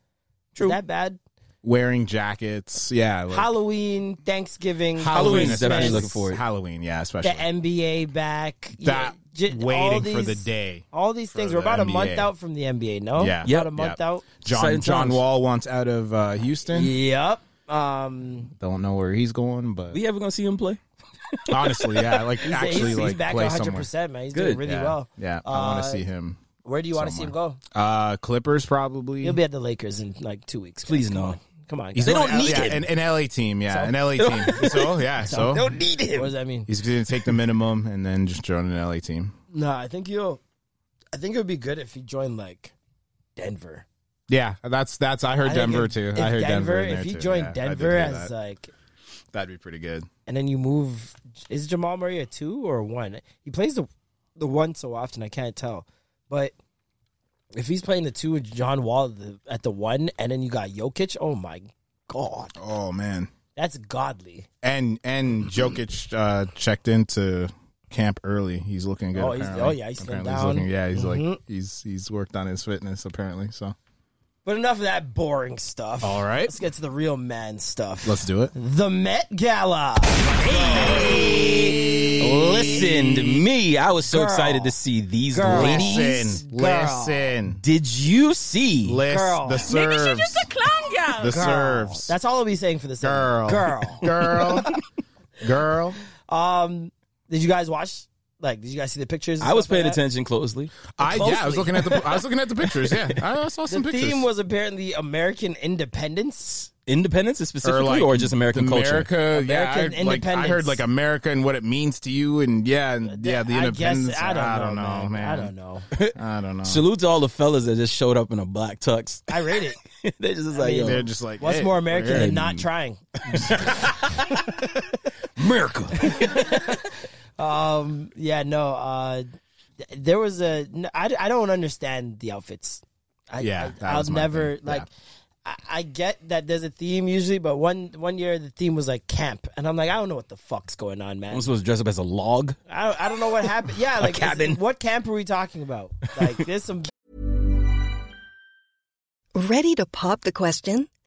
[SPEAKER 5] True.
[SPEAKER 2] Is that bad?
[SPEAKER 1] Wearing jackets. Yeah. like-
[SPEAKER 2] Halloween, Thanksgiving,
[SPEAKER 5] Halloween is
[SPEAKER 2] Christmas,
[SPEAKER 5] definitely
[SPEAKER 1] especially.
[SPEAKER 5] looking forward.
[SPEAKER 1] Halloween, yeah,
[SPEAKER 2] The
[SPEAKER 1] especially.
[SPEAKER 2] NBA back.
[SPEAKER 1] that
[SPEAKER 2] Yeah, j- all
[SPEAKER 1] waiting for the
[SPEAKER 2] these-
[SPEAKER 1] day.
[SPEAKER 2] All these things.
[SPEAKER 1] for
[SPEAKER 2] We're
[SPEAKER 1] the
[SPEAKER 2] about a month
[SPEAKER 1] NBA.
[SPEAKER 2] out from the NBA. No,
[SPEAKER 1] Yeah.
[SPEAKER 2] about
[SPEAKER 1] Yep,
[SPEAKER 2] a month
[SPEAKER 1] yep.
[SPEAKER 2] out.
[SPEAKER 1] John
[SPEAKER 5] Exciting
[SPEAKER 1] John
[SPEAKER 5] times.
[SPEAKER 1] Wall wants out of uh, Houston.
[SPEAKER 2] Yep. Um,
[SPEAKER 1] Don't know where he's going, but
[SPEAKER 5] we ever gonna see him play?
[SPEAKER 1] honestly, yeah, like
[SPEAKER 2] he's,
[SPEAKER 1] actually,
[SPEAKER 2] he's,
[SPEAKER 1] like
[SPEAKER 2] he's back
[SPEAKER 1] play
[SPEAKER 2] 100.
[SPEAKER 1] somewhere.
[SPEAKER 2] percent Man, he's doing
[SPEAKER 5] Good.
[SPEAKER 2] really
[SPEAKER 1] yeah,
[SPEAKER 2] well.
[SPEAKER 1] yeah. I want
[SPEAKER 2] Uh,
[SPEAKER 1] to see him.
[SPEAKER 2] Where do you want to see him go?
[SPEAKER 1] Uh, Clippers probably.
[SPEAKER 2] He'll be at the Lakers in like two weeks.
[SPEAKER 5] Please
[SPEAKER 2] Come
[SPEAKER 5] no.
[SPEAKER 2] on. Come on.
[SPEAKER 1] He's
[SPEAKER 2] guys.
[SPEAKER 5] They
[SPEAKER 1] going
[SPEAKER 5] don't
[SPEAKER 1] to-
[SPEAKER 5] need
[SPEAKER 1] yeah,
[SPEAKER 5] him.
[SPEAKER 1] An, an LA team, yeah, an LA team. So yeah, so
[SPEAKER 5] Don't need him.
[SPEAKER 2] What does that mean?
[SPEAKER 1] he's going to take the minimum and then just join an LA team.
[SPEAKER 2] Nah, I think you'll. I think it would be good if he joined like Denver.
[SPEAKER 1] Yeah, that's that's. I heard
[SPEAKER 2] I think
[SPEAKER 1] Denver
[SPEAKER 2] if-
[SPEAKER 1] too.
[SPEAKER 2] if
[SPEAKER 1] I heard Denver. in there,
[SPEAKER 2] if he
[SPEAKER 1] too.
[SPEAKER 2] joined
[SPEAKER 1] Yeah, I did
[SPEAKER 2] Denver
[SPEAKER 1] hear
[SPEAKER 2] as
[SPEAKER 1] that.
[SPEAKER 2] like
[SPEAKER 1] that'd be pretty good.
[SPEAKER 2] and then you move. Is Jamal Murray a two or a one? He plays the the one so often I can't tell. But if he's playing the two and John Wall the, at the one, and then you got Jokic, oh my god,
[SPEAKER 1] Oh man,
[SPEAKER 2] that's godly.
[SPEAKER 1] and and Jokic uh, checked into camp early. He's looking good.
[SPEAKER 2] Oh, he's-
[SPEAKER 1] apparently.
[SPEAKER 2] oh, yeah, he's slimmed
[SPEAKER 1] Apparently
[SPEAKER 2] down.
[SPEAKER 1] looking. Yeah, he's
[SPEAKER 2] Mhm.
[SPEAKER 1] like he's he's worked on his fitness apparently. So
[SPEAKER 2] But enough of that boring stuff.
[SPEAKER 1] All right.
[SPEAKER 2] let's get to the real man stuff.
[SPEAKER 1] let's do it.
[SPEAKER 2] the Met Gala.
[SPEAKER 5] Listen to me. I was so
[SPEAKER 2] Girl.
[SPEAKER 5] excited to see these
[SPEAKER 2] Girl.
[SPEAKER 5] ladies.
[SPEAKER 1] Listen,
[SPEAKER 2] Girl.
[SPEAKER 1] listen,
[SPEAKER 5] Did you see?
[SPEAKER 1] list
[SPEAKER 2] Girl.
[SPEAKER 1] the serves, the
[SPEAKER 2] Girl.
[SPEAKER 1] serves,
[SPEAKER 2] That's all I'll be saying for this
[SPEAKER 1] girl,
[SPEAKER 2] segment. Girl.
[SPEAKER 1] girl, girl.
[SPEAKER 2] Um, did you guys watch? Like, did you guys see the pictures? and
[SPEAKER 5] I was
[SPEAKER 2] stuff like
[SPEAKER 5] paying
[SPEAKER 2] that?
[SPEAKER 5] attention closely.
[SPEAKER 1] I yeah, I
[SPEAKER 2] Closely.
[SPEAKER 1] was looking at the I was looking at the pictures. Yeah, I, I saw
[SPEAKER 2] The
[SPEAKER 1] some pictures.
[SPEAKER 2] theme was apparently American independence.
[SPEAKER 5] Independence specifically, or, just American
[SPEAKER 1] the
[SPEAKER 5] culture?
[SPEAKER 1] America, yeah, I, like,
[SPEAKER 2] American
[SPEAKER 1] I heard
[SPEAKER 2] independence. Uh,
[SPEAKER 1] like America and what it means to you, and yeah, and yeah, the
[SPEAKER 2] I
[SPEAKER 1] independence.
[SPEAKER 2] Guess, I don't, know, man. I don't know.
[SPEAKER 1] I don't know.
[SPEAKER 5] Salute to all the fellas that just showed up in a black tux.
[SPEAKER 2] I rate it.
[SPEAKER 5] They're just like,
[SPEAKER 1] They're
[SPEAKER 5] yo,
[SPEAKER 1] just like,
[SPEAKER 2] What's
[SPEAKER 1] hey,
[SPEAKER 2] more American
[SPEAKER 1] we're
[SPEAKER 2] than
[SPEAKER 1] here.
[SPEAKER 2] not trying?
[SPEAKER 5] America.
[SPEAKER 2] Um, yeah, no. Uh, th- there was a. n- I, I don't understand the outfits. I,
[SPEAKER 1] Yeah, that
[SPEAKER 2] I, I'll
[SPEAKER 1] was my
[SPEAKER 2] never
[SPEAKER 1] thing.
[SPEAKER 2] like.
[SPEAKER 1] Yeah.
[SPEAKER 2] I, I get that there's a theme usually, but one one year the theme was like camp, and I'm like, I don't know what the fuck's going on, man.
[SPEAKER 5] I'm supposed to dress up as a log.
[SPEAKER 2] I don't, I don't know what happened. Yeah, like is-
[SPEAKER 5] cabin.
[SPEAKER 2] what camp are we talking about? Like there's some
[SPEAKER 7] Ready to pop the question?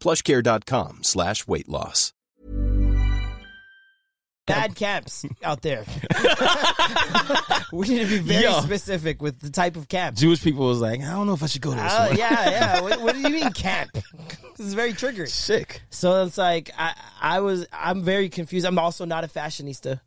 [SPEAKER 8] plushcare.com slash weight loss.
[SPEAKER 2] bad caps out there. we need to be very
[SPEAKER 5] Yo.
[SPEAKER 2] specific with the type of cap.
[SPEAKER 5] Jewish people was like, I don't know if I should go to this
[SPEAKER 2] Uh,
[SPEAKER 5] one.
[SPEAKER 2] yeah, yeah. What, what do you mean cap? this is very triggering.
[SPEAKER 5] Sick.
[SPEAKER 2] So it's like I, I was, I'm very confused. I'm also not a fashionista. I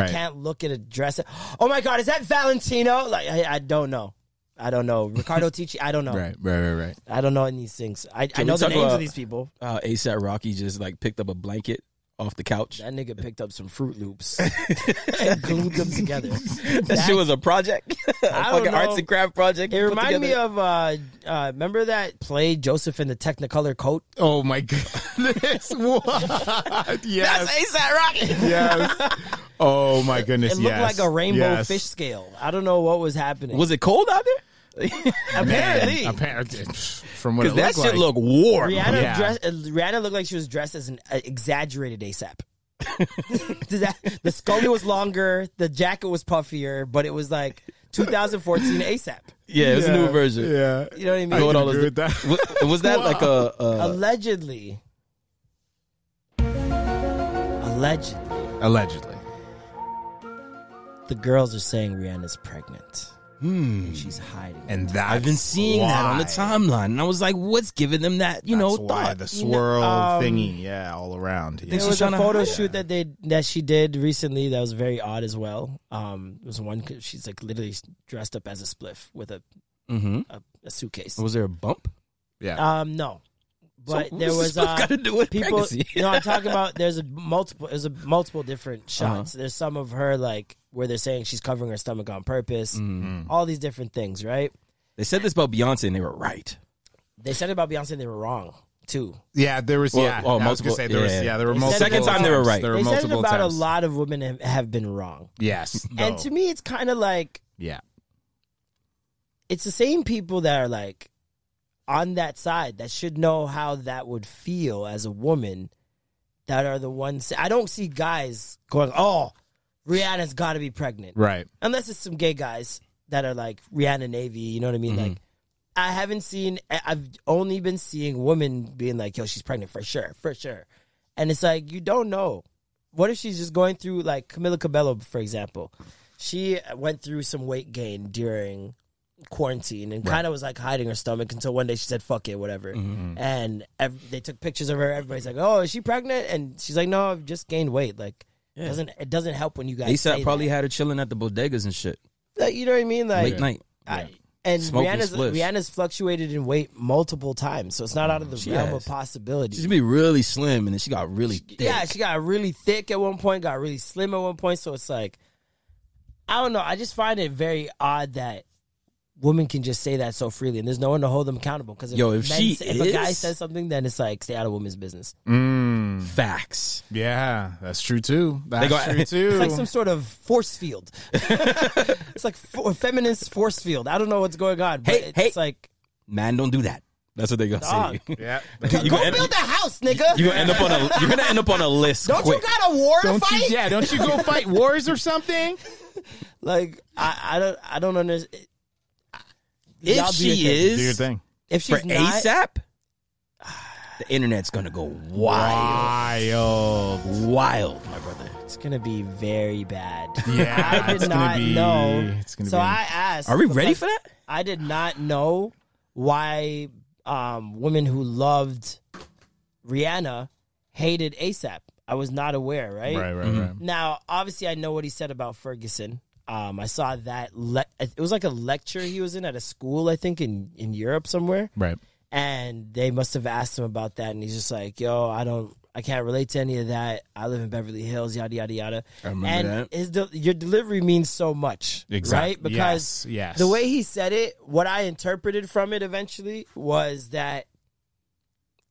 [SPEAKER 1] Right.
[SPEAKER 2] can't look at a dress. Oh my god, is that Valentino? Like I, I don't know. I don't know. Ricardo Ticci, I don't know.
[SPEAKER 1] Right, right, right, right.
[SPEAKER 2] I don't know any of these things. I, I
[SPEAKER 5] we
[SPEAKER 2] know the
[SPEAKER 5] talk
[SPEAKER 2] names
[SPEAKER 5] about-
[SPEAKER 2] of these people.
[SPEAKER 5] Uh, ASAP Rocky just like picked up a blanket off the couch.
[SPEAKER 2] That nigga picked up some Fruit Loops and glued them together.
[SPEAKER 5] That, shit was a project, a
[SPEAKER 2] I
[SPEAKER 5] fucking
[SPEAKER 2] don't know.
[SPEAKER 5] arts and craft project.
[SPEAKER 2] It
[SPEAKER 5] put
[SPEAKER 2] reminded me
[SPEAKER 5] together.
[SPEAKER 2] of uh, uh, remember that play Joseph in the Technicolor coat.
[SPEAKER 1] Oh my goodness! What? Yes,
[SPEAKER 2] ASAP Rocky.
[SPEAKER 1] yes. Oh my goodness!
[SPEAKER 2] It looked
[SPEAKER 1] yes.
[SPEAKER 2] like a rainbow
[SPEAKER 1] Yes.
[SPEAKER 2] fish scale. I don't know what was happening.
[SPEAKER 5] Was it cold out there?
[SPEAKER 2] apparently
[SPEAKER 1] Apparently, from what it
[SPEAKER 5] Because that
[SPEAKER 1] looked
[SPEAKER 5] shit
[SPEAKER 1] like,
[SPEAKER 5] look warm.
[SPEAKER 2] Rihanna
[SPEAKER 1] Yeah.
[SPEAKER 2] dress, uh, Rihanna looked like she was dressed as an uh, exaggerated ASAP. Does that, the scully was longer, the jacket was puffier, but it was like 2014 ASAP.
[SPEAKER 5] Yeah, it was a new version.
[SPEAKER 1] Yeah,
[SPEAKER 2] You know what I mean?
[SPEAKER 1] I
[SPEAKER 5] Going
[SPEAKER 1] can
[SPEAKER 5] all
[SPEAKER 1] agree
[SPEAKER 5] this-
[SPEAKER 1] with that.
[SPEAKER 5] Wa- Was that like a, a
[SPEAKER 2] Allegedly. Allegedly.
[SPEAKER 1] allegedly.
[SPEAKER 2] The girls are saying Rihanna's pregnant.
[SPEAKER 5] Hmm.
[SPEAKER 2] And she's hiding.
[SPEAKER 1] And that
[SPEAKER 5] I've been seeing that on the timeline, and I was like, "What's giving them that?" You know,
[SPEAKER 1] why
[SPEAKER 5] thought
[SPEAKER 1] the
[SPEAKER 5] You know,
[SPEAKER 1] swirl
[SPEAKER 2] um,
[SPEAKER 1] thingy, yeah, all around. Yeah.
[SPEAKER 5] she's
[SPEAKER 2] There was a
[SPEAKER 5] trying to
[SPEAKER 2] photo
[SPEAKER 5] hide
[SPEAKER 2] shoot that they that she did recently that was very odd as well. Um, it was one she's like literally dressed up as a spliff with a
[SPEAKER 5] Mhm.
[SPEAKER 2] a, a suitcase.
[SPEAKER 5] Was there a bump?
[SPEAKER 1] yeah.
[SPEAKER 2] Um, no, but
[SPEAKER 5] So
[SPEAKER 2] there
[SPEAKER 5] what's
[SPEAKER 2] was
[SPEAKER 5] this
[SPEAKER 2] uh,
[SPEAKER 5] got to do with
[SPEAKER 2] people.
[SPEAKER 5] pregnancy?
[SPEAKER 2] you know, I'm talking about. There's a multiple. There's a multiple different
[SPEAKER 5] Uh-huh.
[SPEAKER 2] shots. There's some of her like where they're saying she's covering her stomach on purpose.
[SPEAKER 5] Mm-hmm.
[SPEAKER 2] All these different things, right?
[SPEAKER 5] They said this about Beyonce, and they were right.
[SPEAKER 2] They said about Beyonce, and they were wrong too.
[SPEAKER 1] yeah, there was.
[SPEAKER 5] Well,
[SPEAKER 1] yeah,
[SPEAKER 5] oh,
[SPEAKER 1] I was gonna
[SPEAKER 5] multiple-
[SPEAKER 1] say there was.
[SPEAKER 5] yeah.
[SPEAKER 1] Yeah, there were
[SPEAKER 2] They said
[SPEAKER 1] multiple.
[SPEAKER 2] Second time they were
[SPEAKER 1] attempts.
[SPEAKER 5] right.
[SPEAKER 1] There were
[SPEAKER 2] They said it
[SPEAKER 1] multiple
[SPEAKER 2] about
[SPEAKER 1] attempts.
[SPEAKER 2] a lot of women have, have been wrong,
[SPEAKER 1] Yes,
[SPEAKER 2] and
[SPEAKER 1] though.
[SPEAKER 2] to me, it's kind of like
[SPEAKER 1] yeah,
[SPEAKER 2] it's the same people that are like on that side that should know how that would feel as a woman that are the ones I don't see guys going, Oh, Rihanna's gotta be pregnant.
[SPEAKER 1] right.
[SPEAKER 2] Unless it's some gay guys that are like Rihanna Navy, you know what I mean? Like I haven't seen I- I've only been seeing women being like, Yo, she's pregnant for sure, for sure. And it's like you don't know. What if she's just going through like Camila Cabello, for example? She went through some weight gain during quarantine and kind of was like hiding her stomach until one day she said fuck it whatever and ev- they took pictures of her everybody's like oh is she pregnant and she's like no i've just gained weight like it doesn't it doesn't help when you guys say
[SPEAKER 5] ASAP probably
[SPEAKER 2] that.
[SPEAKER 5] had her chilling at the bodegas and shit
[SPEAKER 2] Like, you know what i mean like
[SPEAKER 5] late night.
[SPEAKER 2] I, and
[SPEAKER 5] Smoking
[SPEAKER 2] rihanna's
[SPEAKER 5] spliffs.
[SPEAKER 2] rihanna's fluctuated in weight multiple times so it's not out of the realm
[SPEAKER 5] has.
[SPEAKER 2] of possibility
[SPEAKER 5] She's be really slim, and then she got really thick.
[SPEAKER 2] yeah, she got really thick at one point, got really slim at one point. So it's like, I don't know. I just find it very odd that women can just say that so freely, and there's no one to hold them accountable. Because
[SPEAKER 5] Yo, if she
[SPEAKER 2] if a guy
[SPEAKER 5] is-
[SPEAKER 2] says something, then it's like stay out of women's business.
[SPEAKER 1] Mm,
[SPEAKER 5] Facts.
[SPEAKER 1] yeah, that's true too. That's
[SPEAKER 5] got-
[SPEAKER 1] true
[SPEAKER 5] It's
[SPEAKER 1] too.
[SPEAKER 2] It's like some sort of force field. it's like fo- feminist force field. I don't know what's going on, but
[SPEAKER 5] Hey,
[SPEAKER 2] it's
[SPEAKER 5] hey.
[SPEAKER 2] like
[SPEAKER 5] Man, don't do that. That's what they gonna
[SPEAKER 2] Dog.
[SPEAKER 5] say.
[SPEAKER 1] yeah,
[SPEAKER 5] You
[SPEAKER 2] go
[SPEAKER 5] gonna end-
[SPEAKER 2] build a house, nigga.
[SPEAKER 5] You gonna end up on a you're gonna end up on a list.
[SPEAKER 2] don't
[SPEAKER 5] quick.
[SPEAKER 2] you got a war to
[SPEAKER 1] don't you?
[SPEAKER 2] fight?
[SPEAKER 1] Yeah, don't you go fight wars or something?
[SPEAKER 2] Like I, I don't, I don't understand.
[SPEAKER 5] if she
[SPEAKER 1] Do your
[SPEAKER 5] is
[SPEAKER 1] thing.
[SPEAKER 2] if she's
[SPEAKER 5] for
[SPEAKER 2] not,
[SPEAKER 5] ASAP, the internet's gonna go wild,
[SPEAKER 1] Wild.
[SPEAKER 5] wild, my brother.
[SPEAKER 2] It's gonna be very bad.
[SPEAKER 1] Yeah,
[SPEAKER 2] I
[SPEAKER 1] it's
[SPEAKER 2] did
[SPEAKER 1] gonna
[SPEAKER 2] not
[SPEAKER 1] be-
[SPEAKER 2] know.
[SPEAKER 1] it's gonna
[SPEAKER 2] so
[SPEAKER 1] be-
[SPEAKER 2] I asked.
[SPEAKER 5] Are we
[SPEAKER 2] the
[SPEAKER 5] ready
[SPEAKER 2] fact-
[SPEAKER 5] for that?
[SPEAKER 2] I did not know why um, women who loved Rihanna hated ASAP. I was not aware. Right.
[SPEAKER 1] Right, right, right.
[SPEAKER 2] Now, obviously, I know what he said about Ferguson. Um, I saw that. Le- it was like a lecture he was in at a school, I think, in in Europe somewhere
[SPEAKER 1] Right.
[SPEAKER 2] and they must have asked him about that and he's just like yo i don't i can't relate to any of that i live in beverly hills yada yada yada
[SPEAKER 5] I remember
[SPEAKER 2] and
[SPEAKER 5] that.
[SPEAKER 2] his de- your delivery means so much
[SPEAKER 1] Exact-
[SPEAKER 2] right because
[SPEAKER 1] yes, yes.
[SPEAKER 2] the way he said it what i interpreted from it eventually was that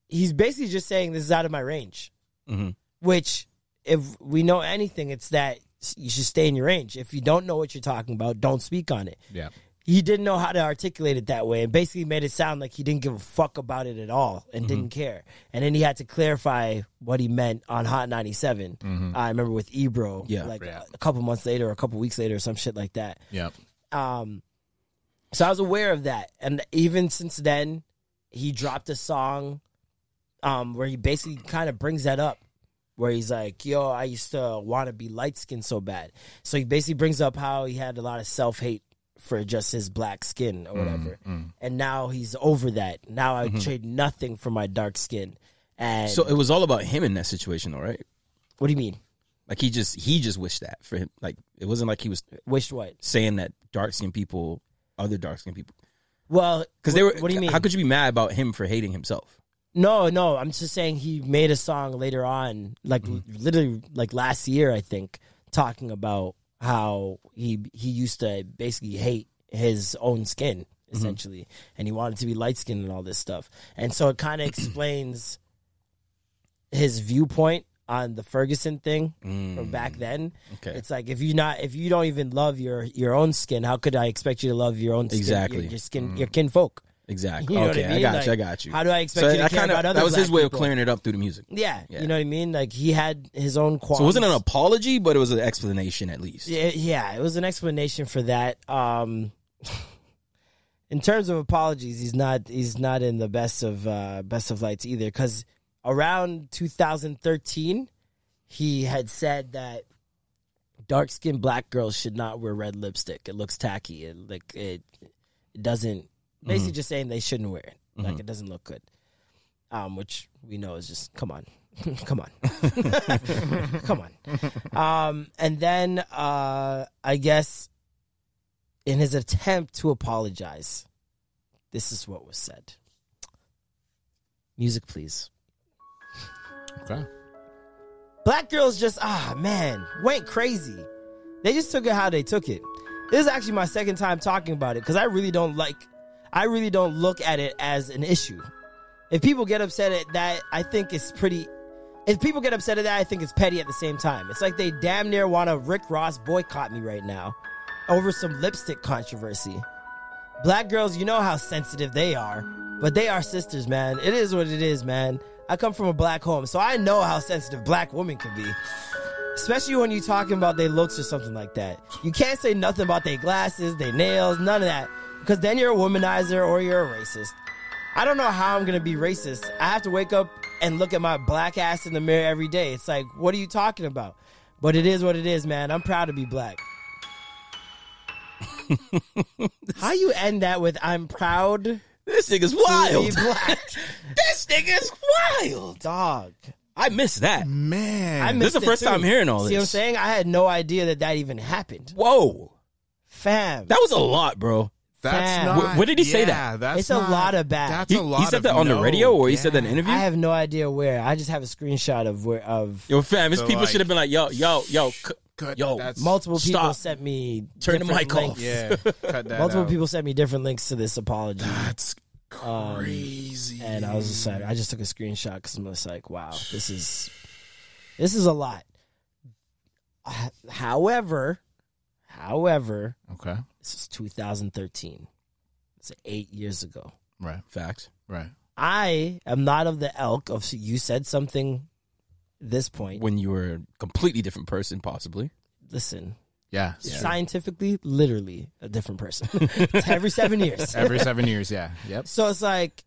[SPEAKER 2] he's basically just saying this is out of my range
[SPEAKER 5] Mhm.
[SPEAKER 2] which if we know anything it's that you should stay in your range if you don't know what you're talking about don't speak on it
[SPEAKER 1] Yeah.
[SPEAKER 2] he didn't know how to articulate it that way and basically made it sound like he didn't give a fuck about it at all and
[SPEAKER 1] Mm-hmm.
[SPEAKER 2] didn't care. And then he had to clarify what he meant on Hot 97. I remember with Ebro,
[SPEAKER 5] Yeah.
[SPEAKER 2] like
[SPEAKER 1] Mm-hmm. Yeah.
[SPEAKER 2] a couple months later or a couple weeks later or some shit like that.
[SPEAKER 1] Yep.
[SPEAKER 2] Um, so I was aware of that, and even since then, he dropped a song um, where he basically kind of brings that up where he's like, "Yo, I used to want to be light skinned so bad." So he basically brings up how he had a lot of self hate for just his black skin or
[SPEAKER 5] Mm,
[SPEAKER 2] whatever, and now he's over that. Now I trade nothing for my dark skin. And
[SPEAKER 5] Mm-hmm. So uh, it was all about him in that situation, all right?
[SPEAKER 2] what do you mean?
[SPEAKER 5] Like he just he just wished that for him. Like it wasn't like he was
[SPEAKER 2] Wish what?
[SPEAKER 5] saying that dark skinned people, other dark skinned people,
[SPEAKER 2] Well,
[SPEAKER 5] because they were.
[SPEAKER 2] What do you mean?
[SPEAKER 5] How could you be mad about him for hating himself?
[SPEAKER 2] No, no, I'm just saying he made a song later on, like
[SPEAKER 5] Mm-hmm.
[SPEAKER 2] literally like last year, I think, talking about how he he used to basically hate his own skin
[SPEAKER 5] Mm-hmm.
[SPEAKER 2] essentially, and he wanted to be light skinned and all this stuff, and so it kind of explains his viewpoint on the Ferguson thing from back then.
[SPEAKER 5] Mm. Okay.
[SPEAKER 2] It's like if you not if you don't even love your your own skin, how could I expect you to love your own skin, your-
[SPEAKER 5] Exactly. Mm-hmm.
[SPEAKER 2] your, skin your kinfolk?
[SPEAKER 5] Exactly.
[SPEAKER 2] You know
[SPEAKER 5] okay, I,
[SPEAKER 2] what I mean?
[SPEAKER 5] got you. I
[SPEAKER 2] Like,
[SPEAKER 5] got you.
[SPEAKER 2] how do I expect
[SPEAKER 5] So
[SPEAKER 2] you to
[SPEAKER 5] I
[SPEAKER 2] care
[SPEAKER 5] kinda-
[SPEAKER 2] about other
[SPEAKER 5] That was his
[SPEAKER 2] black
[SPEAKER 5] way of
[SPEAKER 2] people?
[SPEAKER 5] clearing it up through the music.
[SPEAKER 2] Yeah,
[SPEAKER 5] Yeah.
[SPEAKER 2] you know what I mean. Like he had his own qualms.
[SPEAKER 5] So it wasn't an apology, but it was an explanation at least.
[SPEAKER 2] Yeah, yeah, it was an explanation for that. Um, in terms of apologies, he's not he's not in the best of uh, best of lights either. Because around 2013, he had said that dark skinned black girls should not wear red lipstick. It looks tacky. It like it, it doesn't. Basically, just saying they shouldn't wear it. Like it doesn't look good. Um, which we know is just come on, come on, come on. Um, and then uh, I guess in his attempt to apologize, this is what was said. Music, please.
[SPEAKER 1] Okay.
[SPEAKER 2] Black girls just ah man went crazy. They just took it how they took it. This is actually my second time talking about it because I really don't like. I really don't look at it as an issue. If people get upset at that, I think it's pretty. If people get upset at that, I think it's petty at the same time. It's like they damn near want to Rick Ross boycott me right now over some lipstick controversy. Black girls, you know how sensitive they are, but they are sisters, man. It is what it is, man. I come from a black home, so I know how sensitive black women can be. Especially when you're talking about their looks or something like that. You can't say nothing about their glasses, their nails, none of that, because then you're a womanizer or you're a racist. I don't know how I'm gonna be racist. I have to wake up and look at my black ass in the mirror every day. It's like, what are you talking about? But it is what it is, man. I'm proud to be black. how you end that with "I'm proud"?
[SPEAKER 5] This nigga's
[SPEAKER 2] Be
[SPEAKER 5] wild.
[SPEAKER 2] black.
[SPEAKER 5] this nigga's wild.
[SPEAKER 2] Dog.
[SPEAKER 5] I miss that.
[SPEAKER 1] Man.
[SPEAKER 2] I
[SPEAKER 5] This is
[SPEAKER 2] missed
[SPEAKER 5] the
[SPEAKER 2] it
[SPEAKER 5] first
[SPEAKER 2] too.
[SPEAKER 5] time hearing all
[SPEAKER 2] See what I'm
[SPEAKER 5] this.
[SPEAKER 2] saying? I had no idea that that even happened.
[SPEAKER 5] Whoa,
[SPEAKER 2] Fam.
[SPEAKER 5] that was a lot, bro.
[SPEAKER 1] That's
[SPEAKER 2] Fam.
[SPEAKER 1] not.
[SPEAKER 5] Wh- when did he say
[SPEAKER 1] yeah,
[SPEAKER 5] that?
[SPEAKER 1] That's
[SPEAKER 2] It's a
[SPEAKER 1] not-
[SPEAKER 2] lot of bad.
[SPEAKER 1] That's
[SPEAKER 5] He,
[SPEAKER 1] a lot.
[SPEAKER 5] he said
[SPEAKER 1] of
[SPEAKER 5] that on the
[SPEAKER 1] no.
[SPEAKER 5] radio, or he said that in
[SPEAKER 1] Yeah.
[SPEAKER 5] an interview.
[SPEAKER 2] I have no idea where. I just have a screenshot of where of
[SPEAKER 5] yo, fam, his
[SPEAKER 1] So,
[SPEAKER 5] people
[SPEAKER 1] like-
[SPEAKER 5] should have been like, yo, yo, yo, c-
[SPEAKER 1] Good,
[SPEAKER 5] yo.
[SPEAKER 1] that's-
[SPEAKER 2] multiple people
[SPEAKER 5] Stop.
[SPEAKER 2] sent me
[SPEAKER 5] Turn the
[SPEAKER 2] different
[SPEAKER 5] mic off.
[SPEAKER 2] links.
[SPEAKER 1] Yeah. Cut that
[SPEAKER 2] Multiple
[SPEAKER 1] out.
[SPEAKER 2] people sent me different links to this apology.
[SPEAKER 1] That's crazy.
[SPEAKER 2] and I was just like, I just took a screenshot because I'm just like, wow, this is this is a lot. Uh, However, however,
[SPEAKER 1] okay.
[SPEAKER 2] this is 2013. It's eight years ago.
[SPEAKER 1] Right.
[SPEAKER 5] Facts.
[SPEAKER 1] Right.
[SPEAKER 2] I am not of the elk of you said something. This point,
[SPEAKER 5] When you were a completely different person, possibly.
[SPEAKER 2] listen.
[SPEAKER 1] Yeah.
[SPEAKER 2] Scientifically, literally a different person. It's every seven years.
[SPEAKER 1] Every seven years. Yeah. Yep.
[SPEAKER 2] So it's like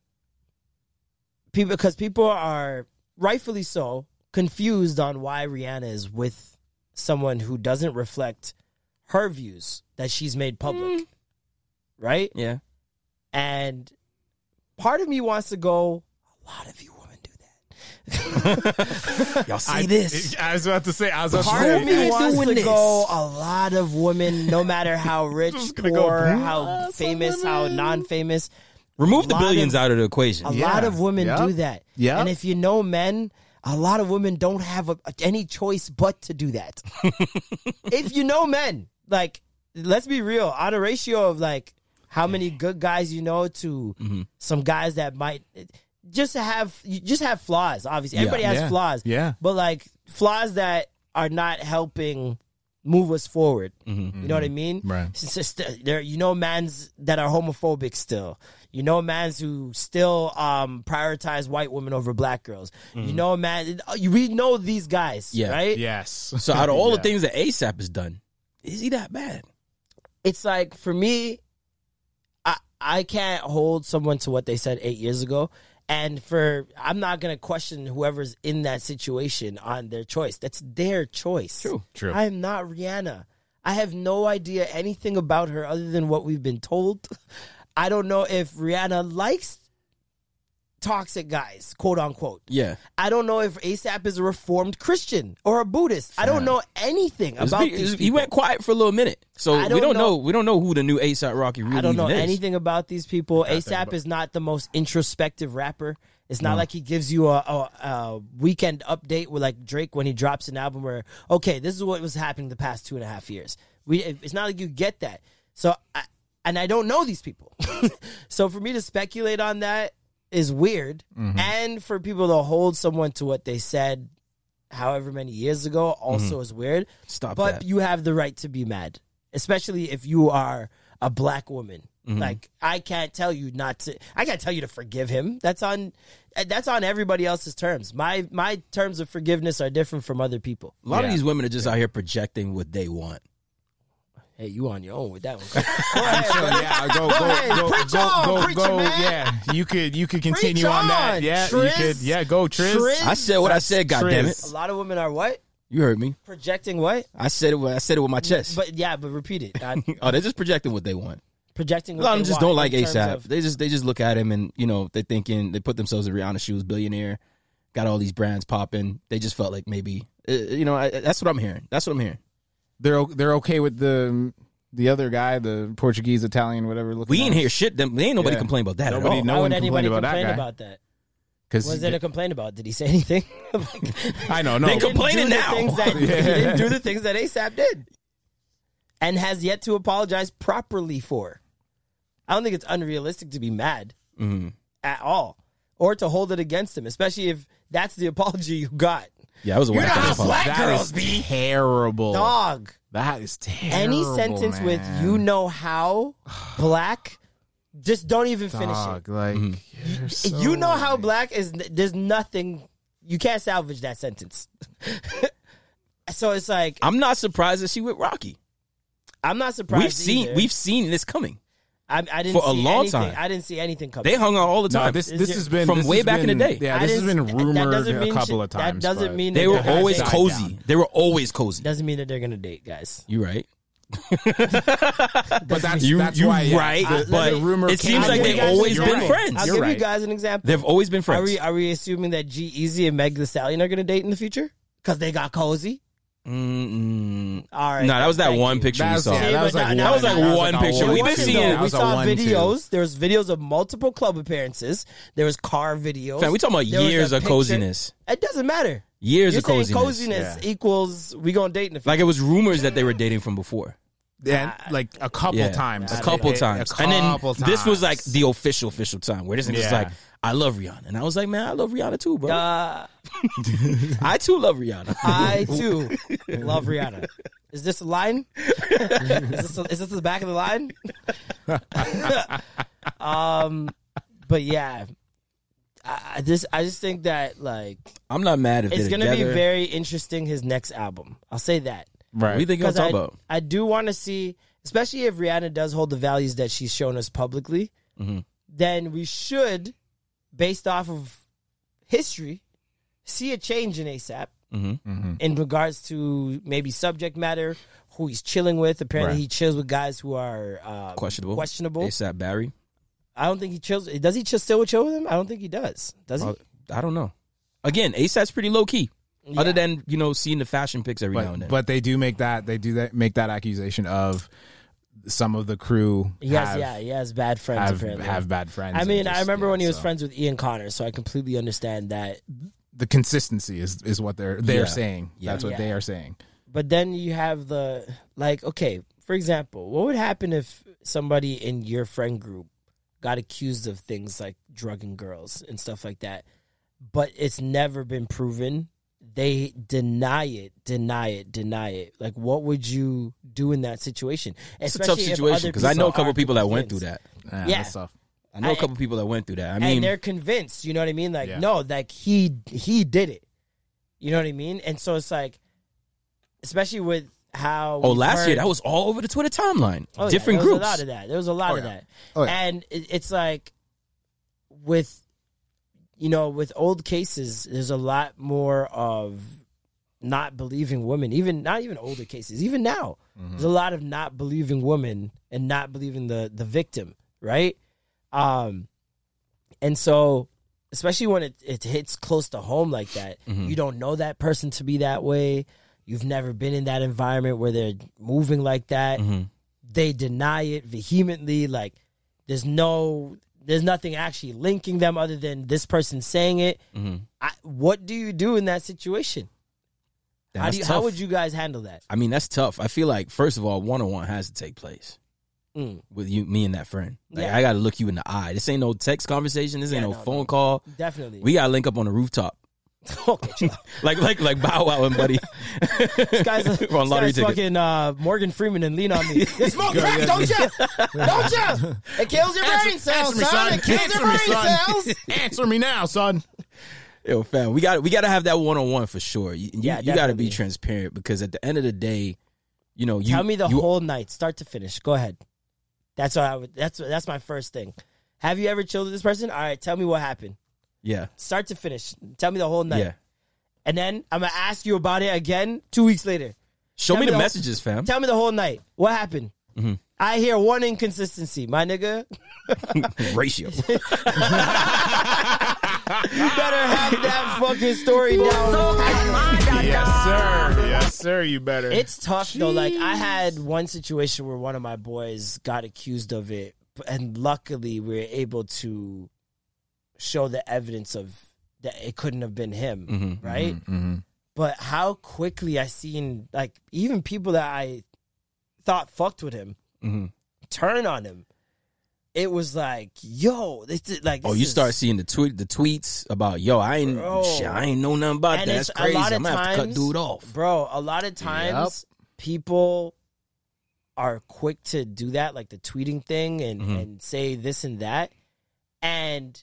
[SPEAKER 2] people because people are rightfully so confused on why Rihanna is with someone who doesn't reflect her views that she's made public. Right?
[SPEAKER 5] Yeah.
[SPEAKER 2] And part of me wants to go, a lot of you women do that.
[SPEAKER 5] Y'all see
[SPEAKER 1] I,
[SPEAKER 5] this?
[SPEAKER 1] I was about to say. I was about
[SPEAKER 2] Part
[SPEAKER 1] to
[SPEAKER 2] of
[SPEAKER 1] say.
[SPEAKER 2] me
[SPEAKER 5] Who
[SPEAKER 2] wants
[SPEAKER 5] doing
[SPEAKER 2] to
[SPEAKER 5] this?
[SPEAKER 2] go, a lot of women, no matter how rich,
[SPEAKER 1] Just
[SPEAKER 2] poor,
[SPEAKER 1] gonna go, "Hmm,
[SPEAKER 2] how famous, how non famous,
[SPEAKER 5] Remove the
[SPEAKER 2] lot of-
[SPEAKER 5] billions out of the equation.
[SPEAKER 2] A
[SPEAKER 1] Yeah.
[SPEAKER 2] lot of women
[SPEAKER 1] Yep.
[SPEAKER 2] do that.
[SPEAKER 1] Yep.
[SPEAKER 2] And if you know men, a lot of women don't have a, any choice but to do that. if you know men, like, let's be real, on a ratio of like how many good guys you know to
[SPEAKER 1] Mm-hmm.
[SPEAKER 2] some guys that might just have you just have flaws. Obviously, everybody has
[SPEAKER 1] Yeah.
[SPEAKER 2] flaws.
[SPEAKER 1] Yeah.
[SPEAKER 2] but like flaws that are not helping move us forward. You know what I mean?
[SPEAKER 1] Right.
[SPEAKER 2] It's just, uh, there, you know, mans that are homophobic still. You know, mans who still um, prioritize white women over black girls. You know, man, you- we know these guys,
[SPEAKER 5] Yeah.
[SPEAKER 2] right?
[SPEAKER 1] Yes.
[SPEAKER 5] So out of all
[SPEAKER 1] Yeah.
[SPEAKER 5] the things that ASAP has done, is he that bad?
[SPEAKER 2] It's like for me, I I can't hold someone to what they said eight years ago, And for I'm not gonna question whoever's in that situation on their choice. That's their choice.
[SPEAKER 5] True.
[SPEAKER 1] True.
[SPEAKER 2] I am not Rihanna. I have no idea anything about her other than what we've been told. I don't know if Rihanna likes toxic guys, quote unquote.
[SPEAKER 5] Yeah.
[SPEAKER 2] I don't know if ASAP is a reformed Christian or a Buddhist. I don't know anything
[SPEAKER 5] It was
[SPEAKER 2] about
[SPEAKER 5] big- it was-
[SPEAKER 2] these people.
[SPEAKER 5] he went quiet for a little minute, so
[SPEAKER 2] I
[SPEAKER 5] we
[SPEAKER 2] don't
[SPEAKER 5] don't know.
[SPEAKER 2] know-
[SPEAKER 5] We don't know who the new ASAP Rocky really
[SPEAKER 2] I don't know
[SPEAKER 5] even is.
[SPEAKER 2] anything about these people. ASAP
[SPEAKER 1] about-
[SPEAKER 2] is not the most introspective rapper. It's not like he gives you a, a, a weekend update with like Drake when he drops an album where okay, this is what was happening the past two and a half years. We it's not like you get that. So I, and I don't know these people, so for me to speculate on that is weird,
[SPEAKER 5] Mm-hmm.
[SPEAKER 2] and for people to hold someone to what they said, however many years ago, also is weird.
[SPEAKER 5] Mm-hmm. Stop
[SPEAKER 2] but
[SPEAKER 5] that.
[SPEAKER 2] you have the right to be mad, especially if you are a black woman.
[SPEAKER 5] Mm-hmm.
[SPEAKER 2] Like I can't tell you not to. I can't tell you to forgive him. That's on. That's on everybody else's terms. My my terms of forgiveness are different from other people.
[SPEAKER 5] A lot of
[SPEAKER 1] Yeah.
[SPEAKER 5] these women are just out here projecting what they want.
[SPEAKER 2] Hey, you on your own with that one.
[SPEAKER 1] So,
[SPEAKER 2] Go ahead,
[SPEAKER 1] yeah, go, go,
[SPEAKER 2] ahead,
[SPEAKER 1] go,
[SPEAKER 2] preach
[SPEAKER 1] go,
[SPEAKER 2] on,
[SPEAKER 1] go,
[SPEAKER 2] preach it,
[SPEAKER 1] go.
[SPEAKER 2] man.
[SPEAKER 1] Yeah, you could, you could
[SPEAKER 2] Preach
[SPEAKER 1] continue on, that.
[SPEAKER 2] on,
[SPEAKER 1] Yeah,
[SPEAKER 2] Triz.
[SPEAKER 1] you could. Yeah, go, Triz.
[SPEAKER 2] Triz.
[SPEAKER 5] I said what I said. God damn it!
[SPEAKER 2] a lot of women are what
[SPEAKER 5] You heard me.
[SPEAKER 2] projecting what,
[SPEAKER 5] I said it. with- I said it with my chest.
[SPEAKER 2] but yeah, but repeat it. i
[SPEAKER 5] oh, they're just projecting what they want.
[SPEAKER 2] projecting.
[SPEAKER 5] A
[SPEAKER 2] what
[SPEAKER 5] lot of
[SPEAKER 2] they
[SPEAKER 5] them just
[SPEAKER 2] want
[SPEAKER 5] don't like
[SPEAKER 2] in terms
[SPEAKER 5] ASAP.
[SPEAKER 2] of-
[SPEAKER 5] They just they just look at him and you know they're thinking they put themselves in Rihanna's shoes, billionaire, got all these brands popping. They just felt like maybe uh, you know I, that's what I'm hearing. That's what I'm hearing.
[SPEAKER 1] They're o- they're okay with the the other guy, the Portuguese, Italian, whatever. looking
[SPEAKER 5] We ain't
[SPEAKER 1] guy.
[SPEAKER 5] hear shit. Them they ain't nobody
[SPEAKER 1] Yeah.
[SPEAKER 5] complain about that
[SPEAKER 1] Nobody
[SPEAKER 5] at
[SPEAKER 1] know-
[SPEAKER 5] all.
[SPEAKER 1] no
[SPEAKER 2] Why
[SPEAKER 1] one
[SPEAKER 2] would anybody
[SPEAKER 1] complained about that
[SPEAKER 2] complain
[SPEAKER 1] guy.
[SPEAKER 2] about that? What
[SPEAKER 1] 'Cause
[SPEAKER 2] is there to complain about? Did he say anything? Like-
[SPEAKER 1] I know, no.
[SPEAKER 5] They
[SPEAKER 2] didn't
[SPEAKER 5] complaining
[SPEAKER 2] do the
[SPEAKER 5] now.
[SPEAKER 2] things that- He
[SPEAKER 1] Yeah.
[SPEAKER 2] didn't do the things that ASAP did, and has yet to apologize properly for. I don't think it's unrealistic to be mad
[SPEAKER 5] Mhm.
[SPEAKER 2] at all, or to hold it against him, especially if that's the apology you got,
[SPEAKER 5] Yeah, I was a whack ass
[SPEAKER 1] That
[SPEAKER 5] apology.
[SPEAKER 1] is
[SPEAKER 2] Oh.
[SPEAKER 1] terrible.
[SPEAKER 2] dog.
[SPEAKER 1] That is terrible.
[SPEAKER 2] Any sentence with
[SPEAKER 1] man.
[SPEAKER 2] "you know how," black, just don't even finish it.
[SPEAKER 1] Dog, like you're so-
[SPEAKER 2] you know how black is there's nothing you can't salvage that sentence so it's like
[SPEAKER 5] I'm not surprised that she with Rocky.
[SPEAKER 2] i'm not surprised
[SPEAKER 5] We've seen
[SPEAKER 2] either.
[SPEAKER 5] we've seen this coming.
[SPEAKER 2] I, I didn't
[SPEAKER 5] for a
[SPEAKER 2] see
[SPEAKER 5] long
[SPEAKER 2] anything.
[SPEAKER 5] time.
[SPEAKER 2] i didn't see anything coming
[SPEAKER 5] They hung out all the time.
[SPEAKER 1] No, this this has been
[SPEAKER 5] From
[SPEAKER 1] this
[SPEAKER 5] way
[SPEAKER 1] has
[SPEAKER 5] back in the
[SPEAKER 1] been-
[SPEAKER 5] day.
[SPEAKER 1] Yeah,
[SPEAKER 2] I
[SPEAKER 1] this has been
[SPEAKER 2] didn't- that- that
[SPEAKER 1] rumored
[SPEAKER 2] doesn't
[SPEAKER 1] a
[SPEAKER 2] mean
[SPEAKER 1] couple
[SPEAKER 2] shit-
[SPEAKER 1] of times.
[SPEAKER 2] that doesn't
[SPEAKER 1] but-
[SPEAKER 2] mean
[SPEAKER 5] they were
[SPEAKER 2] that they're
[SPEAKER 5] always
[SPEAKER 2] died
[SPEAKER 5] cozy. They were always cozy.
[SPEAKER 2] doesn't mean that they're gonna date guys
[SPEAKER 5] you right?
[SPEAKER 1] But that's
[SPEAKER 5] You-
[SPEAKER 1] that's
[SPEAKER 5] you
[SPEAKER 1] why, yeah,
[SPEAKER 5] right,
[SPEAKER 1] the- the
[SPEAKER 5] but
[SPEAKER 1] rumor
[SPEAKER 5] it
[SPEAKER 1] came
[SPEAKER 5] seems
[SPEAKER 1] out.
[SPEAKER 5] like
[SPEAKER 2] I'll
[SPEAKER 5] they
[SPEAKER 2] give you guys
[SPEAKER 5] always
[SPEAKER 2] an
[SPEAKER 1] You're
[SPEAKER 5] been
[SPEAKER 2] example.
[SPEAKER 1] right.
[SPEAKER 5] friends.
[SPEAKER 2] i'll
[SPEAKER 1] You're
[SPEAKER 2] give
[SPEAKER 1] right.
[SPEAKER 2] you guys an example
[SPEAKER 5] They've always been
[SPEAKER 2] are
[SPEAKER 5] friends.
[SPEAKER 2] we are we assuming that g easy and meg the stallion are gonna date in the future because they got cozy
[SPEAKER 5] Mm-mm.
[SPEAKER 2] all right
[SPEAKER 5] No, that was that
[SPEAKER 2] thank
[SPEAKER 5] one
[SPEAKER 2] you.
[SPEAKER 5] picture
[SPEAKER 1] That
[SPEAKER 5] we
[SPEAKER 1] was-
[SPEAKER 5] saw.
[SPEAKER 1] yeah, that was like
[SPEAKER 2] See, but
[SPEAKER 5] that was
[SPEAKER 2] that-
[SPEAKER 5] like
[SPEAKER 2] that was
[SPEAKER 5] one
[SPEAKER 1] like a
[SPEAKER 5] picture.
[SPEAKER 1] one-
[SPEAKER 5] We've been
[SPEAKER 1] Wasn't
[SPEAKER 5] seeing.
[SPEAKER 1] that
[SPEAKER 2] We
[SPEAKER 1] was a
[SPEAKER 2] saw
[SPEAKER 1] one, two.
[SPEAKER 2] videos. There was videos of multiple club appearances. There was car videos.
[SPEAKER 5] Fam, we talking about
[SPEAKER 2] There was a
[SPEAKER 5] years of
[SPEAKER 2] picture-
[SPEAKER 5] coziness.
[SPEAKER 2] It doesn't matter.
[SPEAKER 5] Years
[SPEAKER 2] You're
[SPEAKER 5] of
[SPEAKER 2] saying
[SPEAKER 5] coziness.
[SPEAKER 2] coziness, equals we gonna date in the future.
[SPEAKER 5] Like it was rumors that they were dating from before.
[SPEAKER 1] and like a couple
[SPEAKER 5] Yeah.
[SPEAKER 1] times,
[SPEAKER 5] A couple
[SPEAKER 1] It- it-
[SPEAKER 5] times.
[SPEAKER 1] a
[SPEAKER 5] and then
[SPEAKER 1] couple
[SPEAKER 5] this was
[SPEAKER 1] times.
[SPEAKER 5] like the official official time where this nigga's
[SPEAKER 1] Yeah.
[SPEAKER 5] like, I love Rihanna. And I was like, man, I love Rihanna too, bro.
[SPEAKER 2] Uh,
[SPEAKER 5] I too love Rihanna.
[SPEAKER 2] I too love Rihanna. Is this a line? is, this is this the back of the line? um, but yeah, I, I just I just think that like
[SPEAKER 5] I'm not mad if
[SPEAKER 2] it's
[SPEAKER 5] they're
[SPEAKER 2] gonna
[SPEAKER 5] together.
[SPEAKER 2] be very interesting. His next album, I'll say that.
[SPEAKER 5] What do you
[SPEAKER 1] right.
[SPEAKER 5] think I'll
[SPEAKER 2] I,
[SPEAKER 5] talk about?
[SPEAKER 2] I do want to see, especially if Rihanna does hold the values that she's shown us publicly,
[SPEAKER 5] Mm-hmm.
[SPEAKER 2] then we should, based off of history, see a change in ASAP
[SPEAKER 5] Mm-hmm.
[SPEAKER 1] Mm-hmm.
[SPEAKER 2] in regards to maybe subject matter, who he's chilling with. Apparently,
[SPEAKER 1] Right.
[SPEAKER 2] he chills with guys who are um,
[SPEAKER 5] Questionable.
[SPEAKER 2] Questionable.
[SPEAKER 5] ASAP Barry.
[SPEAKER 2] I don't think he chills. Does he chill, still chill with him? I don't think he does. Does he?
[SPEAKER 5] Uh, I don't know. Again, ASAP's pretty low key. Other
[SPEAKER 2] Yeah.
[SPEAKER 5] than, you know, seeing the fashion pics every now and
[SPEAKER 1] But,
[SPEAKER 5] then.
[SPEAKER 1] but they do make that they do that make that accusation of some of the crew
[SPEAKER 2] He has,
[SPEAKER 1] have,
[SPEAKER 2] yeah, he has bad friends.
[SPEAKER 1] have,
[SPEAKER 2] apparently,
[SPEAKER 1] have bad friends.
[SPEAKER 2] I
[SPEAKER 1] and
[SPEAKER 2] mean,
[SPEAKER 1] just-
[SPEAKER 2] I remember
[SPEAKER 1] yeah,
[SPEAKER 2] when he was
[SPEAKER 1] so.
[SPEAKER 2] friends with Ian Connor, so I completely understand that.
[SPEAKER 1] The consistency is is what they're they're
[SPEAKER 5] Yeah.
[SPEAKER 1] saying.
[SPEAKER 5] Yeah.
[SPEAKER 1] That's what
[SPEAKER 2] Yeah.
[SPEAKER 1] they are saying.
[SPEAKER 2] But then you have the like, okay, for example, what would happen if somebody in your friend group got accused of things like drugging girls and stuff like that, but it's never been proven? They deny it, deny it, deny it. Like, what would you do in that situation?
[SPEAKER 5] it's a tough
[SPEAKER 2] Especially if
[SPEAKER 5] situation
[SPEAKER 2] other
[SPEAKER 5] because I know a
[SPEAKER 2] people
[SPEAKER 5] couple
[SPEAKER 2] are
[SPEAKER 5] people that went through
[SPEAKER 2] convinced.
[SPEAKER 5] that.
[SPEAKER 1] Yeah,
[SPEAKER 2] Yeah.
[SPEAKER 1] that's tough.
[SPEAKER 5] I know a
[SPEAKER 2] I-
[SPEAKER 5] couple people that went through that. I
[SPEAKER 2] and
[SPEAKER 5] mean,
[SPEAKER 2] they're convinced. You know what I mean? Like,
[SPEAKER 1] Yeah.
[SPEAKER 2] no, like he he did it. You know what I mean? And so it's like, especially with how
[SPEAKER 5] oh,
[SPEAKER 2] we've
[SPEAKER 5] last year
[SPEAKER 2] heard-
[SPEAKER 5] that was all over the Twitter timeline.
[SPEAKER 2] Oh, yeah,
[SPEAKER 5] Different
[SPEAKER 2] there
[SPEAKER 5] groups. Oh,
[SPEAKER 2] Was a lot of that. There was a lot of that,
[SPEAKER 1] Oh, yeah.
[SPEAKER 2] and it, it's like with you know, with old cases, there's a lot more of not believing women, even not even older cases, even now.
[SPEAKER 5] Mm-hmm.
[SPEAKER 2] There's a lot of not believing women and not believing the the victim, right? Um and so especially when it, it hits close to home like that,
[SPEAKER 5] Mm-hmm.
[SPEAKER 2] you don't know that person to be that way. You've never been in that environment where they're moving like
[SPEAKER 5] Mm-hmm.
[SPEAKER 2] that. They deny it vehemently, like there's no there's nothing actually linking them other than this person saying it. I, what do you do in that situation?
[SPEAKER 5] Damn,
[SPEAKER 2] how
[SPEAKER 5] that's
[SPEAKER 2] do you,
[SPEAKER 5] tough.
[SPEAKER 2] how would you guys handle that?
[SPEAKER 5] I mean, that's tough. I feel like first of all, one on one has to take place
[SPEAKER 2] Mm.
[SPEAKER 5] with you, me, and that friend. Like
[SPEAKER 2] Yeah.
[SPEAKER 5] I got to look you in the eye. This ain't no text conversation. This ain't
[SPEAKER 2] Yeah,
[SPEAKER 5] no,
[SPEAKER 2] no,
[SPEAKER 5] phone
[SPEAKER 2] no.
[SPEAKER 5] call.
[SPEAKER 2] Definitely.
[SPEAKER 5] We got to link up on the rooftop,
[SPEAKER 2] okay, chill out.
[SPEAKER 5] like like like Bow Wow and Buddy.
[SPEAKER 2] This guy's, this
[SPEAKER 5] We're on lottery
[SPEAKER 2] guy's
[SPEAKER 5] tickets.
[SPEAKER 2] fucking uh, Morgan Freeman and lean on me. It's smoke crack, don't you? Don't you? It kills your brain cells,
[SPEAKER 1] me,
[SPEAKER 2] son.
[SPEAKER 1] son.
[SPEAKER 2] It kills your
[SPEAKER 1] Answer me,
[SPEAKER 2] brain
[SPEAKER 1] son.
[SPEAKER 2] cells.
[SPEAKER 1] Answer me now, son.
[SPEAKER 5] Yo, fam, we got we got to have that one on one for sure. You, you, got to
[SPEAKER 2] Yeah,
[SPEAKER 5] be
[SPEAKER 2] definitely.
[SPEAKER 5] transparent because at the end of the day, you know, you
[SPEAKER 2] Tell me the
[SPEAKER 5] you-
[SPEAKER 2] whole night, start to finish. Go ahead. That's what I would. That's what- that's my first thing. Have you ever chilled with this person? All right, tell me what happened,
[SPEAKER 5] Yeah,
[SPEAKER 2] start to finish. Tell me the whole night,
[SPEAKER 5] yeah.
[SPEAKER 2] and then I'm gonna ask you about it again two weeks later.
[SPEAKER 5] Show
[SPEAKER 2] Tell
[SPEAKER 5] me
[SPEAKER 2] me
[SPEAKER 5] the
[SPEAKER 2] the-
[SPEAKER 5] messages, fam. Mm-hmm.
[SPEAKER 2] Tell me the whole night. What happened? I hear one inconsistency, my nigga.
[SPEAKER 5] Ratio.
[SPEAKER 2] You better have that fucking story down.
[SPEAKER 1] Yes, sir. Yes, sir. You better.
[SPEAKER 2] It's tough though. Like I had one situation where one of my boys got accused of it, b- and luckily we were able to show the evidence of that it couldn't have been him,
[SPEAKER 5] Mm-hmm.
[SPEAKER 2] right? But how quickly I seen like even people that I thought fucked with him
[SPEAKER 5] Mhm.
[SPEAKER 2] turn on him. It was like, yo, this is like.
[SPEAKER 5] Oh,
[SPEAKER 2] this
[SPEAKER 5] you
[SPEAKER 2] is-
[SPEAKER 5] start seeing the tweet, the tweets about yo, I ain't,
[SPEAKER 2] Bro.
[SPEAKER 5] shit, I ain't know nothing about that.
[SPEAKER 2] And it's
[SPEAKER 5] That's crazy.
[SPEAKER 2] a lot of
[SPEAKER 5] I'm gonna have to cut
[SPEAKER 2] times-
[SPEAKER 5] dude off.
[SPEAKER 2] Bro, a lot of times people are quick to do that, like the tweeting thing and,
[SPEAKER 5] Mhm.
[SPEAKER 2] and say this and that. And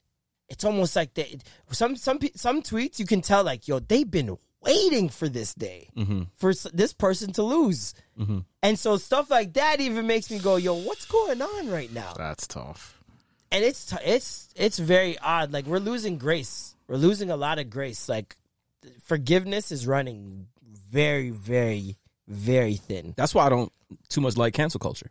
[SPEAKER 2] it's almost like they some some pe- some tweets you can tell like, yo, they've been waiting for this day
[SPEAKER 5] Mm-hmm.
[SPEAKER 2] for s- this person to lose.
[SPEAKER 1] Mm-hmm.
[SPEAKER 5] Mhm.
[SPEAKER 2] And so stuff like that even makes me go, yo, what's going on right now?
[SPEAKER 1] That's tough.
[SPEAKER 2] and it's t- it's it's very odd. Like we're losing grace. We're losing a lot of grace. Like forgiveness is running very, very, very thin.
[SPEAKER 5] That's why I don't too much like cancel culture.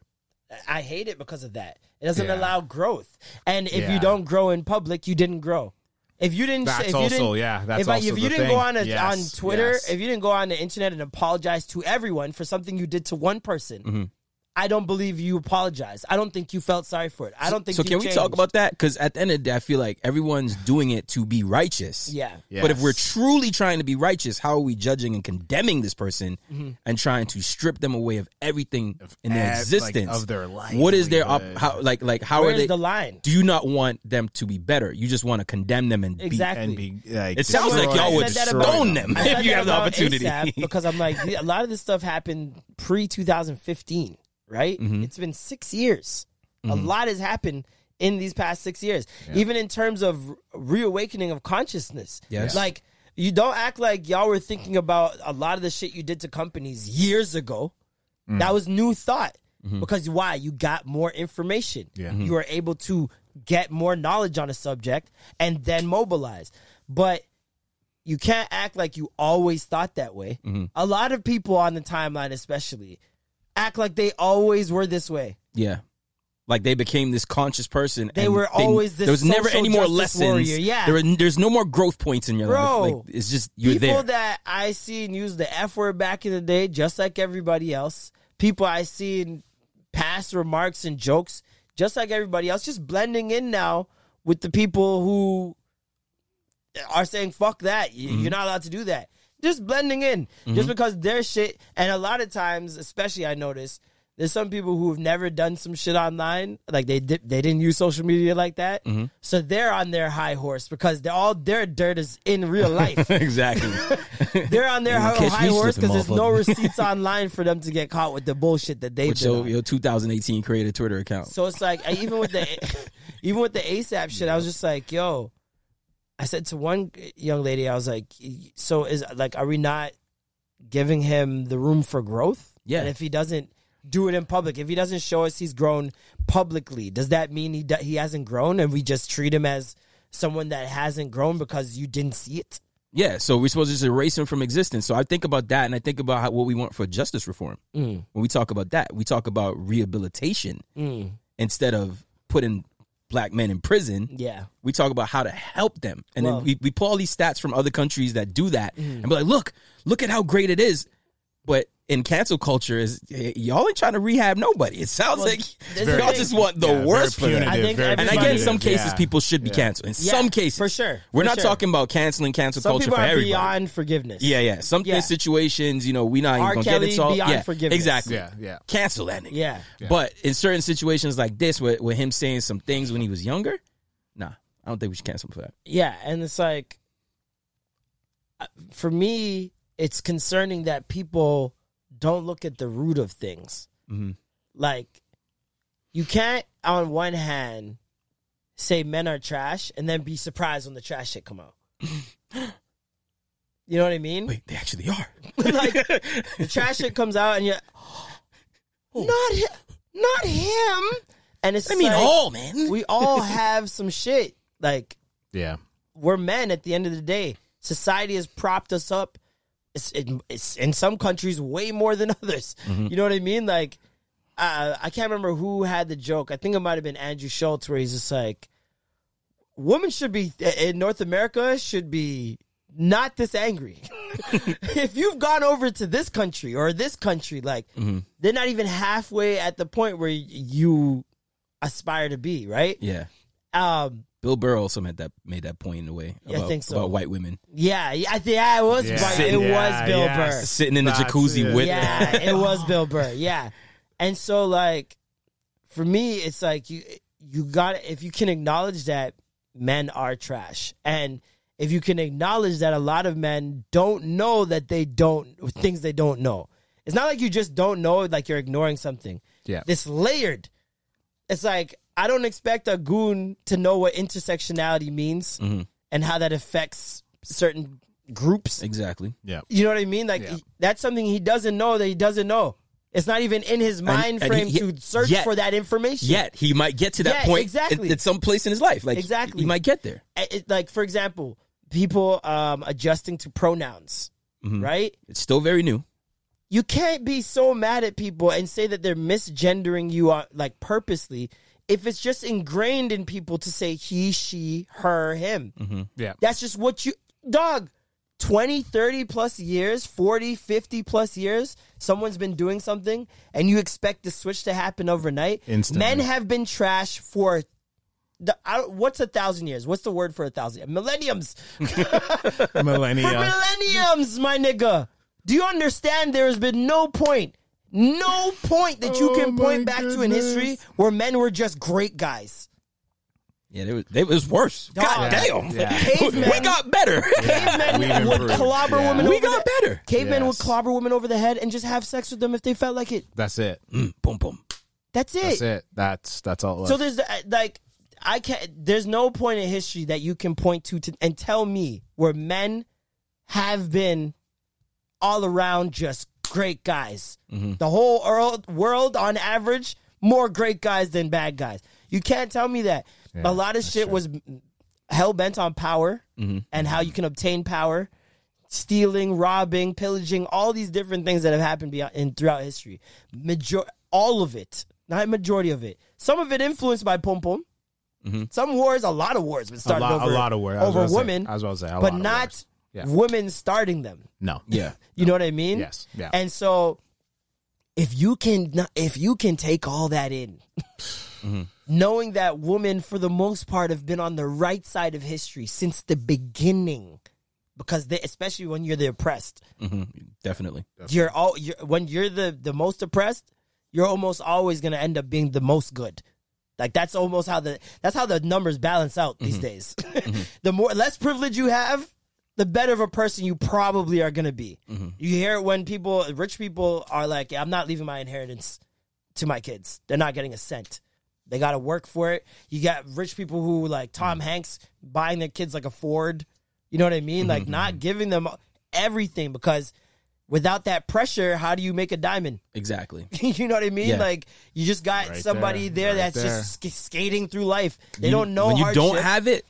[SPEAKER 2] I hate it because of that. It doesn't
[SPEAKER 1] Yeah.
[SPEAKER 2] allow growth. And if
[SPEAKER 1] Yeah.
[SPEAKER 2] you don't grow in public, you didn't grow. If you didn't,
[SPEAKER 1] That's
[SPEAKER 2] if you
[SPEAKER 1] also-
[SPEAKER 2] didn't,
[SPEAKER 1] yeah, that's
[SPEAKER 2] if, I-
[SPEAKER 1] also
[SPEAKER 2] if you
[SPEAKER 1] the
[SPEAKER 2] didn't
[SPEAKER 1] thing.
[SPEAKER 2] go on a,
[SPEAKER 1] Yes,
[SPEAKER 2] on Twitter,
[SPEAKER 1] yes.
[SPEAKER 2] if you didn't go on the internet and apologize to everyone for something you did to one person,
[SPEAKER 1] Mm-hmm.
[SPEAKER 5] Mhm.
[SPEAKER 2] I don't believe you apologized. I don't think you felt sorry for it. I don't think.
[SPEAKER 5] so.
[SPEAKER 2] you
[SPEAKER 5] Can we talk
[SPEAKER 2] changed.
[SPEAKER 5] about that? Because at the end of the day, I feel like everyone's doing it to be righteous.
[SPEAKER 2] Yeah.
[SPEAKER 5] But if we're
[SPEAKER 1] Yes.
[SPEAKER 5] truly trying to be righteous, how are we judging and condemning this person and trying to strip them away of everything in their
[SPEAKER 1] Mm-hmm. ev- like,
[SPEAKER 5] existence
[SPEAKER 1] of their
[SPEAKER 5] What is their op-
[SPEAKER 1] livelihood.
[SPEAKER 5] how like like how are
[SPEAKER 2] Where's
[SPEAKER 5] they?
[SPEAKER 2] the line?
[SPEAKER 5] do you not want them to be better? You just want to condemn them and be
[SPEAKER 2] Exactly.
[SPEAKER 1] And be like,
[SPEAKER 5] It sounds like
[SPEAKER 1] destroy-
[SPEAKER 5] y'all would
[SPEAKER 2] I said that
[SPEAKER 1] destroy
[SPEAKER 2] about-
[SPEAKER 5] stone them
[SPEAKER 2] I said
[SPEAKER 5] if you
[SPEAKER 2] that
[SPEAKER 5] have the
[SPEAKER 2] about
[SPEAKER 5] opportunity.
[SPEAKER 2] ASAP because I'm like, a lot of this stuff happened pre 2015, right?
[SPEAKER 1] Mm-hmm.
[SPEAKER 2] It's been six years. A lot has happened in these past six years, even in terms of reawakening of consciousness.
[SPEAKER 5] Yes.
[SPEAKER 2] Like, you don't act like y'all were thinking about a lot of the shit you did to companies years ago. That was new thought. Because why? You got more information.
[SPEAKER 1] Yeah.
[SPEAKER 2] You were able to get more knowledge on a subject and then mobilize. But you can't act like you always thought that way. A lot of people on the timeline, especially, act like they always were this way.
[SPEAKER 5] Yeah. Like they became this conscious person.
[SPEAKER 2] They
[SPEAKER 5] and
[SPEAKER 2] were always this
[SPEAKER 5] There was never
[SPEAKER 2] social
[SPEAKER 5] any more
[SPEAKER 2] justice
[SPEAKER 5] lessons.
[SPEAKER 2] warrior, yeah.
[SPEAKER 5] There were, there's no more growth points in your
[SPEAKER 2] Bro,
[SPEAKER 5] life. Like, it's just you're
[SPEAKER 2] people
[SPEAKER 5] there.
[SPEAKER 2] that I seen use the F word back in the day, just like everybody else. People I seen past remarks and jokes, just like everybody else, just blending in now with the people who are saying fuck that. You-
[SPEAKER 5] Mm-hmm.
[SPEAKER 2] You're not allowed to do that. Just blending in, just because their shit. And a lot of times, especially I notice, there's some people who have never done some shit online, like they did, they didn't use social media like that.
[SPEAKER 5] Mm-hmm.
[SPEAKER 2] So they're on their high horse because they're all their dirt is in real life.
[SPEAKER 5] exactly.
[SPEAKER 2] They're on their
[SPEAKER 5] You catch me
[SPEAKER 2] high, high horse
[SPEAKER 5] slipping,
[SPEAKER 2] because there's no
[SPEAKER 5] motherfucker.
[SPEAKER 2] receipts online for them to get caught with the bullshit that they've
[SPEAKER 5] With
[SPEAKER 2] done.
[SPEAKER 5] your, your 2018 created Twitter account.
[SPEAKER 2] So it's like I- even with the even with the ASAP shit, I was just like, yo. I said to one young lady, I was like, so is like, are we not giving him the room for growth?
[SPEAKER 5] Yeah.
[SPEAKER 2] And if he doesn't do it in public, if he doesn't show us he's grown publicly, does that mean he do, he hasn't grown and we just treat him as someone that hasn't grown because you didn't see it.
[SPEAKER 5] Yeah, so we're supposed to just erase him from existence. So I think about that, and I think about how, what we want for justice reform.
[SPEAKER 2] Mm.
[SPEAKER 5] When we talk about that, we talk about rehabilitation
[SPEAKER 2] Mm.
[SPEAKER 5] instead of putting black men in prison.
[SPEAKER 2] Yeah.
[SPEAKER 5] We talk about how to help them, and
[SPEAKER 2] Well- Mm.
[SPEAKER 5] then we, we pull all these stats from other countries that do that, and be like, look, look at how great it is. But in cancel culture, is y- y'all ain't trying to rehab nobody. It sounds
[SPEAKER 2] Well,
[SPEAKER 5] like
[SPEAKER 2] this
[SPEAKER 5] y'all
[SPEAKER 2] is-
[SPEAKER 5] just want the
[SPEAKER 1] Yeah, very
[SPEAKER 5] worst for them.
[SPEAKER 1] punitive,
[SPEAKER 2] I think
[SPEAKER 1] very
[SPEAKER 5] And again, in
[SPEAKER 1] punitive,
[SPEAKER 5] some cases,
[SPEAKER 1] yeah.
[SPEAKER 5] people should be canceled. In
[SPEAKER 2] Yeah,
[SPEAKER 5] some cases,
[SPEAKER 2] for sure,
[SPEAKER 5] We're
[SPEAKER 2] for
[SPEAKER 5] not
[SPEAKER 2] sure.
[SPEAKER 5] talking about canceling cancel
[SPEAKER 2] Some
[SPEAKER 5] culture
[SPEAKER 2] people
[SPEAKER 5] for
[SPEAKER 2] are
[SPEAKER 5] everybody.
[SPEAKER 2] beyond forgiveness.
[SPEAKER 5] Yeah, yeah. Some
[SPEAKER 2] Yeah.
[SPEAKER 5] situations, you know, we not even
[SPEAKER 2] R.
[SPEAKER 5] gonna get
[SPEAKER 2] Kelly
[SPEAKER 5] it. all.
[SPEAKER 2] beyond
[SPEAKER 5] yeah,
[SPEAKER 2] forgiveness.
[SPEAKER 5] exactly.
[SPEAKER 1] Yeah, yeah.
[SPEAKER 5] Cancel that nigga.
[SPEAKER 2] Yeah.
[SPEAKER 5] But in certain situations like this, with, with him saying some things when he was younger, nah, I don't think we should cancel him for that.
[SPEAKER 2] Yeah, and it's like uh, for me, it's concerning that people don't look at the root of things.
[SPEAKER 5] Mhm.
[SPEAKER 2] Like you can't on one hand say men are trash and then be surprised when the trash shit come out. you know what I mean?
[SPEAKER 5] Wait, they actually are.
[SPEAKER 2] like the trash shit comes out and you're not hi- not him. And it's
[SPEAKER 5] I mean,
[SPEAKER 2] like,
[SPEAKER 5] all man.
[SPEAKER 2] we all have some shit like
[SPEAKER 1] Yeah.
[SPEAKER 2] we're men at the end of the day. Society has propped us up. It's, it, it's in some countries way more than others. You know what I mean? Like, uh, I can't remember who had the joke. I think it might have been Andrew Schultz, where he's just like, "Women should be in North America should be not this angry. if you've gone over to this country or this country, like, they're not even halfway at the point where you aspire to be, right?
[SPEAKER 5] yeah,
[SPEAKER 2] Um,
[SPEAKER 5] Bill Burr also made that made that point in a way
[SPEAKER 2] Yeah, I
[SPEAKER 5] about,
[SPEAKER 2] think so.
[SPEAKER 5] about white women
[SPEAKER 2] Yeah, yeah, I think yeah, it was
[SPEAKER 1] Yeah.
[SPEAKER 2] right.
[SPEAKER 1] Sitting-
[SPEAKER 2] It
[SPEAKER 1] yeah,
[SPEAKER 2] was Bill
[SPEAKER 1] yes.
[SPEAKER 2] Burr.
[SPEAKER 5] sitting in the
[SPEAKER 1] That's
[SPEAKER 5] jacuzzi
[SPEAKER 1] it.
[SPEAKER 5] with.
[SPEAKER 2] Yeah, it was Bill Burr. Yeah, and so like for me, it's like you you got if you can acknowledge that men are trash, and if you can acknowledge that a lot of men don't know that they don't things they don't know. It's not like you just don't know, like you're ignoring something.
[SPEAKER 1] Yeah.
[SPEAKER 2] It's layered. It's like I don't expect a goon to know what intersectionality means and how that affects certain groups.
[SPEAKER 5] exactly.
[SPEAKER 1] Yeah.
[SPEAKER 2] You know what I mean? Like
[SPEAKER 1] Yeah.
[SPEAKER 2] that's something he doesn't know that he doesn't know. It's not even in his
[SPEAKER 5] and
[SPEAKER 2] mind
[SPEAKER 5] he-
[SPEAKER 2] frame
[SPEAKER 5] he-
[SPEAKER 2] to search
[SPEAKER 5] yet-
[SPEAKER 2] for that information.
[SPEAKER 5] Yet he might get to that
[SPEAKER 2] Yeah,
[SPEAKER 5] point
[SPEAKER 2] exactly.
[SPEAKER 5] at, at some place in his life. Like
[SPEAKER 2] Exactly.
[SPEAKER 5] he might get there.
[SPEAKER 2] I- it- like for example, people um, adjusting to pronouns,
[SPEAKER 5] Mm-hmm.
[SPEAKER 2] right?
[SPEAKER 5] It's still very new.
[SPEAKER 2] You can't be so mad at people and say that they're misgendering you uh, like purposely if it's just ingrained in people to say he, she, her, him.
[SPEAKER 1] Yeah.
[SPEAKER 2] That's just what you dog 20, 30 plus years, 40, 50 plus years, someone's been doing something and you expect the switch to happen overnight.
[SPEAKER 1] Instantly.
[SPEAKER 2] Men have been trash for the, I don't, what's a thousand years? What's the word for a thousand? Millenniums. For
[SPEAKER 1] Millennia.
[SPEAKER 2] millenniums, my nigga. Do you understand there has been no point, no point that you
[SPEAKER 1] Oh
[SPEAKER 2] can point
[SPEAKER 1] my
[SPEAKER 2] back to in history where men were just great guys.
[SPEAKER 5] Yeah, they was, they was worse.
[SPEAKER 2] Dog.
[SPEAKER 5] God
[SPEAKER 2] Yeah.
[SPEAKER 5] damn.
[SPEAKER 1] Yeah.
[SPEAKER 2] Cavemen-
[SPEAKER 5] We got better.
[SPEAKER 1] We've
[SPEAKER 2] Cavemen would
[SPEAKER 1] improved,
[SPEAKER 2] clobber
[SPEAKER 1] yeah.
[SPEAKER 2] women
[SPEAKER 5] We
[SPEAKER 2] over
[SPEAKER 5] got
[SPEAKER 2] the-
[SPEAKER 5] better.
[SPEAKER 2] Cavemen would
[SPEAKER 1] Yes.
[SPEAKER 2] clobber women over the head and just have sex with them if they felt like it.
[SPEAKER 1] That's it.
[SPEAKER 5] Mm, boom, boom.
[SPEAKER 2] That's it.
[SPEAKER 1] That's it. That's that's all. it
[SPEAKER 2] So
[SPEAKER 1] was.
[SPEAKER 2] there's uh, like I can't. There's no point in history that you can point to, to and tell me where men have been all around just great guys. The whole world, world on average, more great guys than bad guys. You can't tell me that. a lot of shit was hell bent on power
[SPEAKER 1] Mm-hmm.
[SPEAKER 2] and how you can obtain power, stealing, robbing, pillaging, all these different things that have happened beyond, in throughout history. Major, all of it, not majority of it. Some of it influenced by pom pom. Some wars, a lot of wars, but started
[SPEAKER 1] lot- Mm-hmm. a
[SPEAKER 2] over
[SPEAKER 1] lot of war. I was
[SPEAKER 2] over
[SPEAKER 1] about to say-
[SPEAKER 2] women.
[SPEAKER 1] I was about to say, a
[SPEAKER 2] but
[SPEAKER 1] lot of
[SPEAKER 2] not
[SPEAKER 1] wars. Yeah.
[SPEAKER 2] women starting them.
[SPEAKER 1] no.
[SPEAKER 5] Yeah.
[SPEAKER 2] You know what I mean?
[SPEAKER 1] Yes. Yeah.
[SPEAKER 2] And so, if you can, not- if you can take all that in,
[SPEAKER 1] Mm-hmm.
[SPEAKER 2] knowing that women, for the most part, have been on the right side of history since the beginning, because they, especially when you're the oppressed,
[SPEAKER 5] hmm Definitely.
[SPEAKER 2] you're all you're, when you're the the most oppressed, you're almost always gonna end up being the most good. Like that's almost how the that's how the numbers balance out these days. the more less privilege you have, the better of a person you probably are gonna be. You hear it when people, rich people, are like, "I'm not leaving my inheritance to my kids. They're not getting a cent. They got to work for it." You got rich people who like Tom Hanks buying their kids like a Ford. You know what I mean? Like not giving them everything because without that pressure, how do you make a diamond?
[SPEAKER 5] Exactly.
[SPEAKER 2] you know what I mean?
[SPEAKER 5] Yeah.
[SPEAKER 2] Like you just got
[SPEAKER 1] Right
[SPEAKER 2] somebody there,
[SPEAKER 1] there, right
[SPEAKER 2] that's just sk- skating through life. They don't know
[SPEAKER 5] When you
[SPEAKER 2] hardship.
[SPEAKER 5] don't have it,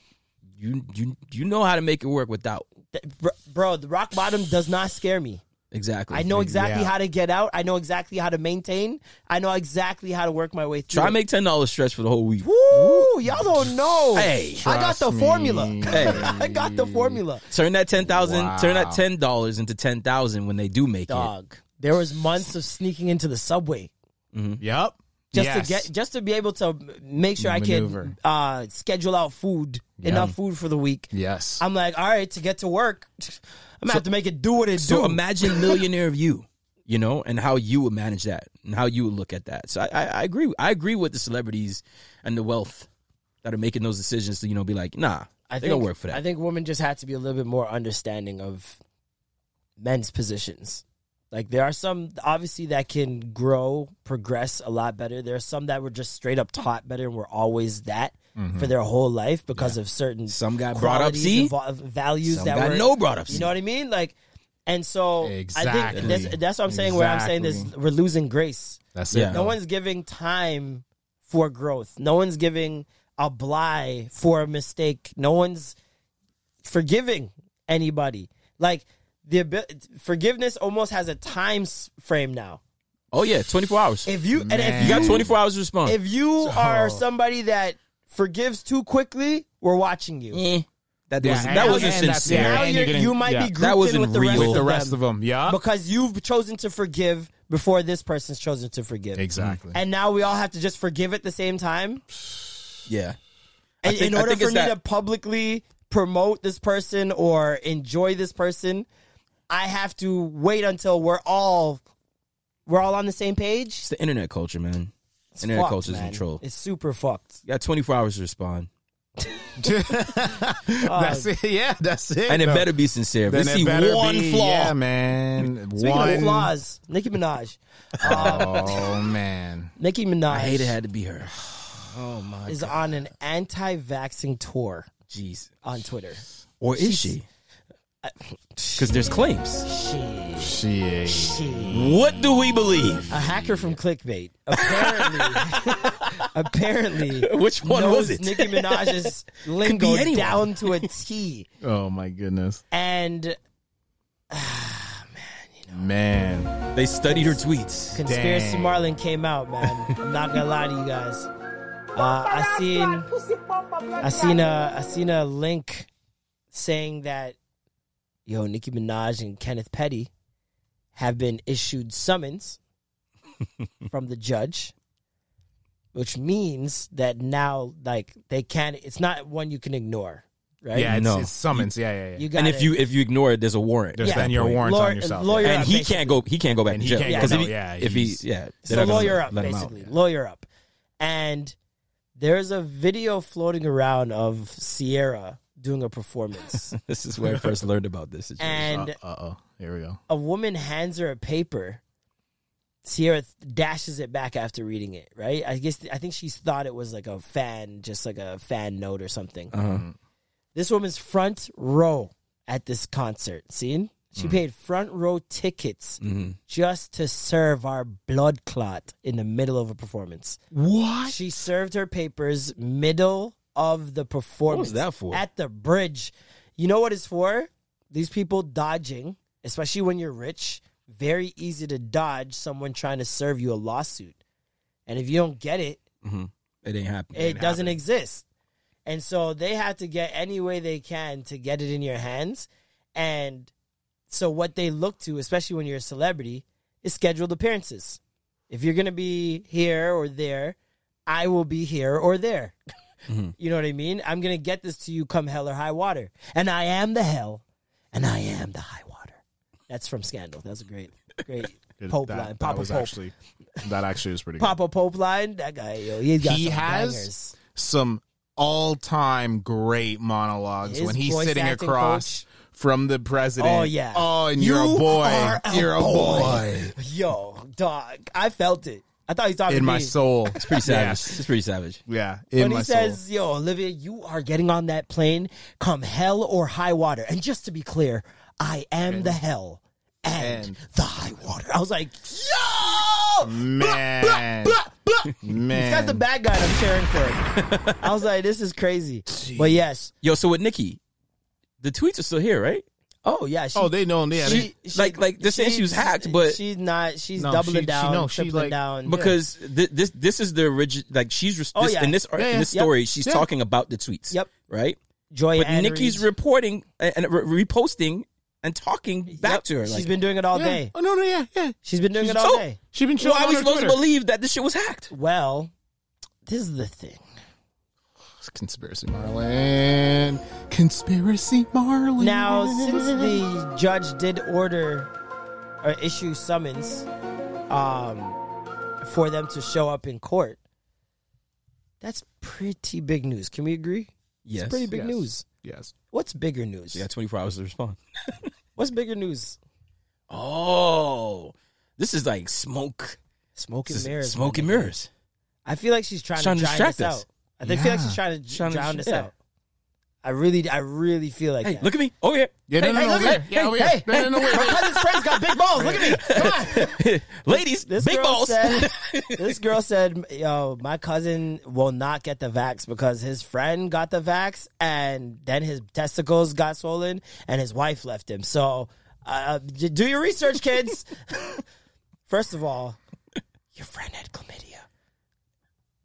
[SPEAKER 5] you you you know how to make it work without
[SPEAKER 2] Th- br- Bro, the rock bottom does not scare me.
[SPEAKER 5] exactly.
[SPEAKER 2] I know exactly
[SPEAKER 1] Yeah.
[SPEAKER 2] how to get out. I know exactly how to maintain. I know exactly how to work my way through.
[SPEAKER 5] Try
[SPEAKER 2] it.
[SPEAKER 5] make ten dollars stretch for the whole week.
[SPEAKER 2] Woo! Y'all don't know.
[SPEAKER 5] Hey,
[SPEAKER 2] I got
[SPEAKER 1] trust
[SPEAKER 2] the
[SPEAKER 1] me.
[SPEAKER 2] formula.
[SPEAKER 5] Hey.
[SPEAKER 2] I got the formula.
[SPEAKER 5] Turn that ten thousand. Turn that
[SPEAKER 1] Wow.
[SPEAKER 5] ten dollars into ten thousand when they do make it.
[SPEAKER 2] Dog, there was months of sneaking into the subway
[SPEAKER 1] Yep.
[SPEAKER 2] just
[SPEAKER 1] Yes.
[SPEAKER 2] to get, just to be able to m- make sure
[SPEAKER 1] Maneuver.
[SPEAKER 2] I can uh, schedule out food enough food for the week.
[SPEAKER 1] Yes.
[SPEAKER 2] I'm like, all right, to get to work, I'm gonna have to make it do what it
[SPEAKER 5] So
[SPEAKER 2] do.
[SPEAKER 5] imagine millionaire of you, you know, and how you would manage that and how you would look at that. So I, I, I agree. I agree with the celebrities and the wealth that are making those decisions to you know be like, nah,
[SPEAKER 2] I
[SPEAKER 5] they don't work for that.
[SPEAKER 2] I think women just had to be a little bit more understanding of men's positions. Like there are some obviously that can grow, progress a lot better. There are some that were just straight up taught better and were always that for their whole life because of certain
[SPEAKER 5] Mm-hmm. Some got brought up,
[SPEAKER 2] qualities
[SPEAKER 5] see?
[SPEAKER 2] and vo- values
[SPEAKER 5] Some
[SPEAKER 2] that
[SPEAKER 5] got
[SPEAKER 2] were
[SPEAKER 5] no brought up,
[SPEAKER 2] You know what I mean? Like and so I
[SPEAKER 1] Exactly.
[SPEAKER 2] think that's, that's what I'm saying. Where I'm saying this,
[SPEAKER 1] Exactly.
[SPEAKER 2] we're losing grace.
[SPEAKER 1] That's
[SPEAKER 5] Yeah.
[SPEAKER 1] it.
[SPEAKER 2] No one's giving time for growth. No one's giving a bly for a mistake. No one's forgiving anybody. Like the abi- forgiveness almost has a time s- frame now.
[SPEAKER 5] oh yeah, twenty four hours.
[SPEAKER 2] If you and if
[SPEAKER 1] Man. oh.
[SPEAKER 5] you got
[SPEAKER 2] you,
[SPEAKER 5] twenty four hours to respond.
[SPEAKER 2] if you are somebody that forgives too quickly, we're watching you.
[SPEAKER 5] Eh, that
[SPEAKER 1] Yeah,
[SPEAKER 5] was
[SPEAKER 1] and-
[SPEAKER 5] that wasn't
[SPEAKER 1] and that's-
[SPEAKER 5] sincere.
[SPEAKER 1] yeah,
[SPEAKER 2] Now
[SPEAKER 1] and
[SPEAKER 2] you're,
[SPEAKER 1] you're getting-
[SPEAKER 2] you might
[SPEAKER 1] yeah.
[SPEAKER 2] be
[SPEAKER 1] That
[SPEAKER 2] grouped in
[SPEAKER 5] wasn't
[SPEAKER 2] with the rest,
[SPEAKER 5] real.
[SPEAKER 1] With
[SPEAKER 2] of,
[SPEAKER 1] the rest
[SPEAKER 2] them
[SPEAKER 1] of them. Yeah.
[SPEAKER 2] because you've chosen to forgive before this person's chosen to forgive.
[SPEAKER 1] Exactly.
[SPEAKER 2] And now we all have to just forgive at the same time.
[SPEAKER 5] Yeah. I
[SPEAKER 2] And
[SPEAKER 5] think-
[SPEAKER 2] in
[SPEAKER 5] I
[SPEAKER 2] order
[SPEAKER 5] think
[SPEAKER 2] for
[SPEAKER 5] it's
[SPEAKER 2] me
[SPEAKER 5] that-
[SPEAKER 2] to publicly promote this person or enjoy this person, I have to wait until we're all we're all on the same page.
[SPEAKER 5] It's the internet culture, man.
[SPEAKER 2] It's
[SPEAKER 5] internet
[SPEAKER 2] fucked,
[SPEAKER 5] culture's
[SPEAKER 2] man.
[SPEAKER 5] in control.
[SPEAKER 2] It's super fucked.
[SPEAKER 5] You got twenty four hours to respond.
[SPEAKER 1] that's it. Yeah, that's it.
[SPEAKER 5] And it
[SPEAKER 1] though.
[SPEAKER 5] better be sincere. If
[SPEAKER 1] Then
[SPEAKER 5] we
[SPEAKER 1] it
[SPEAKER 5] see
[SPEAKER 1] better
[SPEAKER 5] one
[SPEAKER 1] be,
[SPEAKER 5] flaw.
[SPEAKER 1] Yeah, man.
[SPEAKER 2] Speaking
[SPEAKER 1] one
[SPEAKER 2] of flaws, Nicki Minaj.
[SPEAKER 1] Oh man.
[SPEAKER 2] Nicki Minaj
[SPEAKER 5] I hate it had to be her. Oh my
[SPEAKER 2] is on an anti-vaxxing tour
[SPEAKER 5] jeez.
[SPEAKER 2] on Twitter.
[SPEAKER 5] Or is she? Because there's claims.
[SPEAKER 2] She,
[SPEAKER 1] She is.
[SPEAKER 2] she.
[SPEAKER 5] What do we believe?
[SPEAKER 2] A hacker from clickbait. Apparently, apparently,
[SPEAKER 5] Which one
[SPEAKER 2] knows
[SPEAKER 5] was it?
[SPEAKER 2] Nicki Minaj's lingo
[SPEAKER 5] anyone.
[SPEAKER 2] down to a T.
[SPEAKER 1] Oh my goodness.
[SPEAKER 2] And
[SPEAKER 1] Man.
[SPEAKER 5] They studied her tweets.
[SPEAKER 2] conspiracy
[SPEAKER 1] Dang.
[SPEAKER 2] Marlin came out, man. I'm not gonna lie to you guys. Uh, I seen, I seen a, I seen a link saying that, yo, Nicki Minaj and Kenneth Petty have been issued summons from the judge, which means that now, like, they can't. It's not one you can ignore, right?
[SPEAKER 1] Yeah, it's,
[SPEAKER 5] No.
[SPEAKER 1] it's summons. Yeah, yeah, yeah.
[SPEAKER 2] you got
[SPEAKER 5] And if you if you ignore it, there's a warrant.
[SPEAKER 1] There's
[SPEAKER 2] Yeah. Oh,
[SPEAKER 1] then your warrants
[SPEAKER 2] Lawyer-
[SPEAKER 1] on yourself.
[SPEAKER 2] lawyer-
[SPEAKER 1] Yeah.
[SPEAKER 5] And he can't go. He can't go back
[SPEAKER 1] And he
[SPEAKER 5] to jail.
[SPEAKER 1] can't go-
[SPEAKER 5] 'Cause if
[SPEAKER 1] no,
[SPEAKER 5] he-
[SPEAKER 1] yeah,
[SPEAKER 5] if he
[SPEAKER 1] he's-
[SPEAKER 5] yeah, they're
[SPEAKER 2] so
[SPEAKER 5] not gonna
[SPEAKER 2] lawyer up,
[SPEAKER 5] let him out.
[SPEAKER 2] basically. Lawyer up. And there's a video floating around of Sierra doing a performance.
[SPEAKER 5] This is where I first learned about this. situation.
[SPEAKER 2] and
[SPEAKER 1] Uh oh. Here we go.
[SPEAKER 2] a woman hands her a paper. Sierra th- dashes it back after reading it, right? I guess I think she thought it was like a fan, just like a fan note or something.
[SPEAKER 5] Uh-huh.
[SPEAKER 2] This woman's front row at this concert. See?
[SPEAKER 5] Mm.
[SPEAKER 2] She paid front row tickets
[SPEAKER 5] Mm-hmm.
[SPEAKER 2] just to serve our blood clot in the middle of a performance.
[SPEAKER 1] What?
[SPEAKER 2] She served her papers middle of the performance.
[SPEAKER 5] that for?
[SPEAKER 2] At the bridge. You know what it's for? These people dodging, especially when you're rich, very easy to dodge someone trying to serve you a lawsuit. And if you don't get it,
[SPEAKER 5] it ain't happening.
[SPEAKER 2] it doesn't exist. And so they have to get any way they can to get it in your hands. And so what they look to, especially when you're a celebrity, is scheduled appearances. If you're going to be here or there, I will be here or there.
[SPEAKER 1] Mm-hmm.
[SPEAKER 2] You know what I mean? I'm going to get this to you come hell or high water. And I am the hell and I am the high water. That's from Scandal. That's a great, great Pope
[SPEAKER 1] that,
[SPEAKER 2] line.
[SPEAKER 1] that
[SPEAKER 2] Papa
[SPEAKER 1] was
[SPEAKER 2] Pope.
[SPEAKER 1] actually that actually was pretty good.
[SPEAKER 2] Papa Pope line. That guy, yo, he's got
[SPEAKER 1] he
[SPEAKER 2] some
[SPEAKER 1] has
[SPEAKER 2] bangers.
[SPEAKER 1] some all-time great monologues
[SPEAKER 2] His
[SPEAKER 1] when he's
[SPEAKER 2] voice
[SPEAKER 1] sitting
[SPEAKER 2] acting
[SPEAKER 1] across from the president.
[SPEAKER 2] Oh, yeah.
[SPEAKER 1] Oh, and
[SPEAKER 2] You
[SPEAKER 1] you're a boy.
[SPEAKER 2] are a
[SPEAKER 1] you're
[SPEAKER 2] boy.
[SPEAKER 1] a boy.
[SPEAKER 2] Yo, dog, I felt it. I thought he was talking
[SPEAKER 1] In
[SPEAKER 2] to
[SPEAKER 1] my
[SPEAKER 2] me.
[SPEAKER 1] soul. It's
[SPEAKER 5] Pretty savage. It's pretty savage.
[SPEAKER 1] Yeah. In
[SPEAKER 2] When
[SPEAKER 1] my
[SPEAKER 2] he
[SPEAKER 1] soul.
[SPEAKER 2] says, "Yo, Olivia, you are getting on that plane, come hell or high water." And just to be clear, I am the hell and,
[SPEAKER 1] and-
[SPEAKER 2] the high water. I was like, "Yo,
[SPEAKER 1] Man.
[SPEAKER 2] blah, blah,
[SPEAKER 1] Man.
[SPEAKER 2] This guy's the bad guy. and I'm cheering for him. I was like, this is crazy. But yes.
[SPEAKER 5] Yo, so with Nikki, the tweets are still here, right?
[SPEAKER 2] Oh yeah. She,
[SPEAKER 1] Oh, they know. Yeah, they,
[SPEAKER 5] Like- like, they're saying she was hacked, but-
[SPEAKER 2] she's not. She's
[SPEAKER 1] No,
[SPEAKER 2] doubling
[SPEAKER 1] she- she-
[SPEAKER 2] down.
[SPEAKER 1] no, she,
[SPEAKER 2] tripling
[SPEAKER 1] like-
[SPEAKER 2] down
[SPEAKER 5] Because thi- this this is the original. Like she's res-
[SPEAKER 2] Oh,
[SPEAKER 5] this,
[SPEAKER 2] yeah.
[SPEAKER 5] in this ar-
[SPEAKER 1] Yeah,
[SPEAKER 5] in
[SPEAKER 1] yeah.
[SPEAKER 5] this
[SPEAKER 2] Yep.
[SPEAKER 5] story, she's
[SPEAKER 1] Yeah.
[SPEAKER 5] talking about the tweets.
[SPEAKER 2] Yep.
[SPEAKER 5] Right.
[SPEAKER 2] Joy.
[SPEAKER 5] but
[SPEAKER 2] Ann
[SPEAKER 5] Nikki's
[SPEAKER 2] Reid.
[SPEAKER 5] reporting and, and re- reposting and talking back
[SPEAKER 2] Yep,
[SPEAKER 5] to her.
[SPEAKER 2] she's
[SPEAKER 5] Like,
[SPEAKER 2] been doing it all
[SPEAKER 1] yeah.
[SPEAKER 2] day.
[SPEAKER 1] Oh no, no, yeah, yeah.
[SPEAKER 2] She's been doing
[SPEAKER 5] She's
[SPEAKER 2] it all
[SPEAKER 5] so-
[SPEAKER 2] day.
[SPEAKER 1] She been
[SPEAKER 5] so
[SPEAKER 1] chilling.
[SPEAKER 5] why are
[SPEAKER 1] on
[SPEAKER 5] we
[SPEAKER 1] her
[SPEAKER 5] supposed
[SPEAKER 1] Twitter.
[SPEAKER 5] to believe that this shit was hacked?
[SPEAKER 2] Well, this is the thing.
[SPEAKER 1] It's conspiracy, Marlin. Conspiracy, Marlin.
[SPEAKER 2] Now, since the judge did order or issue summons um, for them to show up in court, that's pretty big news. Can we agree?
[SPEAKER 5] Yes.
[SPEAKER 2] It's pretty big
[SPEAKER 1] Yes.
[SPEAKER 2] news.
[SPEAKER 1] yes,
[SPEAKER 2] What's bigger news?
[SPEAKER 5] She got 24 hours to respond.
[SPEAKER 2] What's bigger news?
[SPEAKER 5] Oh, this is like smoke.
[SPEAKER 2] Smoke
[SPEAKER 5] This
[SPEAKER 2] and
[SPEAKER 5] is
[SPEAKER 2] mirrors. my
[SPEAKER 5] smoke and
[SPEAKER 2] nigga.
[SPEAKER 5] mirrors.
[SPEAKER 2] I feel like she's trying,
[SPEAKER 5] Trying
[SPEAKER 2] to
[SPEAKER 5] to
[SPEAKER 2] drown
[SPEAKER 5] distract
[SPEAKER 2] this
[SPEAKER 5] us.
[SPEAKER 2] out. I think- I feel like she's
[SPEAKER 1] Yeah.
[SPEAKER 2] trying to
[SPEAKER 5] Trying to-
[SPEAKER 2] drown this
[SPEAKER 5] yeah.
[SPEAKER 2] out. I really, I really feel like
[SPEAKER 5] Hey,
[SPEAKER 2] that.
[SPEAKER 5] look at me. Oh yeah.
[SPEAKER 1] yeah, no, no, no,
[SPEAKER 2] look
[SPEAKER 1] over
[SPEAKER 2] at-
[SPEAKER 1] here. yeah, over here.
[SPEAKER 2] hey,
[SPEAKER 1] No, no, no, wait,
[SPEAKER 2] My
[SPEAKER 1] wait.
[SPEAKER 2] cousin's friend's got big balls. Look at me. Come on.
[SPEAKER 5] Ladies,
[SPEAKER 2] This
[SPEAKER 5] big
[SPEAKER 2] girl
[SPEAKER 5] balls.
[SPEAKER 2] Said, this girl said, "Yo, my cousin will not get the vax because his friend got the vax, and then his testicles got swollen, and his wife left him. So, uh, j- do your research, kids. First of all, your friend had chlamydia.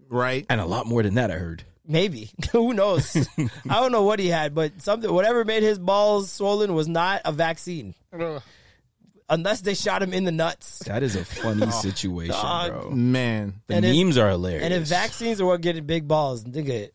[SPEAKER 1] Right.
[SPEAKER 5] and a lot more than that, I heard.
[SPEAKER 2] Maybe who knows? I don't know what he had, but something, whatever made his balls swollen, was not a vaccine, unless they shot him in the nuts."
[SPEAKER 5] That is a funny situation,
[SPEAKER 2] Oh.
[SPEAKER 5] bro.
[SPEAKER 1] Man,
[SPEAKER 5] The
[SPEAKER 2] And if-
[SPEAKER 5] memes are hilarious.
[SPEAKER 2] And if vaccines are what getting big balls, nigga,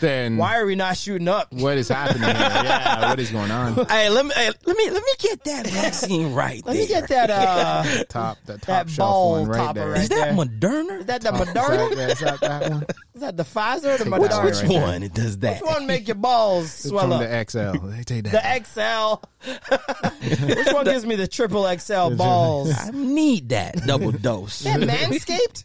[SPEAKER 1] then
[SPEAKER 2] why are we not shooting up?
[SPEAKER 1] Hmm. what is happening here? Yeah, what is going on?
[SPEAKER 5] Hey, let me hey, let me let me get that vaccine right.
[SPEAKER 2] Let me
[SPEAKER 5] there.
[SPEAKER 2] get that uh
[SPEAKER 1] Top, the top
[SPEAKER 2] That
[SPEAKER 1] shelf
[SPEAKER 2] ball
[SPEAKER 1] one right
[SPEAKER 2] topper
[SPEAKER 1] there.
[SPEAKER 2] right
[SPEAKER 5] Is that
[SPEAKER 2] there.
[SPEAKER 5] Moderna?
[SPEAKER 2] is that the
[SPEAKER 1] Top- is that-
[SPEAKER 2] Moderna?
[SPEAKER 1] yeah, is that that one?
[SPEAKER 2] Is that the Pfizer or the
[SPEAKER 1] Which-
[SPEAKER 2] Moderna?
[SPEAKER 1] Sorry,
[SPEAKER 5] Which
[SPEAKER 1] right there.
[SPEAKER 5] one? It does that.
[SPEAKER 2] Which one make your balls swell up?
[SPEAKER 1] It's from the XL. They take that.
[SPEAKER 2] The XL. Which one gives me the triple XL balls?
[SPEAKER 5] I need that double dose.
[SPEAKER 2] That manscaped.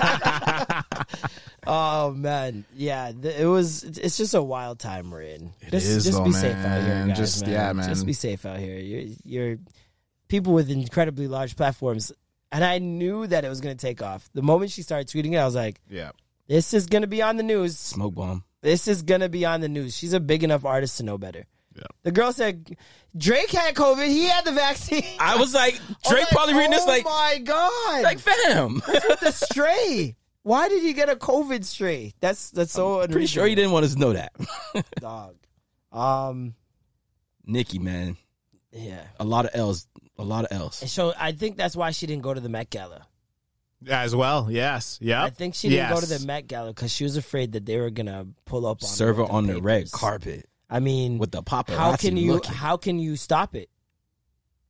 [SPEAKER 2] oh man, yeah, th- it was. It's just a wild time we're in. just,
[SPEAKER 1] is,
[SPEAKER 2] just
[SPEAKER 1] though,
[SPEAKER 2] be safe out here,
[SPEAKER 1] man.
[SPEAKER 2] guys,
[SPEAKER 1] Just-
[SPEAKER 2] man.
[SPEAKER 1] yeah, man.
[SPEAKER 2] Just be safe out here. You're, you're people with incredibly large platforms, and I knew that it was going to take off. The moment she started tweeting it, I was like,
[SPEAKER 1] yeah.
[SPEAKER 2] "This is going to be on the news.
[SPEAKER 5] Smoke bomb.
[SPEAKER 2] This is going to be on the news." She's a big enough artist to know better.
[SPEAKER 1] Yeah.
[SPEAKER 2] The girl said, "Drake had COVID. He had the vaccine."
[SPEAKER 5] I was like, Drake
[SPEAKER 2] I was like,
[SPEAKER 5] probably reading this
[SPEAKER 2] "Oh
[SPEAKER 5] like,
[SPEAKER 2] my god,
[SPEAKER 5] like fam.
[SPEAKER 2] the stray. Why did he get a COVID stray? That's that's so
[SPEAKER 5] Pretty sure you
[SPEAKER 2] unreasonable.
[SPEAKER 5] didn't want us to know that.
[SPEAKER 2] dog. Um,
[SPEAKER 5] Nikki, man,
[SPEAKER 2] yeah.
[SPEAKER 5] a lot of L's, a lot of L's.
[SPEAKER 2] And so I think that's why she didn't go to the Met Gala.
[SPEAKER 1] As well. Yes. Yep.
[SPEAKER 2] I think she didn't go
[SPEAKER 1] Yes.
[SPEAKER 2] to the Met Gala because she was afraid that they were gonna pull up on her
[SPEAKER 5] Server
[SPEAKER 2] with
[SPEAKER 5] on the red
[SPEAKER 2] papers.
[SPEAKER 5] carpet
[SPEAKER 2] I mean,
[SPEAKER 5] with the paparazzi
[SPEAKER 2] how can you
[SPEAKER 5] looking.
[SPEAKER 2] how can you stop it?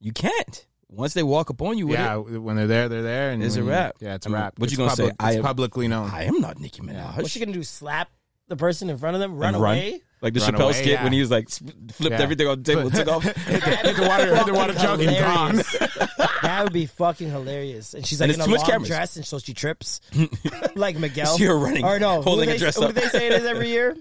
[SPEAKER 5] you can't. Once they walk upon you with
[SPEAKER 1] Yeah,
[SPEAKER 5] it,
[SPEAKER 1] when they're there, they're there. And
[SPEAKER 5] It's a
[SPEAKER 1] when-
[SPEAKER 5] wrap.
[SPEAKER 1] Yeah, it's a
[SPEAKER 5] I mean,
[SPEAKER 1] wrap.
[SPEAKER 5] what you
[SPEAKER 1] It's
[SPEAKER 5] gonna say?
[SPEAKER 1] public-
[SPEAKER 5] I
[SPEAKER 1] It's
[SPEAKER 5] am-
[SPEAKER 1] publicly known.
[SPEAKER 5] I am not Nicki Minaj.
[SPEAKER 2] What's she gonna do? Slap the person in front of them? Run
[SPEAKER 5] And
[SPEAKER 2] away?
[SPEAKER 5] Like the
[SPEAKER 1] Run
[SPEAKER 5] Chappelle
[SPEAKER 1] away,
[SPEAKER 5] skit
[SPEAKER 1] yeah.
[SPEAKER 5] when he was like sp- flipped
[SPEAKER 1] Yeah.
[SPEAKER 5] everything on the table, and took off.
[SPEAKER 2] That'd be
[SPEAKER 1] Hit the water- hit the water
[SPEAKER 2] fucking
[SPEAKER 1] jug and gone.
[SPEAKER 2] hilarious. that would be fucking hilarious. And she's like
[SPEAKER 5] And
[SPEAKER 2] in
[SPEAKER 5] it's
[SPEAKER 2] a
[SPEAKER 5] too much
[SPEAKER 2] long
[SPEAKER 5] cameras.
[SPEAKER 2] dress, and so she trips, like Miguel.
[SPEAKER 5] You're running,
[SPEAKER 2] or no?
[SPEAKER 5] holding a
[SPEAKER 2] who they,
[SPEAKER 5] dress
[SPEAKER 2] who
[SPEAKER 5] up.
[SPEAKER 2] they say it is every year?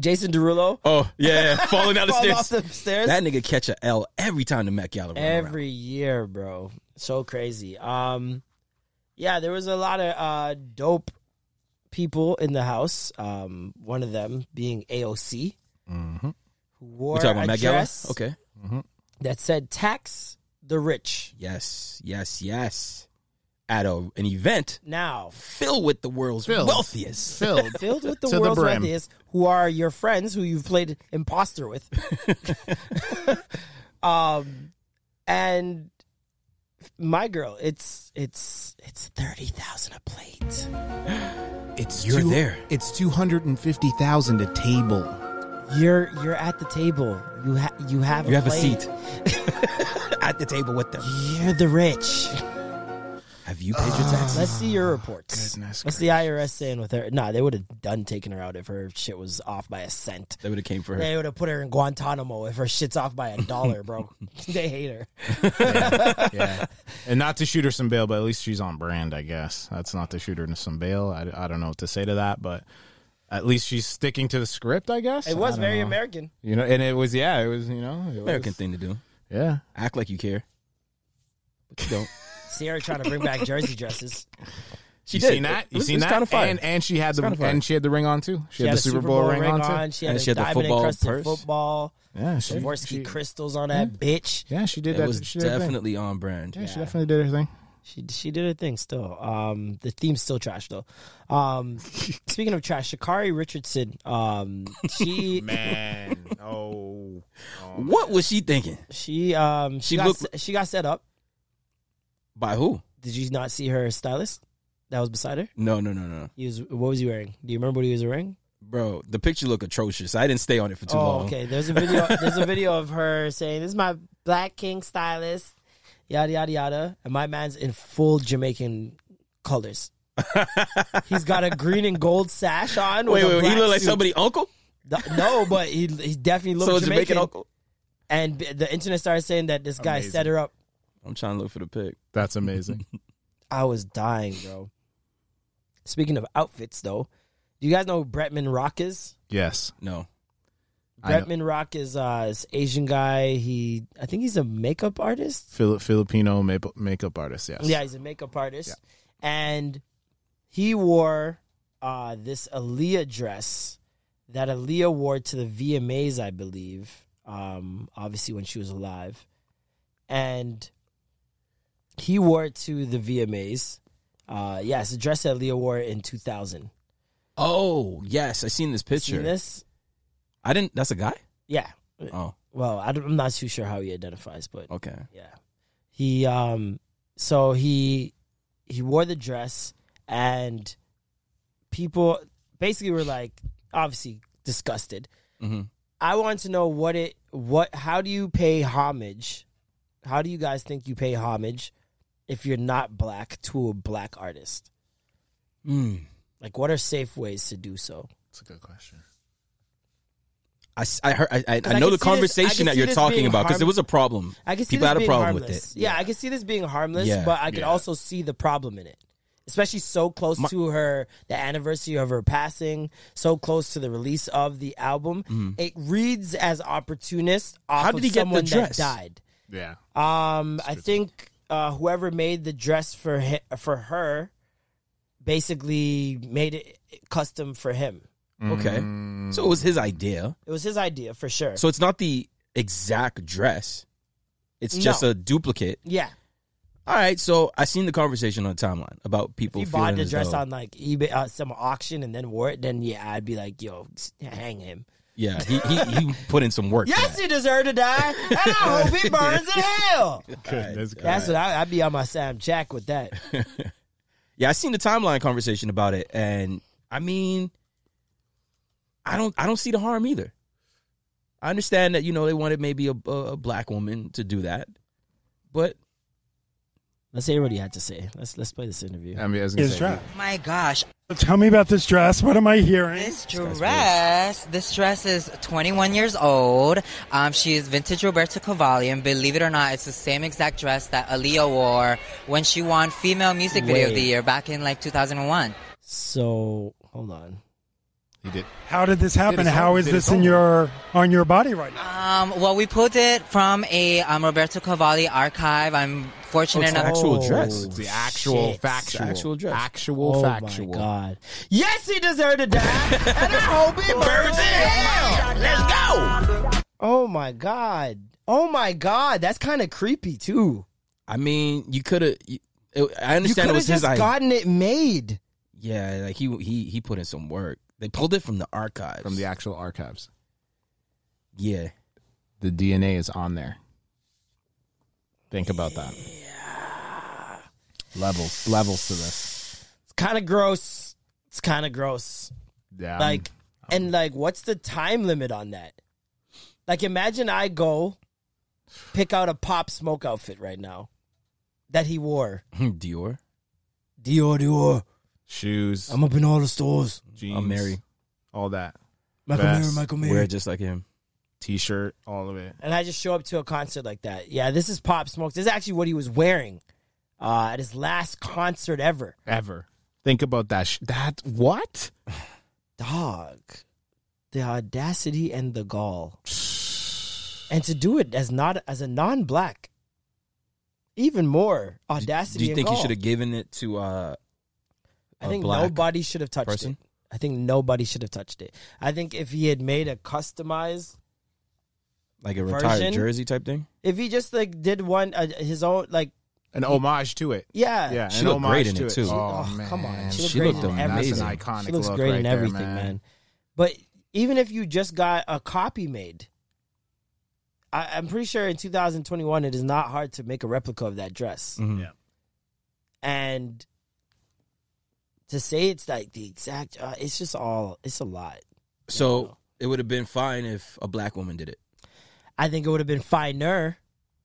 [SPEAKER 2] Jason Derulo
[SPEAKER 5] Oh yeah, yeah, falling down the
[SPEAKER 2] falls
[SPEAKER 5] stairs.
[SPEAKER 2] off the stairs
[SPEAKER 5] That nigga catch a L every time the Met Gala. run around.
[SPEAKER 2] every year, bro. So crazy. Um, yeah, there was a lot of uh dope people in the house. Um, one of them being AOC, who wore
[SPEAKER 5] we Mm-hmm. talking about
[SPEAKER 2] a
[SPEAKER 5] Met Gala.
[SPEAKER 2] dress
[SPEAKER 5] Okay.
[SPEAKER 2] that said "Tax the Rich."
[SPEAKER 5] Yes, yes, yes. At a, an event
[SPEAKER 2] Now,
[SPEAKER 5] filled with the world's
[SPEAKER 1] Filled.
[SPEAKER 5] wealthiest.
[SPEAKER 1] Filled.
[SPEAKER 2] filled with the
[SPEAKER 1] To the
[SPEAKER 2] world's
[SPEAKER 1] brim.
[SPEAKER 2] wealthiest, who are your friends, who you've played imposter with. um, and my girl, it's it's it's thirty thousand a plate.
[SPEAKER 1] It's
[SPEAKER 5] You're there.
[SPEAKER 1] It's two hundred and fifty thousand a table.
[SPEAKER 2] You're you're at the table. You ha- you have
[SPEAKER 5] You have a
[SPEAKER 2] plate.
[SPEAKER 5] seat at the table with them.
[SPEAKER 2] You're the rich.
[SPEAKER 5] Have you paid your taxes?
[SPEAKER 2] Let's see your reports.
[SPEAKER 1] Ah, goodness
[SPEAKER 2] What's the IRS saying with her? Nah, they would have done taking her out if her shit was off by a cent.
[SPEAKER 5] They would have came for her.
[SPEAKER 2] They would have put her in Guantanamo if her shit's off by a dollar, bro. they hate her.
[SPEAKER 1] Yeah, and not to shoot her some bail, but at least she's on brand. I guess that's not to shoot her some bail. I, I don't know what to say to that, but at least she's sticking to the script. I guess
[SPEAKER 2] It was
[SPEAKER 1] I don't
[SPEAKER 2] very
[SPEAKER 1] know.
[SPEAKER 2] American.
[SPEAKER 1] You know, and it was yeah, it was you know it was-
[SPEAKER 5] American thing to do.
[SPEAKER 1] Yeah,
[SPEAKER 5] Act like you care. But you don't.
[SPEAKER 2] Sierra trying to bring back jersey dresses.
[SPEAKER 5] She
[SPEAKER 1] you
[SPEAKER 5] did.
[SPEAKER 1] seen that?
[SPEAKER 5] It
[SPEAKER 1] You
[SPEAKER 5] was-
[SPEAKER 1] seen
[SPEAKER 5] it was
[SPEAKER 1] that?
[SPEAKER 5] kinda fire.
[SPEAKER 1] And and she had the
[SPEAKER 5] kinda fire.
[SPEAKER 1] and she had the ring on too. She,
[SPEAKER 2] She
[SPEAKER 1] had the Super Bowl, ring on too.
[SPEAKER 2] She had,
[SPEAKER 5] And
[SPEAKER 2] a
[SPEAKER 5] she had the
[SPEAKER 2] diamond
[SPEAKER 5] football
[SPEAKER 2] encrusted
[SPEAKER 5] purse.
[SPEAKER 2] football.
[SPEAKER 1] Yeah, she-
[SPEAKER 2] Swarovski
[SPEAKER 1] she-
[SPEAKER 2] crystals on that bitch.
[SPEAKER 1] Yeah, she did
[SPEAKER 5] It
[SPEAKER 1] that.
[SPEAKER 5] was
[SPEAKER 1] she did her thing.
[SPEAKER 5] definitely on brand.
[SPEAKER 1] Yeah, she definitely did her thing.
[SPEAKER 2] She she did her thing still. Um, the theme's still trash though. Um, speaking of trash, Shakari Richardson. Um, she
[SPEAKER 1] Man, oh,
[SPEAKER 5] What was she thinking?
[SPEAKER 2] she um she,
[SPEAKER 5] She
[SPEAKER 2] got
[SPEAKER 5] looked-
[SPEAKER 2] se- she got set up.
[SPEAKER 5] By who?
[SPEAKER 2] Did you not see her stylist that was beside her?
[SPEAKER 5] No, no, no, no,
[SPEAKER 2] He was what was he wearing? Do you remember what he was wearing?
[SPEAKER 5] bro. The picture looked atrocious. I didn't stay on it for too
[SPEAKER 2] oh,
[SPEAKER 5] long.
[SPEAKER 2] okay. There's a video. There's a video of her saying, "This is my Black King stylist." Yada yada yada, and my man's in full Jamaican colors. He's got a green and gold sash on.
[SPEAKER 5] Wait,
[SPEAKER 2] with a
[SPEAKER 5] wait, wait. He
[SPEAKER 2] black
[SPEAKER 5] looked like
[SPEAKER 2] suit.
[SPEAKER 5] somebody uncle.
[SPEAKER 2] Th- No, but he he definitely looked
[SPEAKER 5] So it's
[SPEAKER 2] Jamaican.
[SPEAKER 5] Jamaican uncle.
[SPEAKER 2] And b- the internet started saying that this guy set her up.
[SPEAKER 5] I'm trying to look for the pic.
[SPEAKER 1] that's amazing.
[SPEAKER 2] I was dying, bro. Speaking of outfits, though, do you guys know who Bretman Rock is?
[SPEAKER 1] yes,
[SPEAKER 5] No,
[SPEAKER 1] I know.
[SPEAKER 2] Bretman Rock is uh, this Asian guy. He, I think he's a makeup artist.
[SPEAKER 1] Fili- Filipino makeup makeup artist. Yes.
[SPEAKER 2] Yeah, he's a makeup artist. And he wore uh, this Aaliyah dress that Aaliyah wore to the VMAs, I believe, um, obviously when she was alive. And he wore it to the VMAs. Uh, yeah, it's a dress that Aaliyah wore in 2000.
[SPEAKER 5] Oh yes, I seen this picture.
[SPEAKER 2] Seen this?
[SPEAKER 5] I didn't. That's a guy.
[SPEAKER 2] Yeah.
[SPEAKER 5] Oh,
[SPEAKER 2] Well, I don't, I'm not too sure how he identifies, but
[SPEAKER 5] okay.
[SPEAKER 2] Yeah. He um so he he wore the dress and people basically were like obviously disgusted.
[SPEAKER 5] Mhm.
[SPEAKER 2] I wanted to know what it what how do you pay homage? How do you guys think you pay homage if you're not black to a black artist?
[SPEAKER 5] Hmm.
[SPEAKER 2] Like what are safe ways to do so?
[SPEAKER 1] that's a good question.
[SPEAKER 5] I, s- I heard. I, I,
[SPEAKER 2] 'Cause I
[SPEAKER 5] I know the
[SPEAKER 2] can see this- I
[SPEAKER 5] conversation
[SPEAKER 2] can
[SPEAKER 5] that
[SPEAKER 2] see
[SPEAKER 5] you're
[SPEAKER 2] this
[SPEAKER 5] talking
[SPEAKER 2] being
[SPEAKER 5] about because
[SPEAKER 2] harm-
[SPEAKER 5] there was a problem.
[SPEAKER 2] I can see
[SPEAKER 5] People
[SPEAKER 2] this
[SPEAKER 5] had a
[SPEAKER 2] being
[SPEAKER 5] problem
[SPEAKER 2] harmless.
[SPEAKER 5] with it.
[SPEAKER 2] Yeah, I can see this being harmless,
[SPEAKER 5] Yeah.
[SPEAKER 2] but I could
[SPEAKER 1] Yeah.
[SPEAKER 2] also see the problem in it. Especially so close
[SPEAKER 5] My-
[SPEAKER 2] to her the anniversary of her passing, so close to the release of the album. It reads as opportunist off
[SPEAKER 5] Mm-hmm. How
[SPEAKER 2] of
[SPEAKER 5] did he get the
[SPEAKER 2] someone
[SPEAKER 5] dress?
[SPEAKER 2] that
[SPEAKER 1] Yeah.
[SPEAKER 2] died. Um I think uh, whoever made the dress for hi- for her basically made it custom for him.
[SPEAKER 5] Okay. So it was his idea.
[SPEAKER 2] It was his idea for sure.
[SPEAKER 5] So it's not the exact dress. It's
[SPEAKER 2] No.
[SPEAKER 5] just a duplicate.
[SPEAKER 2] yeah.
[SPEAKER 5] All right. So I seen the conversation on the timeline about people.
[SPEAKER 2] If he bought
[SPEAKER 5] feeling
[SPEAKER 2] the
[SPEAKER 5] as
[SPEAKER 2] dress
[SPEAKER 5] though-
[SPEAKER 2] on like eBay, uh, some auction, and then wore it, then yeah, I'd be like, yo, s- hang him.
[SPEAKER 5] Yeah, he, he he put in some work. for
[SPEAKER 2] Yes,
[SPEAKER 5] that.
[SPEAKER 2] he deserved to die, and I hope he burns in hell.
[SPEAKER 1] Goodness
[SPEAKER 2] That's what I, I'd be on my Sam Jack with that.
[SPEAKER 5] Yeah, I seen the timeline conversation about it, and I mean, I don't, I don't see the harm either. I understand that you know they wanted maybe a, a, a black woman to do that, but
[SPEAKER 2] Let's hear what he had to say. Let's let's play this interview.
[SPEAKER 1] I mean, I was gonna say,
[SPEAKER 9] My gosh,
[SPEAKER 10] Tell me about this dress. What am I hearing?
[SPEAKER 9] this dress, this dress is 21 years old. Um, she is vintage Roberta Cavalli, and believe it or not, it's the same exact dress that Aaliyah wore when she won Female Music Video of the
[SPEAKER 2] Wait.
[SPEAKER 9] Year back in like 2001.
[SPEAKER 2] So hold on.
[SPEAKER 1] he did.
[SPEAKER 10] How did this happen?
[SPEAKER 1] Did his
[SPEAKER 10] How
[SPEAKER 1] own-
[SPEAKER 10] is
[SPEAKER 1] did his
[SPEAKER 10] this in
[SPEAKER 1] own.
[SPEAKER 10] your on your body right now?
[SPEAKER 9] Um, well, we pulled it from a um, Roberto Cavalli archive. I'm
[SPEAKER 11] Oh,
[SPEAKER 9] fortunate
[SPEAKER 5] the
[SPEAKER 2] oh,
[SPEAKER 9] enough.
[SPEAKER 5] actual dress.
[SPEAKER 1] It's the actual
[SPEAKER 2] shit.
[SPEAKER 1] factual,
[SPEAKER 5] actual dress.
[SPEAKER 1] actual
[SPEAKER 2] Oh
[SPEAKER 1] factual.
[SPEAKER 2] my god! Yes, he deserved to die, and I hope he burns in hell. Let's go. Oh my god! Oh my god! That's kind of creepy too.
[SPEAKER 5] I mean, you could have. I
[SPEAKER 2] You could
[SPEAKER 5] understand it
[SPEAKER 2] have
[SPEAKER 5] was
[SPEAKER 2] just
[SPEAKER 5] his idea.
[SPEAKER 2] gotten it made.
[SPEAKER 5] yeah, like he he he put in some work. They pulled it from the archives.
[SPEAKER 1] From the actual archives,
[SPEAKER 5] yeah,
[SPEAKER 1] the DNA is on there. Think about that. Levels, levels to this.
[SPEAKER 2] kind of gross. It's kind of gross.
[SPEAKER 1] Yeah,
[SPEAKER 2] Like, and like, what's the time limit on that? Like, imagine I go pick out a pop smoke outfit right now that he wore.
[SPEAKER 5] Dior.
[SPEAKER 2] Dior, Dior.
[SPEAKER 1] shoes,
[SPEAKER 2] I'm up in all the stores.
[SPEAKER 1] jeans,
[SPEAKER 5] I'm Mary.
[SPEAKER 1] all that,
[SPEAKER 2] Michael
[SPEAKER 1] Vest.
[SPEAKER 2] Mirror, Michael Mirror.
[SPEAKER 5] Wear just like him.
[SPEAKER 1] t-shirt, all of it.
[SPEAKER 2] And I just show up to a concert like that. Yeah, this is pop smoke. This is actually what he was wearing uh, at his last concert ever.
[SPEAKER 1] Ever think about that? Sh- that what?
[SPEAKER 2] dog the audacity and the gall and to do it as not as a non-black even more
[SPEAKER 5] Do-
[SPEAKER 2] audacity
[SPEAKER 5] Do you
[SPEAKER 2] and
[SPEAKER 5] think he
[SPEAKER 2] gall.
[SPEAKER 5] should have given it to uh
[SPEAKER 2] I
[SPEAKER 5] a
[SPEAKER 2] think
[SPEAKER 5] black
[SPEAKER 2] nobody should have touched
[SPEAKER 5] person?
[SPEAKER 2] it. I think nobody should have touched it. I think if he had made a customized,
[SPEAKER 5] like a retired
[SPEAKER 2] version?
[SPEAKER 5] jersey type thing.
[SPEAKER 2] if he just like did one uh, his own, like
[SPEAKER 1] An homage to it.
[SPEAKER 2] yeah,
[SPEAKER 1] Yeah,
[SPEAKER 5] She
[SPEAKER 1] an
[SPEAKER 5] looked
[SPEAKER 1] homage
[SPEAKER 5] great in
[SPEAKER 1] to
[SPEAKER 5] it, too.
[SPEAKER 1] Oh,
[SPEAKER 2] Oh,
[SPEAKER 1] man.
[SPEAKER 2] come on. She looked
[SPEAKER 5] She great looked in amazing.
[SPEAKER 1] That's an iconic
[SPEAKER 2] she looks
[SPEAKER 1] look
[SPEAKER 2] great
[SPEAKER 1] right
[SPEAKER 2] in
[SPEAKER 1] there,
[SPEAKER 2] everything, man. But even if you just got a copy made, I, I'm pretty sure in 2021 it is not hard to make a replica of that dress.
[SPEAKER 1] Mm.
[SPEAKER 5] Mhm.
[SPEAKER 2] And to say it's like the exact, uh, it's just all, it's a lot.
[SPEAKER 5] So it would have been fine if a black woman did it.
[SPEAKER 2] I think it would have been finer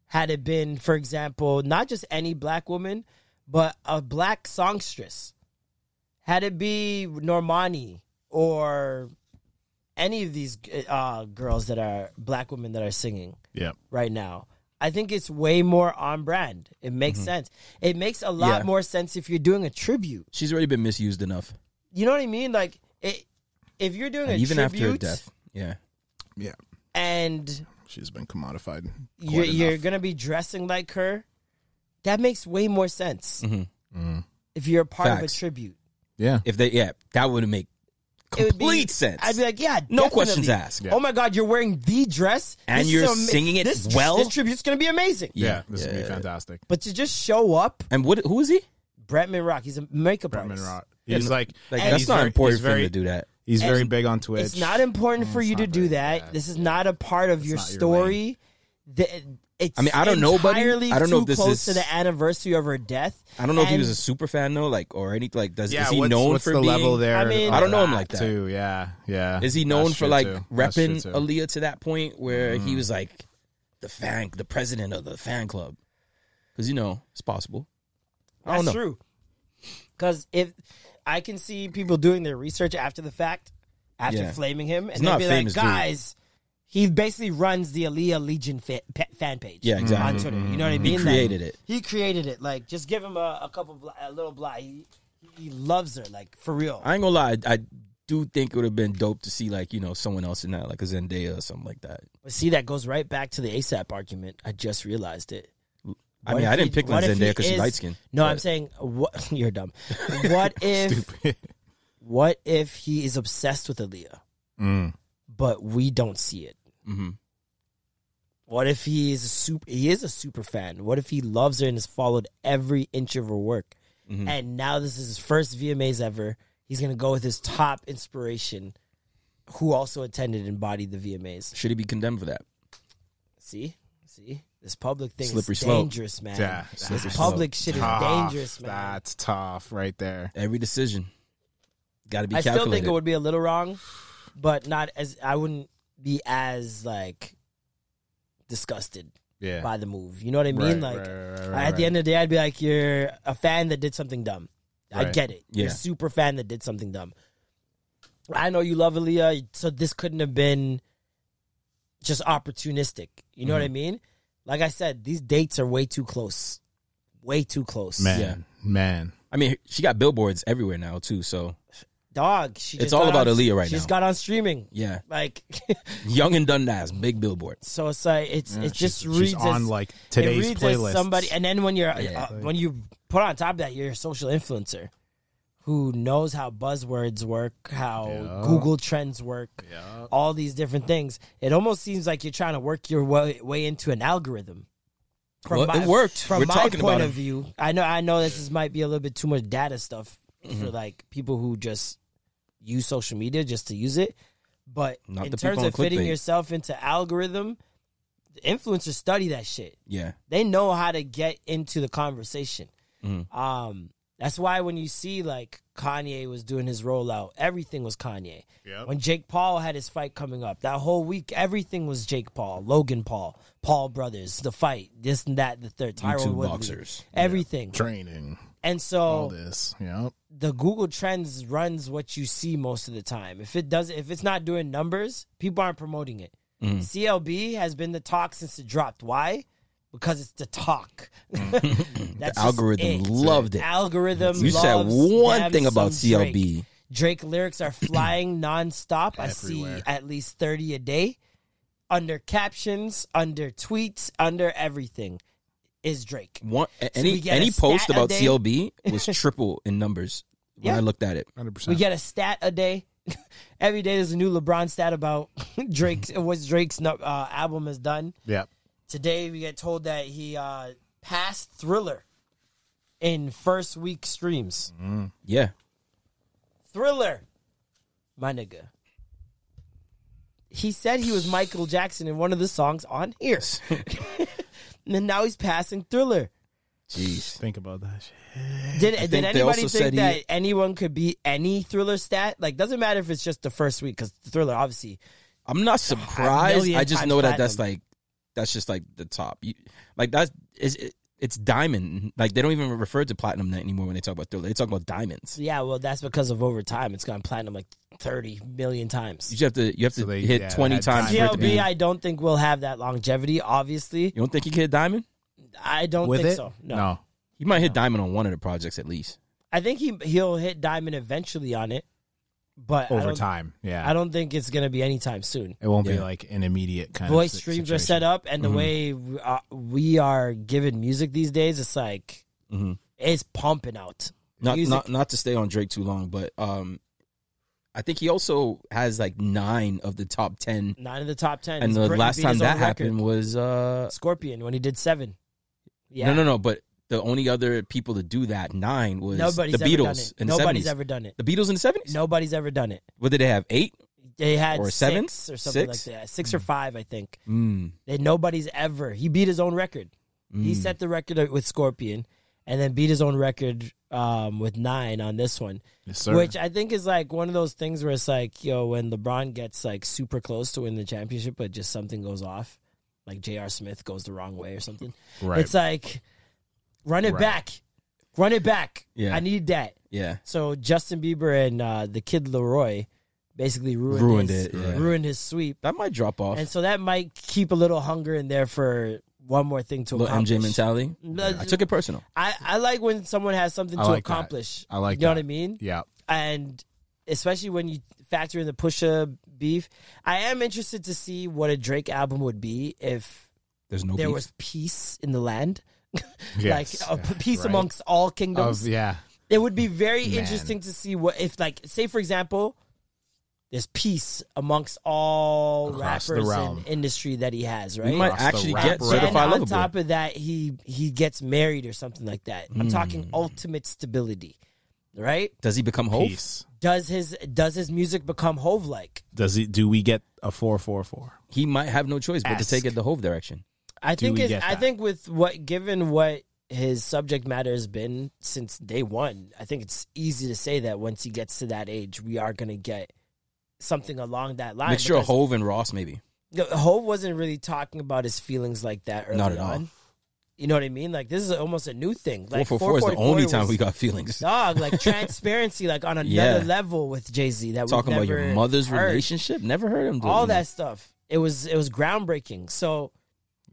[SPEAKER 2] had it been, for example, not just any black woman, but a black songstress. Had it be Normani or any of these uh, girls that are black women that are singing
[SPEAKER 1] Yeah.
[SPEAKER 2] right now. I think it's way more on brand. It makes sense. It makes a lot
[SPEAKER 5] Mm-hmm. Yeah.
[SPEAKER 2] more sense if you're doing a tribute.
[SPEAKER 5] She's already been misused enough,
[SPEAKER 2] You know what I mean? Like it, if you're doing
[SPEAKER 5] And
[SPEAKER 2] a
[SPEAKER 5] even after her
[SPEAKER 2] tribute
[SPEAKER 5] death. Yeah,
[SPEAKER 1] Yeah.
[SPEAKER 2] and
[SPEAKER 1] She's been commodified. quite
[SPEAKER 2] you're, you're
[SPEAKER 1] enough.
[SPEAKER 2] gonna be dressing like her, that makes way more sense
[SPEAKER 1] Mm-hmm.
[SPEAKER 5] Mhm.
[SPEAKER 2] if you're a part of a
[SPEAKER 5] Facts.
[SPEAKER 2] tribute.
[SPEAKER 1] Yeah.
[SPEAKER 5] if they yeah, that would make
[SPEAKER 2] It would
[SPEAKER 5] complete
[SPEAKER 2] be-
[SPEAKER 5] sense.
[SPEAKER 2] I'd be like, yeah,
[SPEAKER 5] No questions
[SPEAKER 2] definitely.
[SPEAKER 5] asked.
[SPEAKER 1] Yeah.
[SPEAKER 2] Oh my god, you're wearing the dress
[SPEAKER 5] And
[SPEAKER 2] This
[SPEAKER 5] you're
[SPEAKER 2] is ama-
[SPEAKER 5] singing it
[SPEAKER 2] this,
[SPEAKER 5] well?
[SPEAKER 2] This tribute's gonna be amazing.
[SPEAKER 1] yeah. This would be
[SPEAKER 5] yeah.
[SPEAKER 1] fantastic.
[SPEAKER 2] But to just show up,
[SPEAKER 5] And what? Who is he?
[SPEAKER 2] Bretman Rock, he's a makeup
[SPEAKER 1] Bretman
[SPEAKER 2] artist.
[SPEAKER 1] Rock. He's like,
[SPEAKER 5] Like
[SPEAKER 1] and
[SPEAKER 5] that's
[SPEAKER 1] he's
[SPEAKER 5] not
[SPEAKER 1] very-
[SPEAKER 5] important
[SPEAKER 1] he's
[SPEAKER 5] for him
[SPEAKER 1] very-
[SPEAKER 5] to do that.
[SPEAKER 1] He's very
[SPEAKER 2] And
[SPEAKER 1] big on Twitch.
[SPEAKER 2] It's not important for
[SPEAKER 1] it's
[SPEAKER 2] you to
[SPEAKER 1] not
[SPEAKER 2] do
[SPEAKER 1] very
[SPEAKER 2] that.
[SPEAKER 1] bad.
[SPEAKER 2] This is not a part of your
[SPEAKER 1] not your
[SPEAKER 2] story. The- it's
[SPEAKER 5] I mean, I don't know, buddy.
[SPEAKER 2] entirely
[SPEAKER 5] I don't know
[SPEAKER 2] too
[SPEAKER 5] if this
[SPEAKER 2] close
[SPEAKER 5] is-
[SPEAKER 2] to the anniversary of her death.
[SPEAKER 5] I don't know if he
[SPEAKER 2] And
[SPEAKER 5] was a super fan though, like or anything like. Does
[SPEAKER 1] yeah,
[SPEAKER 5] is he
[SPEAKER 1] what's,
[SPEAKER 5] known
[SPEAKER 1] what's
[SPEAKER 5] for
[SPEAKER 1] the
[SPEAKER 5] being,
[SPEAKER 1] level there?
[SPEAKER 2] I mean-
[SPEAKER 1] of
[SPEAKER 5] I don't know him like that.
[SPEAKER 1] Too. Yeah. Yeah.
[SPEAKER 5] Is he known
[SPEAKER 1] That's
[SPEAKER 5] for
[SPEAKER 1] true,
[SPEAKER 5] like
[SPEAKER 1] too. That's true,
[SPEAKER 5] repping
[SPEAKER 1] too. Mm-hmm.
[SPEAKER 5] Aaliyah to that point where he was like the fan, the president of the fan club? Because you know it's possible. I
[SPEAKER 2] That's
[SPEAKER 5] don't know.
[SPEAKER 2] true. Because if I can see people doing their research after the fact, after
[SPEAKER 5] Yeah.
[SPEAKER 2] flaming him,
[SPEAKER 5] He's
[SPEAKER 2] and
[SPEAKER 5] not
[SPEAKER 2] they'd
[SPEAKER 5] a
[SPEAKER 2] be
[SPEAKER 5] famous
[SPEAKER 2] like,
[SPEAKER 5] dude.
[SPEAKER 2] guys, he basically runs the Aaliyah Legion fa- pa- fan page.
[SPEAKER 5] Yeah, exactly.
[SPEAKER 2] On Twitter, you know what I
[SPEAKER 5] He
[SPEAKER 2] mean? Like,
[SPEAKER 5] created it.
[SPEAKER 2] He created it. Like, just give him a, a couple, bl- a little blah. He, he loves her, like for real.
[SPEAKER 5] I ain't gonna lie. I, I do think it would have been dope to see like you know someone else in that, like a Zendaya or something like that.
[SPEAKER 2] But see, that goes right back to the ASAP argument. I just realized it.
[SPEAKER 5] I
[SPEAKER 2] What
[SPEAKER 5] mean,
[SPEAKER 2] if
[SPEAKER 5] I didn't
[SPEAKER 2] he-
[SPEAKER 5] pick on
[SPEAKER 2] what if he
[SPEAKER 5] Zendaya because she's
[SPEAKER 2] is-
[SPEAKER 5] light skinned.
[SPEAKER 2] No, I'm saying what you're dumb. What if what if he is obsessed with Aaliyah,
[SPEAKER 1] Mm.
[SPEAKER 2] but we don't see it?
[SPEAKER 5] hmm
[SPEAKER 2] What if he is a super he is a super fan? What if he loves her and has followed every inch of her work?
[SPEAKER 5] Mm-hmm.
[SPEAKER 2] And now this is his first VMAs ever. He's gonna go with his top inspiration, who also attended and embodied the VMAs.
[SPEAKER 5] Should he be condemned for that?
[SPEAKER 2] See? See? This public thing
[SPEAKER 5] Slippery
[SPEAKER 2] is
[SPEAKER 5] slope.
[SPEAKER 2] dangerous, man.
[SPEAKER 1] Yeah,
[SPEAKER 2] this
[SPEAKER 1] that's
[SPEAKER 2] public shit
[SPEAKER 1] tough.
[SPEAKER 2] is dangerous, man.
[SPEAKER 1] That's tough right there.
[SPEAKER 5] Every decision got to be
[SPEAKER 2] I
[SPEAKER 5] calculated.
[SPEAKER 2] still think it would be a little wrong, but not as I wouldn't be as like disgusted
[SPEAKER 1] Yeah.
[SPEAKER 2] by the move. You know what I mean?
[SPEAKER 1] Right,
[SPEAKER 2] like
[SPEAKER 1] right, right, right,
[SPEAKER 2] at
[SPEAKER 1] right.
[SPEAKER 2] the end of the day, I'd be like, you're a fan that did something dumb. I
[SPEAKER 1] Right.
[SPEAKER 2] get it. You're a
[SPEAKER 5] Yeah.
[SPEAKER 2] super fan that did something dumb. I know you love Aaliyah, so this couldn't have been just opportunistic. You
[SPEAKER 5] Mm-hmm.
[SPEAKER 2] know what I mean? Like I said, these dates are way too close. Way too close.
[SPEAKER 1] Man,
[SPEAKER 5] Yeah.
[SPEAKER 1] man.
[SPEAKER 5] I mean, she got billboards everywhere now too. So
[SPEAKER 2] Dog, she
[SPEAKER 5] It's
[SPEAKER 2] just
[SPEAKER 5] all
[SPEAKER 2] got
[SPEAKER 5] about
[SPEAKER 2] on-
[SPEAKER 5] Aaliyah right
[SPEAKER 2] She just
[SPEAKER 5] now.
[SPEAKER 2] got on streaming.
[SPEAKER 5] yeah,
[SPEAKER 2] Like
[SPEAKER 5] Young and Dundas, big billboard.
[SPEAKER 2] So it's like it's
[SPEAKER 1] Yeah,
[SPEAKER 2] it just
[SPEAKER 1] she's-
[SPEAKER 2] reads
[SPEAKER 1] she's
[SPEAKER 2] as,
[SPEAKER 1] on, like,
[SPEAKER 2] it
[SPEAKER 1] today's
[SPEAKER 2] reads
[SPEAKER 1] playlists.
[SPEAKER 2] As somebody, and then when you're
[SPEAKER 5] Yeah.
[SPEAKER 2] uh, when you put on top of that, you're a social influencer who knows how buzzwords work, how Google Trends work, all these different things. It almost seems like you're trying to work your way, way into an algorithm.
[SPEAKER 5] Well, it worked.
[SPEAKER 2] From
[SPEAKER 5] We're
[SPEAKER 2] my
[SPEAKER 5] talking
[SPEAKER 2] point
[SPEAKER 5] about
[SPEAKER 2] of
[SPEAKER 5] it.
[SPEAKER 2] view, I know I know this is, might be a little bit too much data stuff
[SPEAKER 5] Mm-hmm.
[SPEAKER 2] for like people who just use social media just to use it. But
[SPEAKER 5] Not
[SPEAKER 2] in
[SPEAKER 5] the
[SPEAKER 2] terms
[SPEAKER 5] people
[SPEAKER 2] of
[SPEAKER 5] on
[SPEAKER 2] fitting
[SPEAKER 5] clickbait.
[SPEAKER 2] yourself into algorithm, influencers study that shit.
[SPEAKER 5] Yeah,
[SPEAKER 2] They know how to get into the conversation. Um, that's why when you see like Kanye was doing his rollout, everything was Kanye. When Jake Paul had his fight coming up, that whole week everything was Jake Paul, Logan Paul, Paul brothers, the fight, this and that, the third, Tyrone
[SPEAKER 5] YouTube
[SPEAKER 2] Woodley,
[SPEAKER 5] boxers.
[SPEAKER 2] everything.
[SPEAKER 1] Training.
[SPEAKER 2] And
[SPEAKER 1] All
[SPEAKER 2] so
[SPEAKER 1] this. Yep.
[SPEAKER 2] the Google Trends runs what you see most of the time. If it does, if it's not doing numbers, people aren't promoting it.
[SPEAKER 5] Mm-hmm.
[SPEAKER 2] CLB has been the talk since it dropped. Why? Because it's the talk.
[SPEAKER 5] Mm.
[SPEAKER 2] That's just
[SPEAKER 5] algorithm loved it.
[SPEAKER 2] Algorithm.
[SPEAKER 5] you said
[SPEAKER 2] loves
[SPEAKER 5] one
[SPEAKER 2] them
[SPEAKER 5] thing about
[SPEAKER 2] some
[SPEAKER 5] CLB.
[SPEAKER 2] Drake. Drake lyrics are flying nonstop. I see at least 30 a day under captions, under tweets, under everything is Drake.
[SPEAKER 5] One a-
[SPEAKER 2] So we
[SPEAKER 5] any
[SPEAKER 2] get a
[SPEAKER 5] any
[SPEAKER 2] stat
[SPEAKER 5] post
[SPEAKER 2] a
[SPEAKER 5] about
[SPEAKER 2] day?
[SPEAKER 5] CLB was triple in numbers when
[SPEAKER 2] Yeah.
[SPEAKER 5] I looked at it.
[SPEAKER 1] Hundred percent.
[SPEAKER 2] We get a stat a day. Every day there's a new LeBron stat about Drake's what Drake's nu- uh, album has done.
[SPEAKER 1] Yeah.
[SPEAKER 2] Today we get told that he uh, passed Thriller in first week streams.
[SPEAKER 5] Yeah.
[SPEAKER 2] Thriller, my nigga. He said he was Michael Jackson in one of the songs on here, and now he's passing Thriller.
[SPEAKER 5] Jeez.
[SPEAKER 1] Think about that shit.
[SPEAKER 2] Did,
[SPEAKER 5] I
[SPEAKER 2] did
[SPEAKER 5] think they also
[SPEAKER 2] anybody
[SPEAKER 5] said
[SPEAKER 2] think
[SPEAKER 5] he-
[SPEAKER 2] that anyone could beat any Thriller stat? Like, doesn't matter if it's just the first week because Thriller obviously
[SPEAKER 5] I'm not surprised.
[SPEAKER 2] million
[SPEAKER 5] I just
[SPEAKER 2] times
[SPEAKER 5] know that that's
[SPEAKER 2] platinum.
[SPEAKER 5] like that's just like the top. You, like that's is it, it's diamond. Like they don't even refer to platinum anymore when they talk about thriller. They talk about diamonds.
[SPEAKER 2] Yeah, well, that's because of over time. It's gone platinum like 30 million
[SPEAKER 5] You
[SPEAKER 2] times.
[SPEAKER 5] just have to you have
[SPEAKER 1] So
[SPEAKER 5] to
[SPEAKER 1] they-
[SPEAKER 5] hit
[SPEAKER 1] yeah,
[SPEAKER 5] twenty
[SPEAKER 1] that
[SPEAKER 5] times. For it to be,
[SPEAKER 2] GLB,
[SPEAKER 5] you
[SPEAKER 2] I don't think will have that longevity, obviously.
[SPEAKER 5] don't think he could hit diamond?
[SPEAKER 2] I don't
[SPEAKER 1] With
[SPEAKER 2] think
[SPEAKER 1] it?
[SPEAKER 2] so. No.
[SPEAKER 1] No.
[SPEAKER 5] He might hit diamond on one of the projects at least.
[SPEAKER 2] I think he, he'll hit diamond eventually on it, but I
[SPEAKER 1] Over
[SPEAKER 2] don't,
[SPEAKER 1] time. Yeah.
[SPEAKER 2] I don't think it's going to be anytime soon.
[SPEAKER 1] it won't be
[SPEAKER 5] Yeah.
[SPEAKER 1] like an immediate kind
[SPEAKER 2] Voice
[SPEAKER 1] of
[SPEAKER 2] streams are set up,
[SPEAKER 5] Mm-hmm.
[SPEAKER 2] and the way we are, we are given music these days, it's like,
[SPEAKER 5] Mm-hmm.
[SPEAKER 2] it's pumping out.
[SPEAKER 5] not
[SPEAKER 2] Music.
[SPEAKER 5] not not to stay on Drake too long, but um, I think he also has like nine of the top ten.
[SPEAKER 2] Nine of the top 10.
[SPEAKER 5] And
[SPEAKER 2] He's
[SPEAKER 5] the
[SPEAKER 2] Brit-
[SPEAKER 5] last
[SPEAKER 2] beat
[SPEAKER 5] time
[SPEAKER 2] his
[SPEAKER 5] that
[SPEAKER 2] own record.
[SPEAKER 5] happened was uh,
[SPEAKER 2] Scorpion, when he did seven.
[SPEAKER 5] no, no, no. But the only other people to do that nine was
[SPEAKER 2] Nobody's
[SPEAKER 5] the
[SPEAKER 2] ever done
[SPEAKER 5] Beatles
[SPEAKER 2] it.
[SPEAKER 5] in the
[SPEAKER 2] Nobody's
[SPEAKER 5] seventies.
[SPEAKER 2] ever done it.
[SPEAKER 5] The Beatles in the seventies.
[SPEAKER 2] Nobody's ever done it.
[SPEAKER 5] What did they have? Eight.
[SPEAKER 2] They had
[SPEAKER 5] Or
[SPEAKER 2] six
[SPEAKER 5] seven?
[SPEAKER 2] or something
[SPEAKER 5] Six?
[SPEAKER 2] like that. Six or five, I think.
[SPEAKER 5] Mm.
[SPEAKER 2] And nobody's ever. He beat his own record. He set the record with Scorpion, and then beat his own record um, with nine on this one,
[SPEAKER 1] Yes, sir.
[SPEAKER 2] which I think is like one of those things where it's like, yo, when LeBron gets like super close to winning the championship, but just something goes off, like J.R. Smith goes the wrong way or something.
[SPEAKER 1] Right.
[SPEAKER 2] It's like, run it
[SPEAKER 1] Right.
[SPEAKER 2] back, run it back.
[SPEAKER 5] Yeah.
[SPEAKER 2] I need that.
[SPEAKER 5] Yeah.
[SPEAKER 2] So Justin Bieber and uh, the kid Leroy basically ruined,
[SPEAKER 5] Ruined
[SPEAKER 2] his,
[SPEAKER 5] it, yeah.
[SPEAKER 2] ruined his sweep,
[SPEAKER 5] That might drop off.
[SPEAKER 2] and so that might keep a little hunger in there for one more thing to
[SPEAKER 5] Little
[SPEAKER 2] accomplish.
[SPEAKER 5] MJ mentality.
[SPEAKER 2] No,
[SPEAKER 5] I took it personal.
[SPEAKER 2] I, I like when someone has something
[SPEAKER 1] I
[SPEAKER 2] to
[SPEAKER 1] like that.
[SPEAKER 2] accomplish.
[SPEAKER 1] I like
[SPEAKER 2] You know
[SPEAKER 1] that.
[SPEAKER 2] what I mean?
[SPEAKER 1] Yeah.
[SPEAKER 2] And especially when you factor in the Pusha beef, I am interested to see what a Drake album would be if
[SPEAKER 5] There's no.
[SPEAKER 2] there
[SPEAKER 5] beef.
[SPEAKER 2] was peace in the land,
[SPEAKER 1] Yes.
[SPEAKER 2] like a p- peace
[SPEAKER 1] Right.
[SPEAKER 2] amongst all kingdoms.
[SPEAKER 1] Of, yeah.
[SPEAKER 2] It would be very
[SPEAKER 1] Man.
[SPEAKER 2] interesting to see what if, like, say for example, there's peace amongst all
[SPEAKER 1] Across the
[SPEAKER 2] rappers
[SPEAKER 1] realm.
[SPEAKER 2] and industry that he has, right?
[SPEAKER 5] we might
[SPEAKER 1] Across the
[SPEAKER 5] actually
[SPEAKER 1] rap
[SPEAKER 5] get
[SPEAKER 1] realm.
[SPEAKER 2] and
[SPEAKER 5] certified
[SPEAKER 2] on
[SPEAKER 5] lovable.
[SPEAKER 2] top of that, he he gets married or something like that. I'm
[SPEAKER 1] Hmm.
[SPEAKER 2] talking ultimate stability, right?
[SPEAKER 5] Does he become whole?
[SPEAKER 1] Peace.
[SPEAKER 2] Does his does his music become Hove like?
[SPEAKER 1] Does it? Do we get a four four four?
[SPEAKER 5] He might have no choice but to take
[SPEAKER 1] Ask.
[SPEAKER 5] it the Hove direction.
[SPEAKER 2] I
[SPEAKER 1] Do
[SPEAKER 2] think
[SPEAKER 1] we
[SPEAKER 2] it's,
[SPEAKER 1] get
[SPEAKER 2] I
[SPEAKER 1] that?
[SPEAKER 2] think with what given what his subject matter has been since day one, I think it's easy to say that once he gets to that age, we are going to get something along that line.
[SPEAKER 5] Mixture of
[SPEAKER 2] because-
[SPEAKER 5] Hove and Ross, maybe.
[SPEAKER 2] Yeah, Hove wasn't really talking about his feelings like that early
[SPEAKER 5] Not at all.
[SPEAKER 2] on. You know what I mean? Like this is almost a new thing. Like
[SPEAKER 5] four four four is the
[SPEAKER 2] 444
[SPEAKER 5] only time
[SPEAKER 2] was-
[SPEAKER 5] we got feelings.
[SPEAKER 2] dog like transparency, like on another
[SPEAKER 5] Yeah.
[SPEAKER 2] level with Jay Z. That
[SPEAKER 5] Talking
[SPEAKER 2] we've
[SPEAKER 5] about your
[SPEAKER 2] never
[SPEAKER 5] mother's
[SPEAKER 2] heard.
[SPEAKER 5] relationship. Never heard him. Do
[SPEAKER 2] all
[SPEAKER 5] it, man.
[SPEAKER 2] that stuff. It was it was groundbreaking. So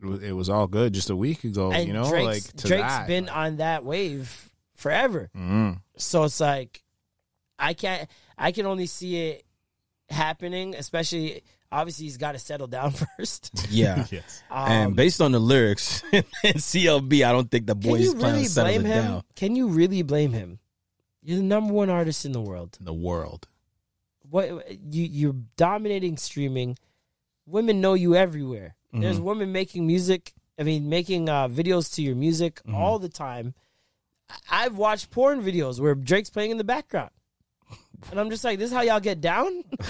[SPEAKER 1] It was- It was all good just a week ago.
[SPEAKER 2] and
[SPEAKER 1] you know,
[SPEAKER 2] Drake's,
[SPEAKER 1] like to
[SPEAKER 2] Drake's
[SPEAKER 1] that.
[SPEAKER 2] been on that wave forever.
[SPEAKER 1] Mm.
[SPEAKER 2] So it's like I can't I can only see it happening, especially obviously he's gotta settle down first.
[SPEAKER 5] Yeah.
[SPEAKER 1] Yes.
[SPEAKER 2] Um,
[SPEAKER 5] and based on the lyrics and CLB, I don't think the
[SPEAKER 2] can
[SPEAKER 5] boy
[SPEAKER 2] you
[SPEAKER 5] is trying
[SPEAKER 2] really
[SPEAKER 5] to settle
[SPEAKER 2] blame
[SPEAKER 5] it
[SPEAKER 2] him?
[SPEAKER 5] down.
[SPEAKER 2] Can you really blame him? You're the number one artist in the world.
[SPEAKER 1] In the world.
[SPEAKER 2] What you you're dominating streaming. Women know you everywhere.
[SPEAKER 5] Mm-hmm.
[SPEAKER 2] There's women making music. I mean, making uh, videos to your music
[SPEAKER 5] Mm-hmm.
[SPEAKER 2] all the time. I- I've watched porn videos where Drake's playing in the background, and I'm just like, "This is how y'all get down."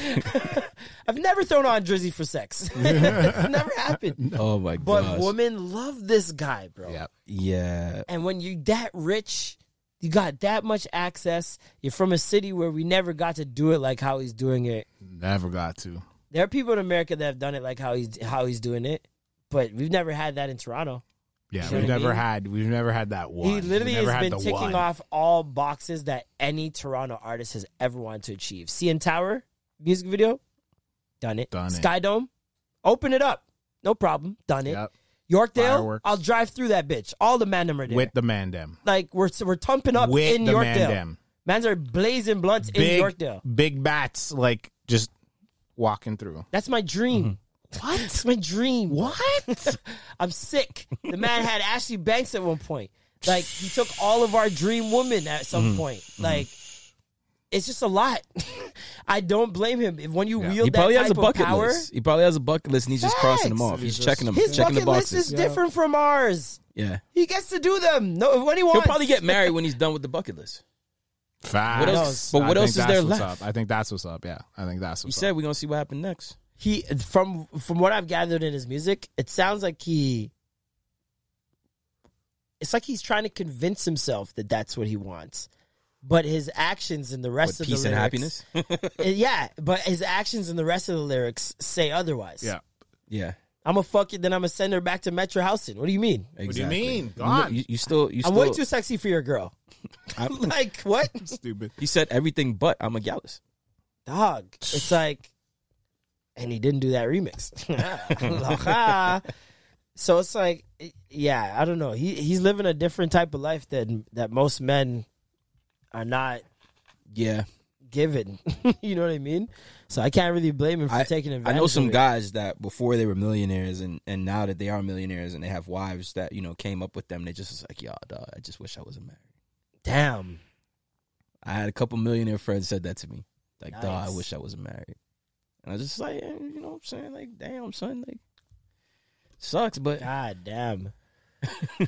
[SPEAKER 2] I've never thrown on Drizzy for sex. It's never happened.
[SPEAKER 5] Oh my
[SPEAKER 2] But
[SPEAKER 5] god.
[SPEAKER 2] women love this guy, bro.
[SPEAKER 1] Yeah.
[SPEAKER 5] Yeah.
[SPEAKER 2] And when you that rich, you got that much access. You're from a city where we never got to do it like how he's doing it.
[SPEAKER 1] Never got to.
[SPEAKER 2] There are people in America that have done it like how he's how he's doing it, but we've never had that in Toronto.
[SPEAKER 1] Yeah,
[SPEAKER 2] You know
[SPEAKER 1] we've
[SPEAKER 2] what I
[SPEAKER 1] never
[SPEAKER 2] mean?
[SPEAKER 1] had we've never had that one.
[SPEAKER 2] He
[SPEAKER 1] We've
[SPEAKER 2] literally
[SPEAKER 1] never
[SPEAKER 2] has
[SPEAKER 1] had
[SPEAKER 2] been
[SPEAKER 1] the
[SPEAKER 2] ticking
[SPEAKER 1] one.
[SPEAKER 2] off all boxes that any Toronto artist has ever wanted to achieve. CN Tower music video, done it.
[SPEAKER 1] Done it.
[SPEAKER 2] Skydome, open it up, no problem, done it.
[SPEAKER 1] Yep.
[SPEAKER 2] Yorkdale,
[SPEAKER 1] Fireworks.
[SPEAKER 2] I'll drive through that bitch. All the man are there.
[SPEAKER 1] with the mandem.
[SPEAKER 2] like we're we're tumping up
[SPEAKER 1] With
[SPEAKER 2] in
[SPEAKER 1] the
[SPEAKER 2] Yorkdale.
[SPEAKER 1] mandem.
[SPEAKER 2] Mans are blazing blunts
[SPEAKER 1] Big
[SPEAKER 2] in Yorkdale.
[SPEAKER 1] big bats like just walking through.
[SPEAKER 2] That's my dream.
[SPEAKER 5] Mm-hmm.
[SPEAKER 2] What? That's my dream. What? I'm sick. The man had Ashley
[SPEAKER 5] Mm-hmm.
[SPEAKER 2] Banks at one point. Like he took all of our dream women at some point. Like it's just a lot. I don't blame him. If when you wield
[SPEAKER 5] He
[SPEAKER 2] that
[SPEAKER 5] probably
[SPEAKER 2] type
[SPEAKER 5] has a bucket
[SPEAKER 2] of power,
[SPEAKER 5] list. He probably has a bucket list, and he's just crossing them
[SPEAKER 2] Facts.
[SPEAKER 5] off. He's
[SPEAKER 1] He's
[SPEAKER 5] checking them,
[SPEAKER 1] just-
[SPEAKER 2] his
[SPEAKER 5] checking the
[SPEAKER 2] bucket list
[SPEAKER 5] boxes.
[SPEAKER 2] is different from ours.
[SPEAKER 5] yeah,
[SPEAKER 2] He gets to do them. No, when he wants.
[SPEAKER 5] he'll probably get married when he's done with the bucket list.
[SPEAKER 1] Facts.
[SPEAKER 5] else-
[SPEAKER 1] I
[SPEAKER 5] but what
[SPEAKER 1] think
[SPEAKER 5] else is
[SPEAKER 1] that's
[SPEAKER 5] there
[SPEAKER 1] what's
[SPEAKER 5] left?
[SPEAKER 1] Up. I think that's what's up. Yeah, I think that's
[SPEAKER 5] He
[SPEAKER 1] what's
[SPEAKER 5] said
[SPEAKER 1] up.
[SPEAKER 5] we're gonna see what happened next.
[SPEAKER 2] he from from what I've gathered in his music, it sounds like he. It's like he's trying to convince himself that that's what he wants, but his actions and the rest
[SPEAKER 5] With
[SPEAKER 2] of
[SPEAKER 5] peace
[SPEAKER 2] the
[SPEAKER 5] and
[SPEAKER 2] lyrics,
[SPEAKER 5] happiness.
[SPEAKER 2] Uh, yeah, but his actions and the rest of the lyrics say otherwise.
[SPEAKER 1] Yeah.
[SPEAKER 5] yeah,
[SPEAKER 2] I'm gonna fuck it, then I'm gonna send her back to Metro Housing. What do you mean?
[SPEAKER 5] exactly.
[SPEAKER 1] What do you mean?
[SPEAKER 5] You,
[SPEAKER 1] God,
[SPEAKER 5] you- you still, you
[SPEAKER 2] I'm
[SPEAKER 5] still.
[SPEAKER 2] way too sexy for your girl. like what,
[SPEAKER 1] stupid.
[SPEAKER 5] he said everything but I'm a gallus.
[SPEAKER 2] dog? It's like, and he didn't do that remix. so it's like, yeah, I don't know. He he's living a different type of life that that most men are not
[SPEAKER 5] Yeah,
[SPEAKER 2] given. you know what I mean? So I can't really blame him for
[SPEAKER 5] I,
[SPEAKER 2] taking
[SPEAKER 5] I
[SPEAKER 2] advantage.
[SPEAKER 5] know some
[SPEAKER 2] of it.
[SPEAKER 5] guys that before they were millionaires and, and now that they are millionaires and they have wives that, you know, came up with them, they just was like, y'all, dawg, I just wish I wasn't married.
[SPEAKER 2] Damn.
[SPEAKER 5] I had a couple millionaire friends said that to me. Like, dawg, I
[SPEAKER 2] Nice.
[SPEAKER 5] wish I wasn't married. And I was just like, eh, you know what I'm saying? Like, damn, son, like sucks, but
[SPEAKER 2] God damn.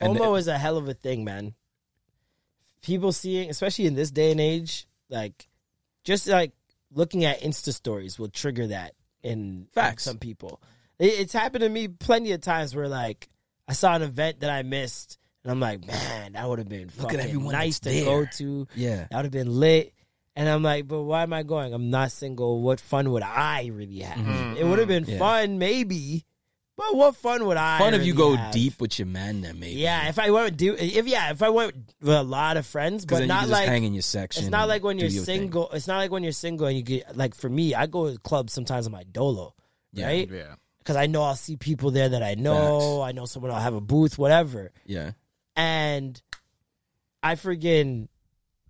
[SPEAKER 5] And
[SPEAKER 2] FOMO is a hell of a thing, man. People seeing, especially in this day and age, like just like looking at Insta stories will trigger that in,
[SPEAKER 5] Facts.
[SPEAKER 2] in some people. It- it's happened to me plenty of times where like I saw an event that I missed, and I'm like, man, that would have been
[SPEAKER 5] Look at
[SPEAKER 2] fucking
[SPEAKER 5] everyone
[SPEAKER 2] nice to
[SPEAKER 5] that's
[SPEAKER 2] go
[SPEAKER 5] there."
[SPEAKER 2] to.
[SPEAKER 5] yeah.
[SPEAKER 2] That would have been lit. And I'm like, but why am I going? I'm not single. What fun would I really have? It would have been
[SPEAKER 5] Mm-hmm. Yeah.
[SPEAKER 2] fun, maybe, but what fun would I?
[SPEAKER 5] Fun if you
[SPEAKER 2] really
[SPEAKER 5] go
[SPEAKER 2] have?
[SPEAKER 5] deep with your man then maybe.
[SPEAKER 2] Yeah, if I went do if yeah, if I went with a lot of friends,
[SPEAKER 5] Because then you
[SPEAKER 2] but not
[SPEAKER 5] can just
[SPEAKER 2] like
[SPEAKER 5] hang in your section.
[SPEAKER 2] it's not
[SPEAKER 5] and
[SPEAKER 2] like when
[SPEAKER 5] do
[SPEAKER 2] you're
[SPEAKER 5] your thing.
[SPEAKER 2] single. It's not like when you're single and you get like for me, I go to clubs sometimes on my dolo,
[SPEAKER 5] Yeah.
[SPEAKER 2] right?
[SPEAKER 1] Yeah.
[SPEAKER 2] Because I know I'll see people there that I know. I know someone. I'll have a booth, whatever,
[SPEAKER 5] Yeah.
[SPEAKER 2] and I freaking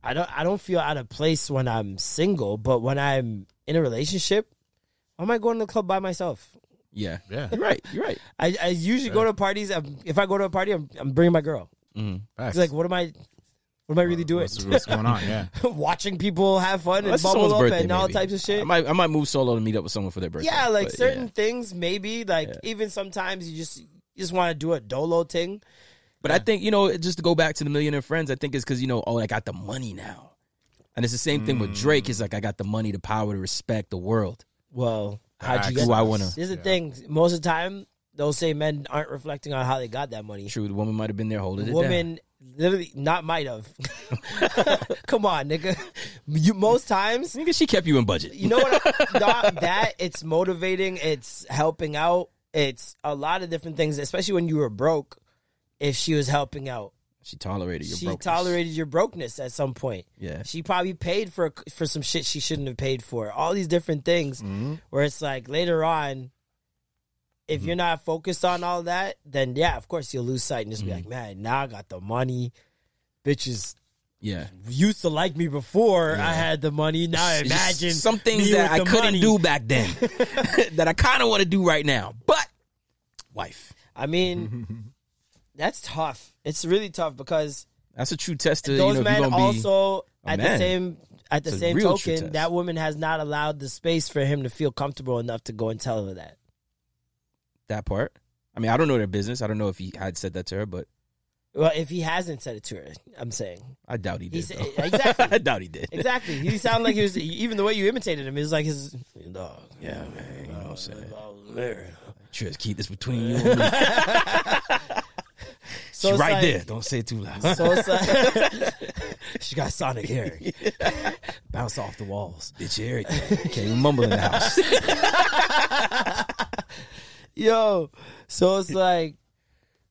[SPEAKER 2] I don't I don't feel out of place when I'm single, but when I'm in a relationship, why am I going to the club by myself?
[SPEAKER 5] Yeah.
[SPEAKER 1] Yeah.
[SPEAKER 5] You're right. You're right.
[SPEAKER 2] I, I usually go to parties. I'm, if I go to a party, I'm, I'm bringing my girl.
[SPEAKER 5] Mm.
[SPEAKER 1] Facts.
[SPEAKER 2] It's like, what am I? What am I really doing?
[SPEAKER 1] What's, what's going on? Yeah.
[SPEAKER 2] Watching people have fun and
[SPEAKER 5] Unless it's
[SPEAKER 2] bubble
[SPEAKER 5] someone's
[SPEAKER 2] up
[SPEAKER 5] birthday,
[SPEAKER 2] and all
[SPEAKER 5] maybe.
[SPEAKER 2] types of
[SPEAKER 5] I
[SPEAKER 2] shit.
[SPEAKER 5] might, I might move solo to meet up with someone for their birthday.
[SPEAKER 2] Yeah, like
[SPEAKER 5] but
[SPEAKER 2] certain
[SPEAKER 5] yeah.
[SPEAKER 2] things, maybe. Like
[SPEAKER 5] Yeah.
[SPEAKER 2] even sometimes you just you just want to do a dolo thing.
[SPEAKER 5] But I think you know, it- just to go back to the millionaire friends, I think it's because you know, oh, I got the money now, and it's the same thing with Drake. It's like I got the money, the power, to respect the world.
[SPEAKER 2] Well, how'd you
[SPEAKER 1] Facts.
[SPEAKER 2] get?
[SPEAKER 5] Do I want to?
[SPEAKER 2] This is the thing. Most of the time, those same men aren't reflecting on how they got that money.
[SPEAKER 5] True, the woman might have been there holding it down.
[SPEAKER 2] Woman, literally, not might have. Come on, nigga. You most times
[SPEAKER 5] Nigga, she kept you in budget.
[SPEAKER 2] you know what? I, dog, that it's motivating. It's helping out. It's a lot of different things, especially when you were broke. If she was helping out,
[SPEAKER 5] She tolerated your.
[SPEAKER 2] she
[SPEAKER 5] brokenness.
[SPEAKER 2] tolerated your brokenness at some point.
[SPEAKER 5] Yeah.
[SPEAKER 2] she probably paid for for some shit she shouldn't have paid for. All these different things,
[SPEAKER 5] Mm-hmm.
[SPEAKER 2] where it's like later on, if you're not focused on all that, then yeah, of course you'll lose sight and just be
[SPEAKER 5] Mm-hmm.
[SPEAKER 2] like, man, now I got the money. Bitches
[SPEAKER 5] Yeah.
[SPEAKER 2] used to like me before I had the money. Now
[SPEAKER 5] It's just
[SPEAKER 2] imagine
[SPEAKER 5] some things
[SPEAKER 2] me
[SPEAKER 5] that I
[SPEAKER 2] with the
[SPEAKER 5] couldn't
[SPEAKER 2] money.
[SPEAKER 5] do back then, that I kind of want to do right now, but wife.
[SPEAKER 2] I mean, that's tough. It's really tough because
[SPEAKER 5] That's a true test. Of,
[SPEAKER 2] those
[SPEAKER 5] you know, if
[SPEAKER 2] men
[SPEAKER 5] you're gonna be,
[SPEAKER 2] also
[SPEAKER 5] a
[SPEAKER 2] at the
[SPEAKER 5] man.
[SPEAKER 2] same at the
[SPEAKER 5] It's a
[SPEAKER 2] same
[SPEAKER 5] real true
[SPEAKER 2] token,
[SPEAKER 5] test.
[SPEAKER 2] that woman has not allowed the space for him to feel comfortable enough to go and tell her that.
[SPEAKER 5] that part. I mean, I don't know their business. I don't know if he had said that to her, but
[SPEAKER 2] Well, if he hasn't said it to her, I'm saying
[SPEAKER 5] I doubt he did.
[SPEAKER 2] He's-
[SPEAKER 5] though.
[SPEAKER 2] exactly.
[SPEAKER 5] I doubt he did.
[SPEAKER 2] exactly. He sounded like he was even the way you imitated him is like his dog.
[SPEAKER 5] Yeah, man. You know what I'm saying?
[SPEAKER 2] I was married.
[SPEAKER 5] Just keep this between you and me.
[SPEAKER 2] So
[SPEAKER 5] It's
[SPEAKER 2] it's
[SPEAKER 5] right
[SPEAKER 2] like-
[SPEAKER 5] there. Don't say it too loud.
[SPEAKER 2] So it's like she got sonic hair, bounce off the walls.
[SPEAKER 5] Bitch, Eric. Okay, we mumble in the house.
[SPEAKER 2] Yo, so it's like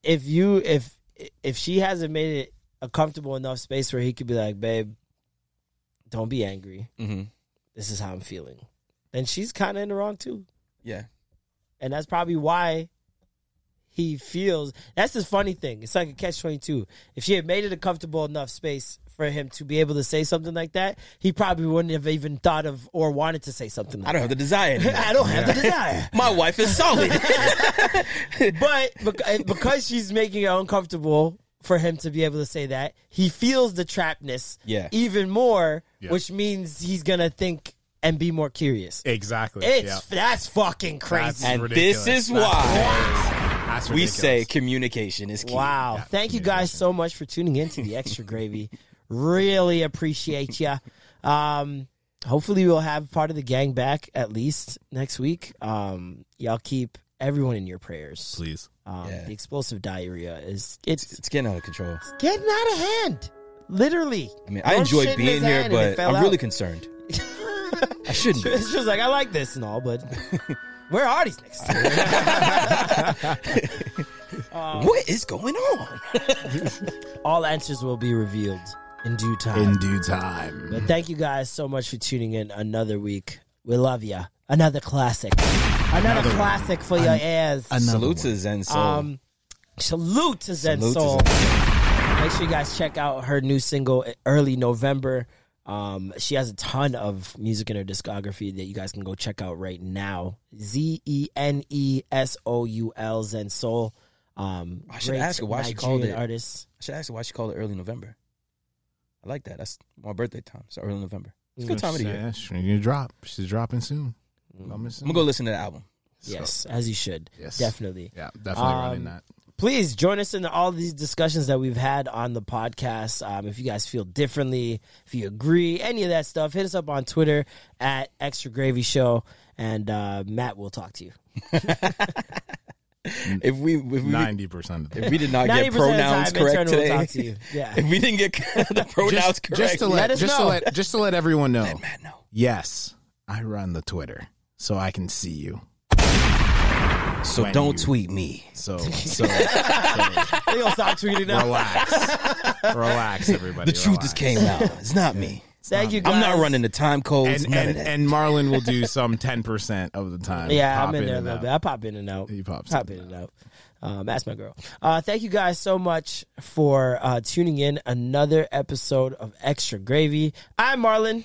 [SPEAKER 2] if you if if she hasn't made it a comfortable enough space where he could be like, babe, don't be angry.
[SPEAKER 5] mm-hmm.
[SPEAKER 2] This is how I'm feeling. Then she's kind of in the wrong too,
[SPEAKER 5] Yeah.
[SPEAKER 2] and that's probably why he feels. That's the funny thing. It's like a catch twenty two. If she had made it a comfortable enough space for him to be able to say something like that, he probably wouldn't have even thought of or wanted to say something.
[SPEAKER 5] I
[SPEAKER 2] Like
[SPEAKER 5] don't have the desire.
[SPEAKER 2] that.
[SPEAKER 5] anymore.
[SPEAKER 2] I don't have the desire.
[SPEAKER 5] My wife is solid.
[SPEAKER 2] but bec- because she's making it uncomfortable for him to be able to say that. He feels the trapness
[SPEAKER 5] Yeah.
[SPEAKER 2] even more,
[SPEAKER 1] Yeah.
[SPEAKER 2] which means he's gonna think and be more curious.
[SPEAKER 1] Exactly.
[SPEAKER 2] It's
[SPEAKER 1] yeah.
[SPEAKER 2] that's fucking crazy.
[SPEAKER 5] And
[SPEAKER 1] ridiculous.
[SPEAKER 5] this is
[SPEAKER 1] That's
[SPEAKER 5] why
[SPEAKER 1] That's
[SPEAKER 5] we
[SPEAKER 1] ridiculous.
[SPEAKER 5] say communication is key.
[SPEAKER 2] Wow. Thank you guys so much for tuning in to the Extra Gravy. Really appreciate ya. Um, hopefully, we'll have part of the gang back at least next week. Um, y'all keep everyone in your prayers.
[SPEAKER 1] please.
[SPEAKER 2] Um,
[SPEAKER 5] Yeah.
[SPEAKER 2] The explosive diarrhea is it's
[SPEAKER 5] It's getting out of control.
[SPEAKER 2] getting out of hand. Literally.
[SPEAKER 5] I mean, I
[SPEAKER 2] One
[SPEAKER 5] enjoyed
[SPEAKER 2] shit in
[SPEAKER 5] being
[SPEAKER 2] his
[SPEAKER 5] here,
[SPEAKER 2] hand and it
[SPEAKER 5] but
[SPEAKER 2] fell
[SPEAKER 5] I'm really
[SPEAKER 2] out.
[SPEAKER 5] concerned. I shouldn't. be.
[SPEAKER 2] It's just like I like this and all, but where are these next?
[SPEAKER 5] What is going on?
[SPEAKER 2] all answers will be revealed in due time.
[SPEAKER 1] In due time.
[SPEAKER 2] But thank you guys so much for tuning in another week. We love ya. Another classic. Another, classic for your ears.
[SPEAKER 5] Salute to Zen Soul.
[SPEAKER 2] um, salute to Zen
[SPEAKER 5] Salute to
[SPEAKER 2] Soul.
[SPEAKER 5] Zen
[SPEAKER 2] Make sure you guys check out her new single early November. Um, she has a ton of music in her discography that you guys can go check out right now. Z E N E S O U L Zen Soul. Um,
[SPEAKER 5] I should
[SPEAKER 2] great
[SPEAKER 5] ask her why she called
[SPEAKER 2] Nigerian
[SPEAKER 5] it.
[SPEAKER 2] artist.
[SPEAKER 5] I should ask you why she called it early November. I like that. That's my birthday time. So early November. It's a good time of the year.
[SPEAKER 1] Yeah, she's gonna drop. She's dropping soon. I'm
[SPEAKER 5] I'm gonna go listen to the album.
[SPEAKER 2] Yes, as you should.
[SPEAKER 1] Yes.
[SPEAKER 2] Definitely.
[SPEAKER 1] Yeah, definitely running
[SPEAKER 2] Um,
[SPEAKER 1] that.
[SPEAKER 2] please join us in all these discussions that we've had on the podcast. Um, if you guys feel differently, if you agree, any of that stuff, hit us up on Twitter at Extra Gravy Show, and uh, Matt will talk to you.
[SPEAKER 5] If we if we,
[SPEAKER 1] Ninety percent of the
[SPEAKER 5] if we did not get
[SPEAKER 2] 90% of the
[SPEAKER 5] pronouns
[SPEAKER 2] time,
[SPEAKER 5] correct
[SPEAKER 2] Eternal will talk to
[SPEAKER 5] today,
[SPEAKER 2] you. Yeah.
[SPEAKER 5] if we didn't get the pronouns
[SPEAKER 1] just,
[SPEAKER 5] correct,
[SPEAKER 1] just to let,
[SPEAKER 2] Let us
[SPEAKER 1] just
[SPEAKER 2] know.
[SPEAKER 1] to let just to let everyone know.
[SPEAKER 5] Matt, no.
[SPEAKER 1] Yes, I run the Twitter, so I can see you.
[SPEAKER 5] So
[SPEAKER 1] When
[SPEAKER 5] don't
[SPEAKER 1] you-
[SPEAKER 5] tweet me.
[SPEAKER 1] So so, so
[SPEAKER 2] They gonna stop tweeting now.
[SPEAKER 1] relax, relax, everybody.
[SPEAKER 5] The truth just
[SPEAKER 1] relax.
[SPEAKER 5] came out. It's not me.
[SPEAKER 2] Thank you. Guys.
[SPEAKER 5] I'm not running the time codes.
[SPEAKER 1] And
[SPEAKER 5] none of
[SPEAKER 1] and,
[SPEAKER 5] that.
[SPEAKER 1] and Marlon will do some ten percent of the time.
[SPEAKER 2] Yeah,
[SPEAKER 1] Pop
[SPEAKER 2] I'm in there a
[SPEAKER 1] and
[SPEAKER 2] little
[SPEAKER 1] out.
[SPEAKER 2] bit. I pop in and out.
[SPEAKER 1] He pops
[SPEAKER 2] pop in and out. Um, that's my girl. Uh, thank you guys so much for uh, tuning in another episode of Extra Gravy. I'm Marlon,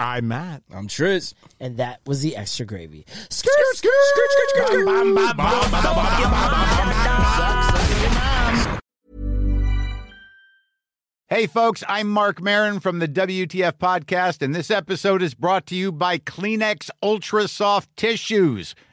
[SPEAKER 1] I'm Matt.
[SPEAKER 5] I'm Triz.
[SPEAKER 2] and that was the Extra Gravy.
[SPEAKER 1] Skirt, skirt, skirt, skirt, skirt,
[SPEAKER 11] Hey, folks, I'm Mark Marin from the WTF Podcast, and this episode is brought to you by Kleenex Ultra Soft Tissues,